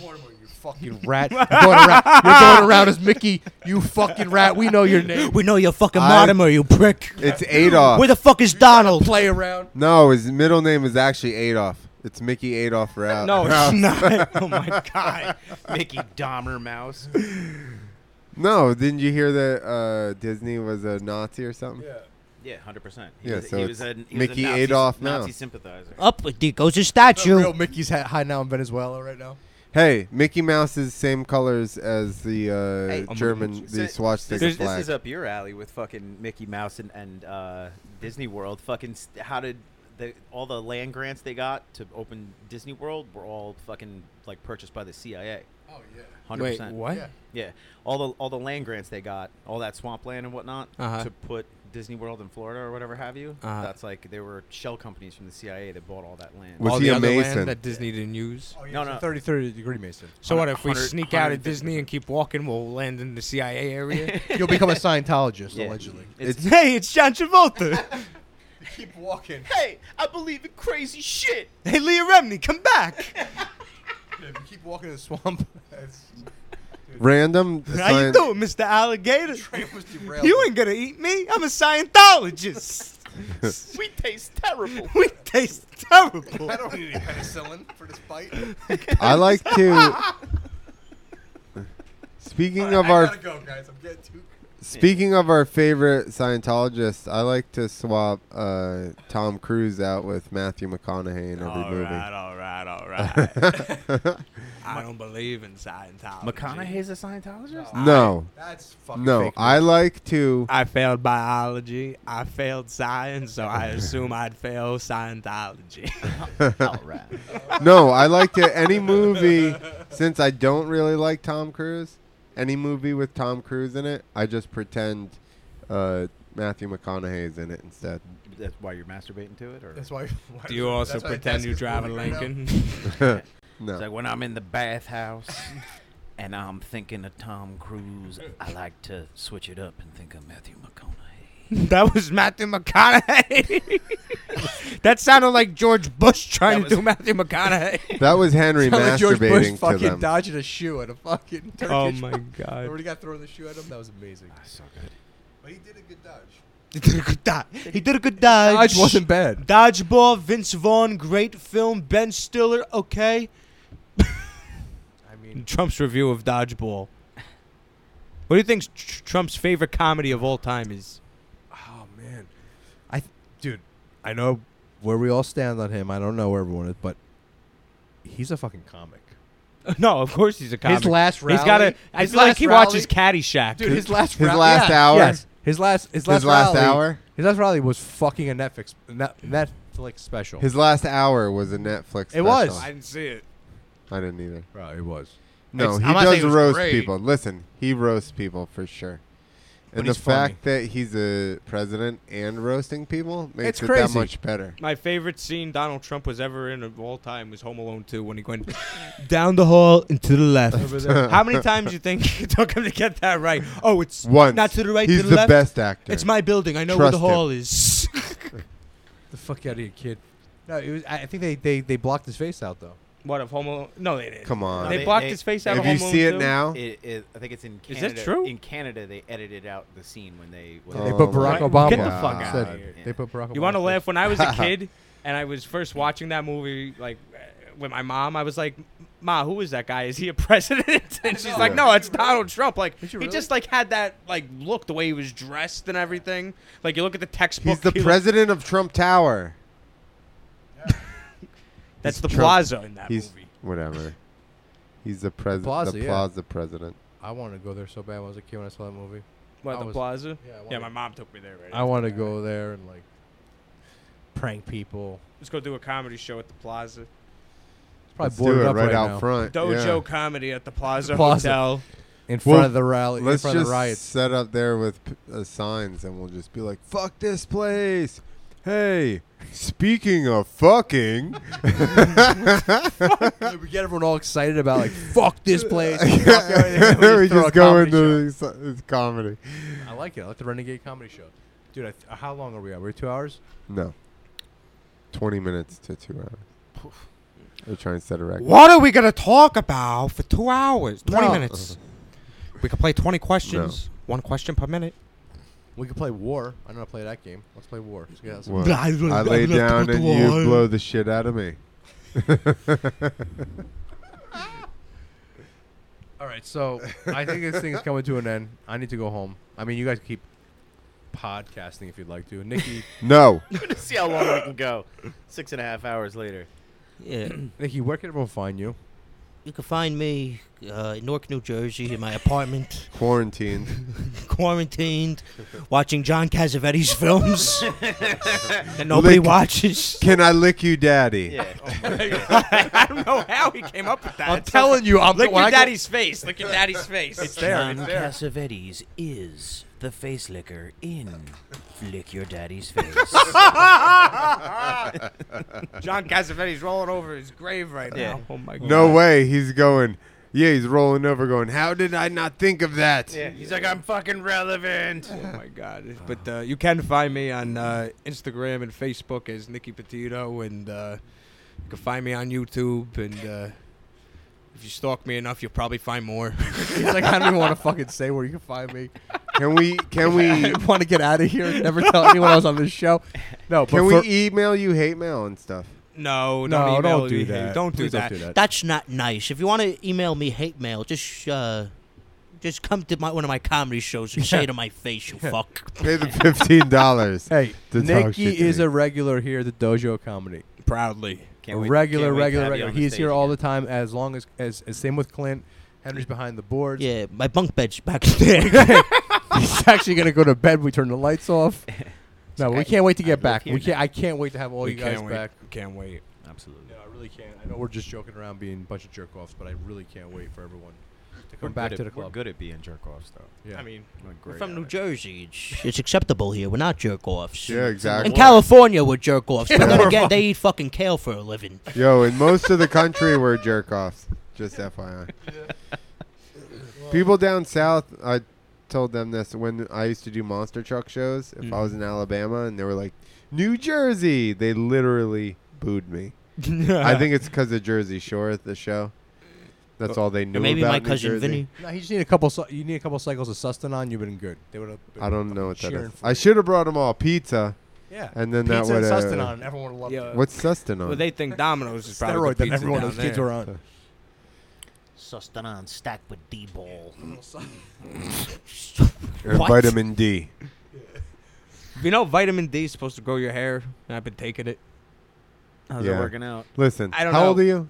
Speaker 2: Mortimer, you fucking rat. You're going around, you're going around as Mickey. You fucking rat. We know your name.
Speaker 5: We know you're fucking
Speaker 1: I-
Speaker 5: Mortimer, you prick.
Speaker 1: It's Adolf.
Speaker 5: Where the fuck is Donald?
Speaker 2: Play around.
Speaker 1: No, his middle name is actually Adolf. It's Mickey Adolf Ra-
Speaker 3: No, it's
Speaker 1: Ralph.
Speaker 3: not. Oh my God. Mickey Dahmer Mouse.
Speaker 1: no, didn't you hear that uh, Disney was a Nazi or something?
Speaker 3: Yeah, hundred percent.
Speaker 1: Yeah,
Speaker 3: was,
Speaker 1: so
Speaker 3: he
Speaker 1: it's
Speaker 3: was a, he was
Speaker 1: Mickey
Speaker 3: a Nazi,
Speaker 1: Adolf
Speaker 3: Nazi
Speaker 1: Mouse.
Speaker 3: sympathizer.
Speaker 5: Up with the goes his statue.
Speaker 2: Real Mickey's ha- high now in Venezuela right now.
Speaker 1: Hey, Mickey Mouse is same colors as the uh, German,
Speaker 3: So
Speaker 1: the swastika
Speaker 3: this,
Speaker 1: flag.
Speaker 3: This is up your alley with fucking Mickey Mouse and, and uh, Disney World. Fucking s how did the, all the land grants they got to open Disney World were all fucking like purchased by the CIA.
Speaker 2: Oh yeah.
Speaker 3: Hundred
Speaker 4: Wait,
Speaker 3: percent.
Speaker 4: what?
Speaker 3: Yeah.
Speaker 4: Yeah.
Speaker 3: all the all the land grants they got, all that swamp land and whatnot,
Speaker 4: Uh-huh.
Speaker 3: to put Disney World in Florida or whatever have you.
Speaker 4: Uh-huh.
Speaker 3: That's like they were shell companies from the CIA that bought all that land.
Speaker 1: Was
Speaker 4: All
Speaker 1: he
Speaker 4: the
Speaker 1: a
Speaker 4: other
Speaker 1: Mason?
Speaker 4: land that Disney didn't use.
Speaker 2: Oh,
Speaker 3: No, no.
Speaker 2: 30, 30 degree Mason.
Speaker 4: So what if we
Speaker 3: 100
Speaker 4: sneak out of
Speaker 3: 150%.
Speaker 4: Disney and keep walking? We'll land in the CIA area.
Speaker 2: You'll become a Scientologist
Speaker 3: Yeah.
Speaker 2: allegedly.
Speaker 3: It's,
Speaker 4: hey, it's John Travolta.
Speaker 2: Keep walking.
Speaker 3: hey, I believe in crazy shit.
Speaker 4: hey, Leah Remney, come back.
Speaker 2: keep walking in the swamp.
Speaker 1: Random.
Speaker 4: How you
Speaker 1: science-
Speaker 4: doing, Mr. Alligator?
Speaker 2: was derailed.
Speaker 4: You ain't gonna eat me. I'm a Scientologist.
Speaker 3: we taste terrible.
Speaker 4: we taste terrible.
Speaker 2: I don't need any penicillin for this bite.
Speaker 1: I like to. Speaking of our
Speaker 2: go, guys. I'm getting too.
Speaker 1: Speaking of our favorite Scientologists, I like to swap uh, Tom Cruise out with Matthew McConaughey in every
Speaker 4: All
Speaker 1: movie.
Speaker 4: right, all right, all right. I don't believe in Scientology.
Speaker 3: McConaughey's a Scientologist.
Speaker 1: no,
Speaker 2: That's
Speaker 1: no, I like to.
Speaker 4: I failed biology. I failed science, so I assume I'd fail Scientology.
Speaker 3: all right.
Speaker 1: No, I like to. Any movie, since I don't really like Tom Cruise, any movie with Tom Cruise in it, I just pretend uh, Matthew McConaughey is in it instead.
Speaker 3: That's why you're masturbating to it, or
Speaker 2: That's why. why
Speaker 4: Do you also
Speaker 2: that's why
Speaker 4: pretend
Speaker 2: Desk
Speaker 4: you
Speaker 2: is
Speaker 4: drive a
Speaker 2: moving right now.
Speaker 4: Lincoln?
Speaker 1: no,
Speaker 3: It's like when I'm in the bathhouse and I'm thinking of Tom Cruise, I like to switch it up and think of Matthew McConaughey.
Speaker 4: that was Matthew McConaughey. that sounded like George Bush trying
Speaker 3: That
Speaker 4: to do Matthew McConaughey.
Speaker 1: that was Henry
Speaker 2: Sound like George Bush
Speaker 1: masturbating to
Speaker 2: fucking
Speaker 1: them.
Speaker 2: dodging a shoe at a fucking Turkish.
Speaker 4: oh my
Speaker 2: Already
Speaker 4: God!
Speaker 2: got thrown the shoe at him. That was amazing.
Speaker 3: so good.
Speaker 2: But he did a good dodge.
Speaker 4: He did a good dodge. He did a good dodge.
Speaker 2: Dodge wasn't bad.
Speaker 4: Dodgeball, Vince Vaughn, great film. Ben Stiller, okay.
Speaker 2: I mean,
Speaker 4: Trump's review of Dodgeball. What do you think Tr- Trump's favorite comedy of all time is?
Speaker 2: oh man, I, th- dude, I know where we all stand on him. I don't know where everyone is, but he's a fucking comic.
Speaker 4: No, of course he's a comedy.
Speaker 2: His last rally.
Speaker 4: He's got a. I
Speaker 2: his
Speaker 4: feel like
Speaker 2: last
Speaker 4: he
Speaker 2: rally-
Speaker 4: watches Caddyshack.
Speaker 2: Dude, his last
Speaker 1: His
Speaker 2: rally-
Speaker 1: last
Speaker 2: yeah,
Speaker 1: hour?
Speaker 2: Yes. His last his last
Speaker 1: His last
Speaker 2: rally-
Speaker 1: hour?
Speaker 2: His last rally was fucking a Netflix Net- Netflix special.
Speaker 1: His last hour was a Netflix.
Speaker 2: It was.
Speaker 1: special.
Speaker 4: I
Speaker 1: I,
Speaker 4: didn't see it.
Speaker 1: didn't either.
Speaker 2: Bro, it was.
Speaker 1: No,
Speaker 4: It's-
Speaker 1: he
Speaker 4: I'm not saying
Speaker 1: does
Speaker 4: it was
Speaker 1: roast
Speaker 4: great.
Speaker 1: people. Listen, he roasts people for sure.
Speaker 2: But
Speaker 1: And the
Speaker 2: he's funny.
Speaker 1: fact that he's a president and roasting people makes
Speaker 2: It's
Speaker 1: it that
Speaker 2: crazy.
Speaker 1: much better.
Speaker 4: My favorite scene Donald Trump was ever in of all time was Home Alone 2 when he went down the hall and to the left. How many times you think it took him to get that right? Oh, it's
Speaker 1: Once.
Speaker 4: not to the right,
Speaker 1: He's
Speaker 4: to the,
Speaker 1: the
Speaker 4: left.
Speaker 1: best actor.
Speaker 4: It's my building. I know
Speaker 1: Trust
Speaker 4: where the hall is.
Speaker 2: The fuck out of here, kid. No, it was. I I think they, they, they blocked his face out though.
Speaker 4: What of Home Alone? No, they didn't.
Speaker 1: Come on.
Speaker 4: they,
Speaker 1: No, they-
Speaker 4: blocked
Speaker 1: they-
Speaker 4: his face out.
Speaker 1: If
Speaker 4: of
Speaker 1: you
Speaker 4: Home Alone
Speaker 1: see it
Speaker 4: 2?
Speaker 1: now-
Speaker 3: It, it, I think it's in
Speaker 4: Is
Speaker 3: Canada.
Speaker 4: that true?
Speaker 3: In Canada, they edited out the scene when they.
Speaker 4: Oh
Speaker 3: When
Speaker 2: They
Speaker 1: Oh
Speaker 2: put Barack Obama.
Speaker 4: Get the
Speaker 2: on.
Speaker 4: fuck
Speaker 2: They
Speaker 4: out
Speaker 2: said-
Speaker 4: of here.
Speaker 2: They put Barack. Obama.
Speaker 4: You want to laugh? When I was a kid and I was first watching that movie, like uh, with my mom, I was like, "Ma, who is that guy? Is he a president?" And she's like,
Speaker 15: Yeah.
Speaker 4: "No, it's Donald Trump." Like
Speaker 15: Did you
Speaker 4: he
Speaker 15: really?
Speaker 4: just like had that like look, the way he was dressed and everything. Like you look at the textbook.
Speaker 1: He's the
Speaker 4: he looked-
Speaker 1: president of Trump Tower.
Speaker 4: That's
Speaker 1: He's
Speaker 4: the
Speaker 1: Trump-
Speaker 4: plaza in that
Speaker 1: he's,
Speaker 4: movie.
Speaker 1: Whatever. He's the president.
Speaker 2: Plaza,
Speaker 1: the
Speaker 2: yeah.
Speaker 1: plaza president.
Speaker 2: I wanted to go there so bad when I was a kid when I saw that movie.
Speaker 4: What
Speaker 2: I
Speaker 4: the
Speaker 2: was-
Speaker 4: plaza?
Speaker 2: Yeah, I
Speaker 4: Yeah,
Speaker 2: wanted-
Speaker 4: my mom took me there. Right
Speaker 2: I want to go there and like prank people.
Speaker 4: Let's go do a comedy show at the plaza.
Speaker 2: probably
Speaker 1: Let's
Speaker 2: boarded
Speaker 1: do it
Speaker 2: up
Speaker 1: right,
Speaker 2: right
Speaker 1: out
Speaker 2: now.
Speaker 1: front.
Speaker 4: Dojo
Speaker 1: yeah.
Speaker 4: comedy at the Plaza,
Speaker 2: Plaza.
Speaker 4: Hotel.
Speaker 2: In front of the rally- in
Speaker 1: Let's
Speaker 2: front of the
Speaker 1: just
Speaker 2: riots.
Speaker 1: set up there with p- uh, signs, and we'll just be like, "Fuck this place." Hey, speaking of fucking,
Speaker 2: we get everyone all excited about like fuck this place.
Speaker 1: Yeah.
Speaker 2: fuck everything.
Speaker 1: we
Speaker 2: throw
Speaker 1: just
Speaker 2: a
Speaker 1: go
Speaker 2: comedy
Speaker 1: into this, uh, this comedy.
Speaker 2: show. I like it. I like the Renegade comedy show. Dude, I th- uh, how long are we at? We're two hours.
Speaker 1: No, twenty minutes to two hours. We're trying to set a record.
Speaker 4: What are we gonna talk about for two hours? Twenty
Speaker 1: No.
Speaker 4: minutes. We could play twenty questions. One question per minute.
Speaker 2: We could play War. I know how to play that game. Let's play War. Let's get outside.
Speaker 1: Well, I lay down and you blow the shit out of me.
Speaker 2: All right, so I think this thing is coming to an end. I need to go home. I mean, you guys keep podcasting if you'd like to. Nikki,
Speaker 1: No.
Speaker 3: to see how long we can go. Six and a half hours later.
Speaker 5: Yeah.
Speaker 2: Nikki, where can everyone find you?
Speaker 5: You can find me uh, in Newark, New Jersey, in my apartment,
Speaker 1: Quarantined.
Speaker 5: quarantined, watching John Cassavetes films that nobody
Speaker 1: Lick-
Speaker 5: watches.
Speaker 1: Can I lick you, daddy?
Speaker 4: I don't know how he came up with that.
Speaker 2: I'm telling you, I'm
Speaker 4: look
Speaker 2: when I
Speaker 4: at
Speaker 2: go-
Speaker 4: daddy's face. Look at daddy's face. It's
Speaker 16: John Cassavetes is the face licker in Lick Your Daddy's Face.
Speaker 4: John Cassavetes rolling over his grave right now. Oh my god.
Speaker 1: No way. He's going. Yeah, he's rolling over, going. How did I not think of that?
Speaker 4: Yeah, he's like, I'm fucking relevant. Oh my god! But uh, you can find me on uh, Instagram and Facebook as Nikki Petito, and uh, you can find me on YouTube. And uh, if you stalk me enough, you'll probably find more.
Speaker 2: He's like, I don't even want to fucking say where you can find me.
Speaker 1: Can we? Can we?
Speaker 2: I want to get out of here and never tell anyone I was on this show. No, but
Speaker 1: Can we e-
Speaker 2: for-
Speaker 1: email you hate mail and stuff?
Speaker 4: No,
Speaker 2: No,
Speaker 4: don't email
Speaker 2: don't do
Speaker 4: me.
Speaker 2: that.
Speaker 4: Don't do
Speaker 2: Please don't
Speaker 4: that.
Speaker 2: do that.
Speaker 5: That's not nice. If you want to email me hate mail, just uh, just come to my, one of my comedy shows and say it in my face, you fuck.
Speaker 1: Pay the fifteen dollars.
Speaker 2: hey,
Speaker 1: to talk shit
Speaker 2: Nikki
Speaker 1: to
Speaker 2: is
Speaker 1: me.
Speaker 2: a regular here at the Dojo Comedy.
Speaker 4: Proudly.
Speaker 3: Can't
Speaker 2: A
Speaker 3: wait-
Speaker 2: regular,
Speaker 3: can't wait to
Speaker 2: regular,
Speaker 3: have you
Speaker 2: regular.
Speaker 3: on the
Speaker 2: He's here
Speaker 3: stage
Speaker 2: all the time. As long as, as, as same with Clint. Henry's behind the boards.
Speaker 5: Yeah, my bunk bed's backstairs.
Speaker 2: He's actually gonna go to bed. We turn the lights off. No, we can't wait to get back.
Speaker 3: here
Speaker 2: We can't.
Speaker 3: now.
Speaker 2: I can't wait to have all
Speaker 4: We
Speaker 2: you guys
Speaker 4: can't wait.
Speaker 2: back.
Speaker 4: Can't wait.
Speaker 3: Absolutely.
Speaker 2: No, I really can't. I know we're just joking around, being a bunch of jerk offs, but I really can't wait for everyone to come
Speaker 3: We're
Speaker 2: back
Speaker 3: good
Speaker 2: to
Speaker 3: at-
Speaker 2: the club.
Speaker 3: We're good at being jerk offs, though.
Speaker 2: Yeah.
Speaker 4: I mean,
Speaker 3: We're
Speaker 5: We're
Speaker 3: great
Speaker 5: from
Speaker 3: at
Speaker 5: New
Speaker 3: it.
Speaker 5: Jersey. It's, it's acceptable here. We're not jerk offs.
Speaker 1: Yeah, exactly.
Speaker 5: In California, we're jerk offs. But then again, they eat fucking kale for a living.
Speaker 1: Yo, in most of the country, we're jerk offs. Just FYI. People down south, I told them this when I used to do monster truck shows. If I was in Alabama and they were like, New Jersey, they literally booed me. I think it's because of Jersey Shore at the show. That's all they knew
Speaker 5: maybe
Speaker 1: about
Speaker 5: my
Speaker 1: New
Speaker 5: cousin
Speaker 1: Jersey.
Speaker 5: Vinny.
Speaker 2: No, you just need a couple. Su- you need a couple cycles of Sustanon. You've been good. They would have.
Speaker 1: I don't know what that
Speaker 2: Cheering
Speaker 1: is.
Speaker 2: for
Speaker 1: I should have brought them all pizza.
Speaker 2: Yeah.
Speaker 1: And then
Speaker 2: pizza
Speaker 1: that would uh,
Speaker 2: and
Speaker 1: have.
Speaker 2: Sustanon. and everyone would love
Speaker 4: Yeah.
Speaker 2: it.
Speaker 1: What's Sustanon?
Speaker 4: Well, they think Domino's is probably
Speaker 2: steroid
Speaker 4: the
Speaker 2: that
Speaker 4: pizza
Speaker 2: everyone
Speaker 4: down
Speaker 2: those kids
Speaker 4: there.
Speaker 2: were on.
Speaker 16: Sustanon stacked with D-ball.
Speaker 1: And
Speaker 4: What?
Speaker 1: vitamin D.
Speaker 4: You know, vitamin D is supposed to grow your hair, and I've been taking it.
Speaker 3: How's
Speaker 1: Yeah.
Speaker 3: it working out?
Speaker 1: Listen,
Speaker 4: I don't
Speaker 1: how
Speaker 4: know.
Speaker 1: old are you?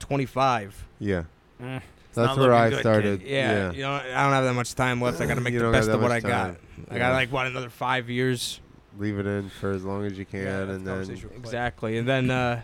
Speaker 4: Twenty-five.
Speaker 1: Yeah.
Speaker 3: Mm.
Speaker 1: That's
Speaker 3: not
Speaker 1: where
Speaker 3: looking
Speaker 1: I
Speaker 3: good, kid.
Speaker 1: started.
Speaker 4: Yeah, you know, I don't have that much time left. I got to make
Speaker 1: You
Speaker 4: the
Speaker 1: don't
Speaker 4: best
Speaker 1: have
Speaker 4: of
Speaker 1: that
Speaker 4: what I
Speaker 1: much
Speaker 4: got.
Speaker 1: time.
Speaker 4: I got
Speaker 1: Yeah.
Speaker 4: like what another five years
Speaker 1: Leave it in for as long as you can,
Speaker 2: Yeah, that's
Speaker 1: and then
Speaker 2: conversation.
Speaker 4: exactly, and then uh,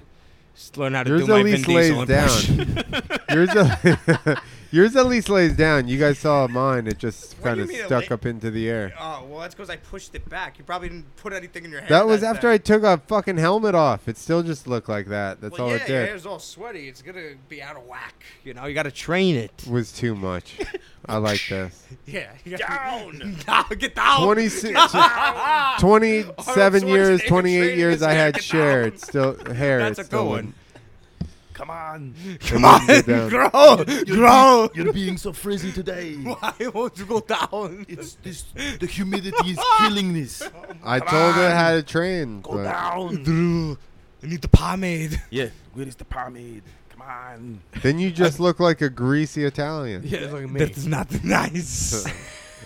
Speaker 4: just learn how to
Speaker 1: yours
Speaker 4: do my
Speaker 1: at
Speaker 4: Vin
Speaker 1: least
Speaker 4: Diesel
Speaker 1: lays
Speaker 4: impression.
Speaker 1: down. yours, at, yours at least lays down. You guys saw mine; it just
Speaker 4: What
Speaker 1: kind
Speaker 4: do you
Speaker 1: of
Speaker 4: mean it
Speaker 1: stuck
Speaker 4: lay-
Speaker 1: up into the air.
Speaker 4: Oh well, that's because I pushed it back. You probably didn't put anything in your hair.
Speaker 1: That was after I took a fucking helmet off. It still just looked like that. That's
Speaker 4: well,
Speaker 1: all
Speaker 4: yeah,
Speaker 1: it
Speaker 4: your
Speaker 1: did.
Speaker 4: hair's all sweaty. It's gonna be out of whack. You know, you
Speaker 5: got
Speaker 4: got
Speaker 5: to train it.
Speaker 1: was too much. I like this.
Speaker 4: yeah. You gotta- down, get down.
Speaker 1: 26
Speaker 4: Down. Arnold
Speaker 1: 27
Speaker 4: Schwarzenegger
Speaker 1: years, 28
Speaker 4: training
Speaker 1: years
Speaker 4: his
Speaker 1: I
Speaker 4: hair
Speaker 1: had
Speaker 4: down.
Speaker 1: shared. Still hair.
Speaker 4: That's
Speaker 1: it
Speaker 4: a
Speaker 1: still
Speaker 4: good one.
Speaker 1: wouldn't-
Speaker 12: Come on.
Speaker 17: Come on, grow,
Speaker 12: You're
Speaker 17: grow.
Speaker 12: be- you're being so frizzy today. Why
Speaker 4: won't you go down?
Speaker 12: It's this. The humidity is killing this.
Speaker 1: I
Speaker 12: Come
Speaker 1: told her
Speaker 12: on.
Speaker 1: how to train.
Speaker 12: Go
Speaker 1: but-
Speaker 12: down.
Speaker 9: Drew, I need the pomade.
Speaker 12: Yeah. Where is the pomade? Come on.
Speaker 1: Then you just look like a greasy Italian.
Speaker 4: Yeah,
Speaker 17: like me.
Speaker 4: that's not nice.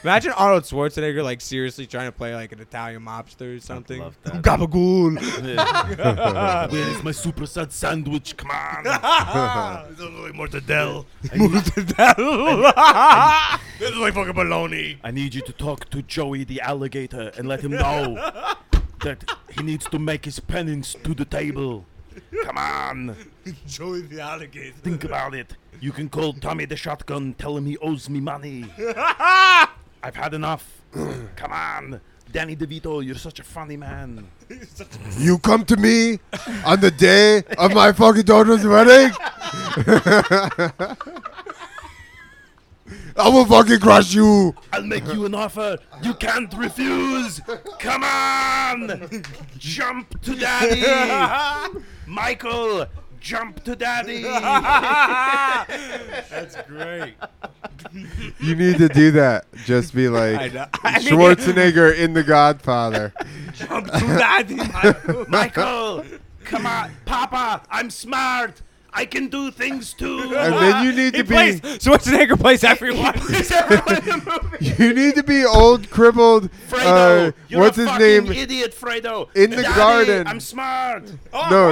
Speaker 4: Imagine Arnold Schwarzenegger like seriously trying to play like an Italian mobster or something.
Speaker 12: Gabagool.
Speaker 4: Yeah.
Speaker 12: Where is my super sad sandwich? Come on. There's no like mortadel. I need-
Speaker 4: Mortadel.
Speaker 12: I need- This is like fucking baloney. I need you to talk to Joey the alligator and let him know that he needs to make his penance to the table. Come on.
Speaker 9: Joey the alligator.
Speaker 12: Think about it. You can call Tommy the shotgun, tell him he owes me money. I've had enough. Come on. Danny DeVito, you're such a funny man.
Speaker 1: You come to me on the day of my fucking daughter's wedding. I will fucking crush you.
Speaker 12: I'll make you an offer you can't refuse. Come on, jump to daddy, Michael. Jump to daddy.
Speaker 4: That's great.
Speaker 1: You need to do that. Just be
Speaker 4: I
Speaker 1: like
Speaker 4: know.
Speaker 1: Schwarzenegger in The Godfather.
Speaker 12: Jump to daddy, Michael. Michael. Come on, Papa. I'm smart. I can do things too.
Speaker 1: And then you need
Speaker 12: He
Speaker 1: to be
Speaker 12: plays-
Speaker 4: Schwarzenegger plays everyone.
Speaker 1: you need to be old, crippled.
Speaker 12: Fredo,
Speaker 1: uh,
Speaker 12: you're
Speaker 1: what's
Speaker 12: a
Speaker 1: his
Speaker 12: fucking
Speaker 1: name?
Speaker 12: Idiot, Fredo.
Speaker 1: In the
Speaker 12: Daddy,
Speaker 1: garden.
Speaker 12: I'm smart.
Speaker 4: Oh.
Speaker 1: no,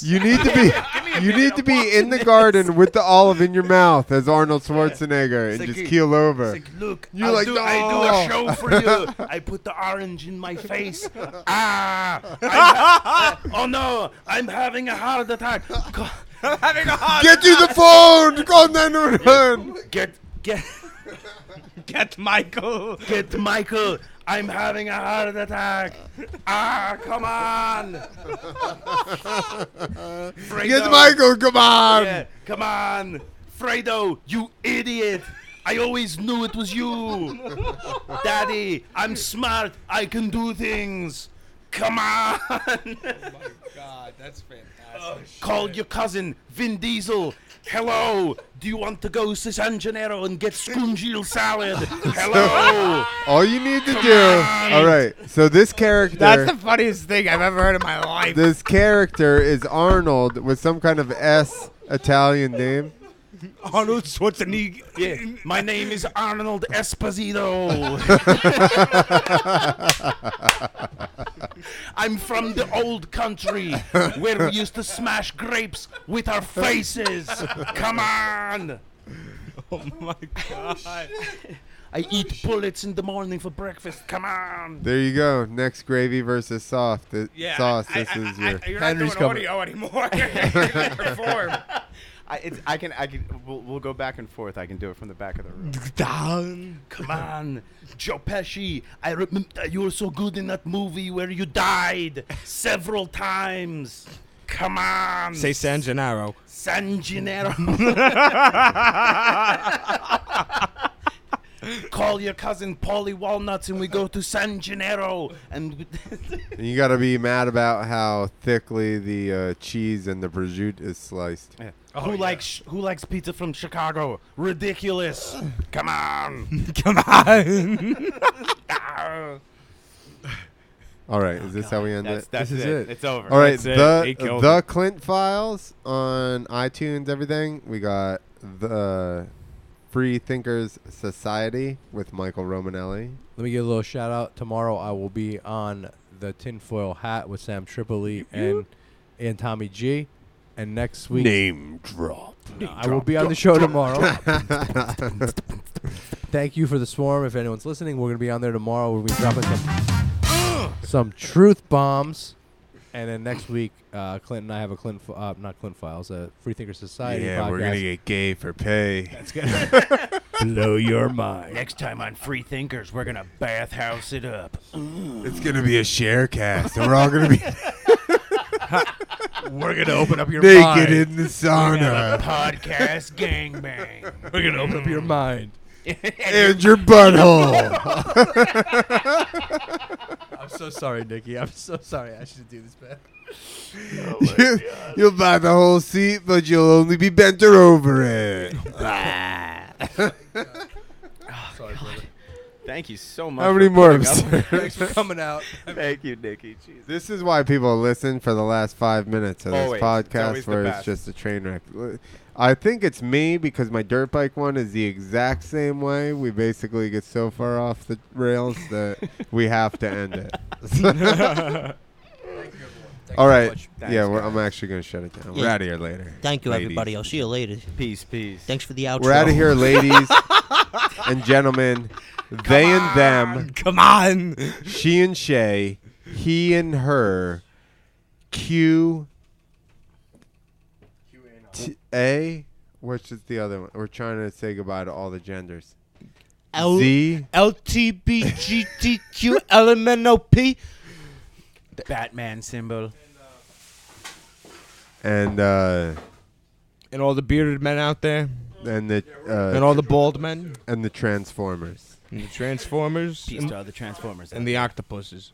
Speaker 1: you need to be you need to be in the garden with the olive in your mouth as Arnold Schwarzenegger and
Speaker 12: It's
Speaker 1: just
Speaker 12: like,
Speaker 1: keel over.
Speaker 12: It's like, look,
Speaker 1: you're
Speaker 12: I'll
Speaker 1: like,
Speaker 12: do, I do a
Speaker 4: oh.
Speaker 1: "No."
Speaker 12: show for you. I put the orange in my face. Ah! I'm ha- uh, oh no! I'm having a heart attack. Co-
Speaker 4: I'm having a heart
Speaker 1: Get you the phone. Call 911.
Speaker 12: Get get get Michael. Get Michael. I'm having a heart attack. Ah! Come on.
Speaker 1: Get Michael, come on.
Speaker 12: Yeah, come on, Fredo. You idiot. I always knew it was you. Daddy, I'm smart. I can do things. Come on.
Speaker 4: Oh,
Speaker 12: Oh,
Speaker 4: God, that's fantastic.
Speaker 12: Call your cousin, Vin Diesel. Hello. Do you want to go to San Gennaro and get scungeel salad? Hello.
Speaker 1: All you need to do. All right. So this character.
Speaker 4: That's the funniest thing I've ever heard in my life.
Speaker 1: this character is Arnold with some kind of S Italian name.
Speaker 12: Arnold Schwarzenegger. Yeah. My name is Arnold Esposito. I'm from the old country where we used to smash grapes with our faces. Come on.
Speaker 4: Oh my god.
Speaker 12: I eat bullets in the morning for breakfast. Come on.
Speaker 1: There you go. Next gravy versus soft th-
Speaker 12: Yeah,
Speaker 1: sauce.
Speaker 12: I-
Speaker 1: This
Speaker 12: I-
Speaker 1: is your
Speaker 4: You're not doing audio anymore. You can't perform.
Speaker 3: I, it's, I can, I can. We'll, we'll go back and forth. I can do it from the back of the room.
Speaker 12: Down. Come on. Joe Pesci, I remember you were so good in that movie where you died several times. Come on.
Speaker 4: Say San Gennaro.
Speaker 12: San Gennaro. Call your cousin Polly Walnuts and we go to San Gennaro. And
Speaker 1: And you got to be mad about how thickly the uh, cheese and the prosciutto is sliced.
Speaker 12: who likes who likes pizza from Chicago? Ridiculous. Come on.
Speaker 4: Come on.
Speaker 12: Ah.
Speaker 1: All right, is this how we end
Speaker 3: Oh, That's-
Speaker 1: it?
Speaker 3: that's
Speaker 1: this is
Speaker 3: it.
Speaker 1: it.
Speaker 3: It's over.
Speaker 1: All right,
Speaker 3: That's it. He
Speaker 1: the
Speaker 3: killed
Speaker 1: the Clint Files on iTunes, everything. We got the Free Thinkers Society with Michael Romanelli.
Speaker 17: Let me give a little shout out. Tomorrow I will be on the tinfoil hat with Sam Tripoli and and Tommy G. And next week
Speaker 12: Name drop.
Speaker 17: I will be on the show tomorrow. Thank you for the swarm. If anyone's listening, we're gonna be on there tomorrow. We'll be dropping some some truth bombs. And then next week, uh, Clint and I have a Clint, F- uh, not Clint Files, a Free Thinker Society. podcast.
Speaker 1: get gay for pay. That's
Speaker 17: good. Blow your mind.
Speaker 10: Next time on Free Thinkers, we're gonna bathhouse it up.
Speaker 1: It's gonna be a share cast, and we're all gonna be
Speaker 12: We're gonna open up your
Speaker 1: naked
Speaker 12: mind.
Speaker 1: in the sauna.
Speaker 12: podcast gangbang. We're gonna open up your
Speaker 17: mind
Speaker 1: and your
Speaker 3: Oh
Speaker 1: butthole.
Speaker 17: I'm so sorry, Nikki. I'm so sorry. I should do this, man.
Speaker 1: you, you'll buy the whole seat, but you'll only be bent over it.
Speaker 2: Sorry, brother.
Speaker 3: Thank you so much.
Speaker 1: many
Speaker 3: for
Speaker 1: more
Speaker 3: putting
Speaker 1: episodes?
Speaker 3: up with
Speaker 1: Thanks
Speaker 2: for
Speaker 3: us.
Speaker 2: coming out.
Speaker 3: Thank you, Nikki. Jesus.
Speaker 1: This is why people listen for the last five minutes of
Speaker 3: Always.
Speaker 1: this
Speaker 3: It's
Speaker 1: podcast,
Speaker 3: always the
Speaker 1: where it's
Speaker 3: best.
Speaker 1: just a train wreck. I think it's me because my dirt bike one is the exact same way. We basically get so far off the rails that we have to end it. All right. yeah, we're, I'm actually going to shut it down. We're
Speaker 5: Yeah.
Speaker 1: out of here later.
Speaker 5: Thank you,
Speaker 1: ladies.
Speaker 5: everybody. I'll see you later.
Speaker 3: Peace, peace.
Speaker 5: Thanks for the outro.
Speaker 1: We're out of here, ladies and gentlemen. they and them.
Speaker 4: Come on.
Speaker 1: She and Shay. He and her. Q. T- A. Which is the other one? We're trying to say goodbye to all the genders.
Speaker 5: L-
Speaker 1: Z.
Speaker 5: LTBGTQ LMNOP.
Speaker 3: Batman symbol.
Speaker 1: And uh,
Speaker 4: And all the bearded men out there.
Speaker 1: and the uh,
Speaker 4: And all the bald men.
Speaker 1: and the Transformers.
Speaker 4: And the Transformers.
Speaker 3: Peace
Speaker 4: and,
Speaker 3: to all the Transformers.
Speaker 4: And the octopuses.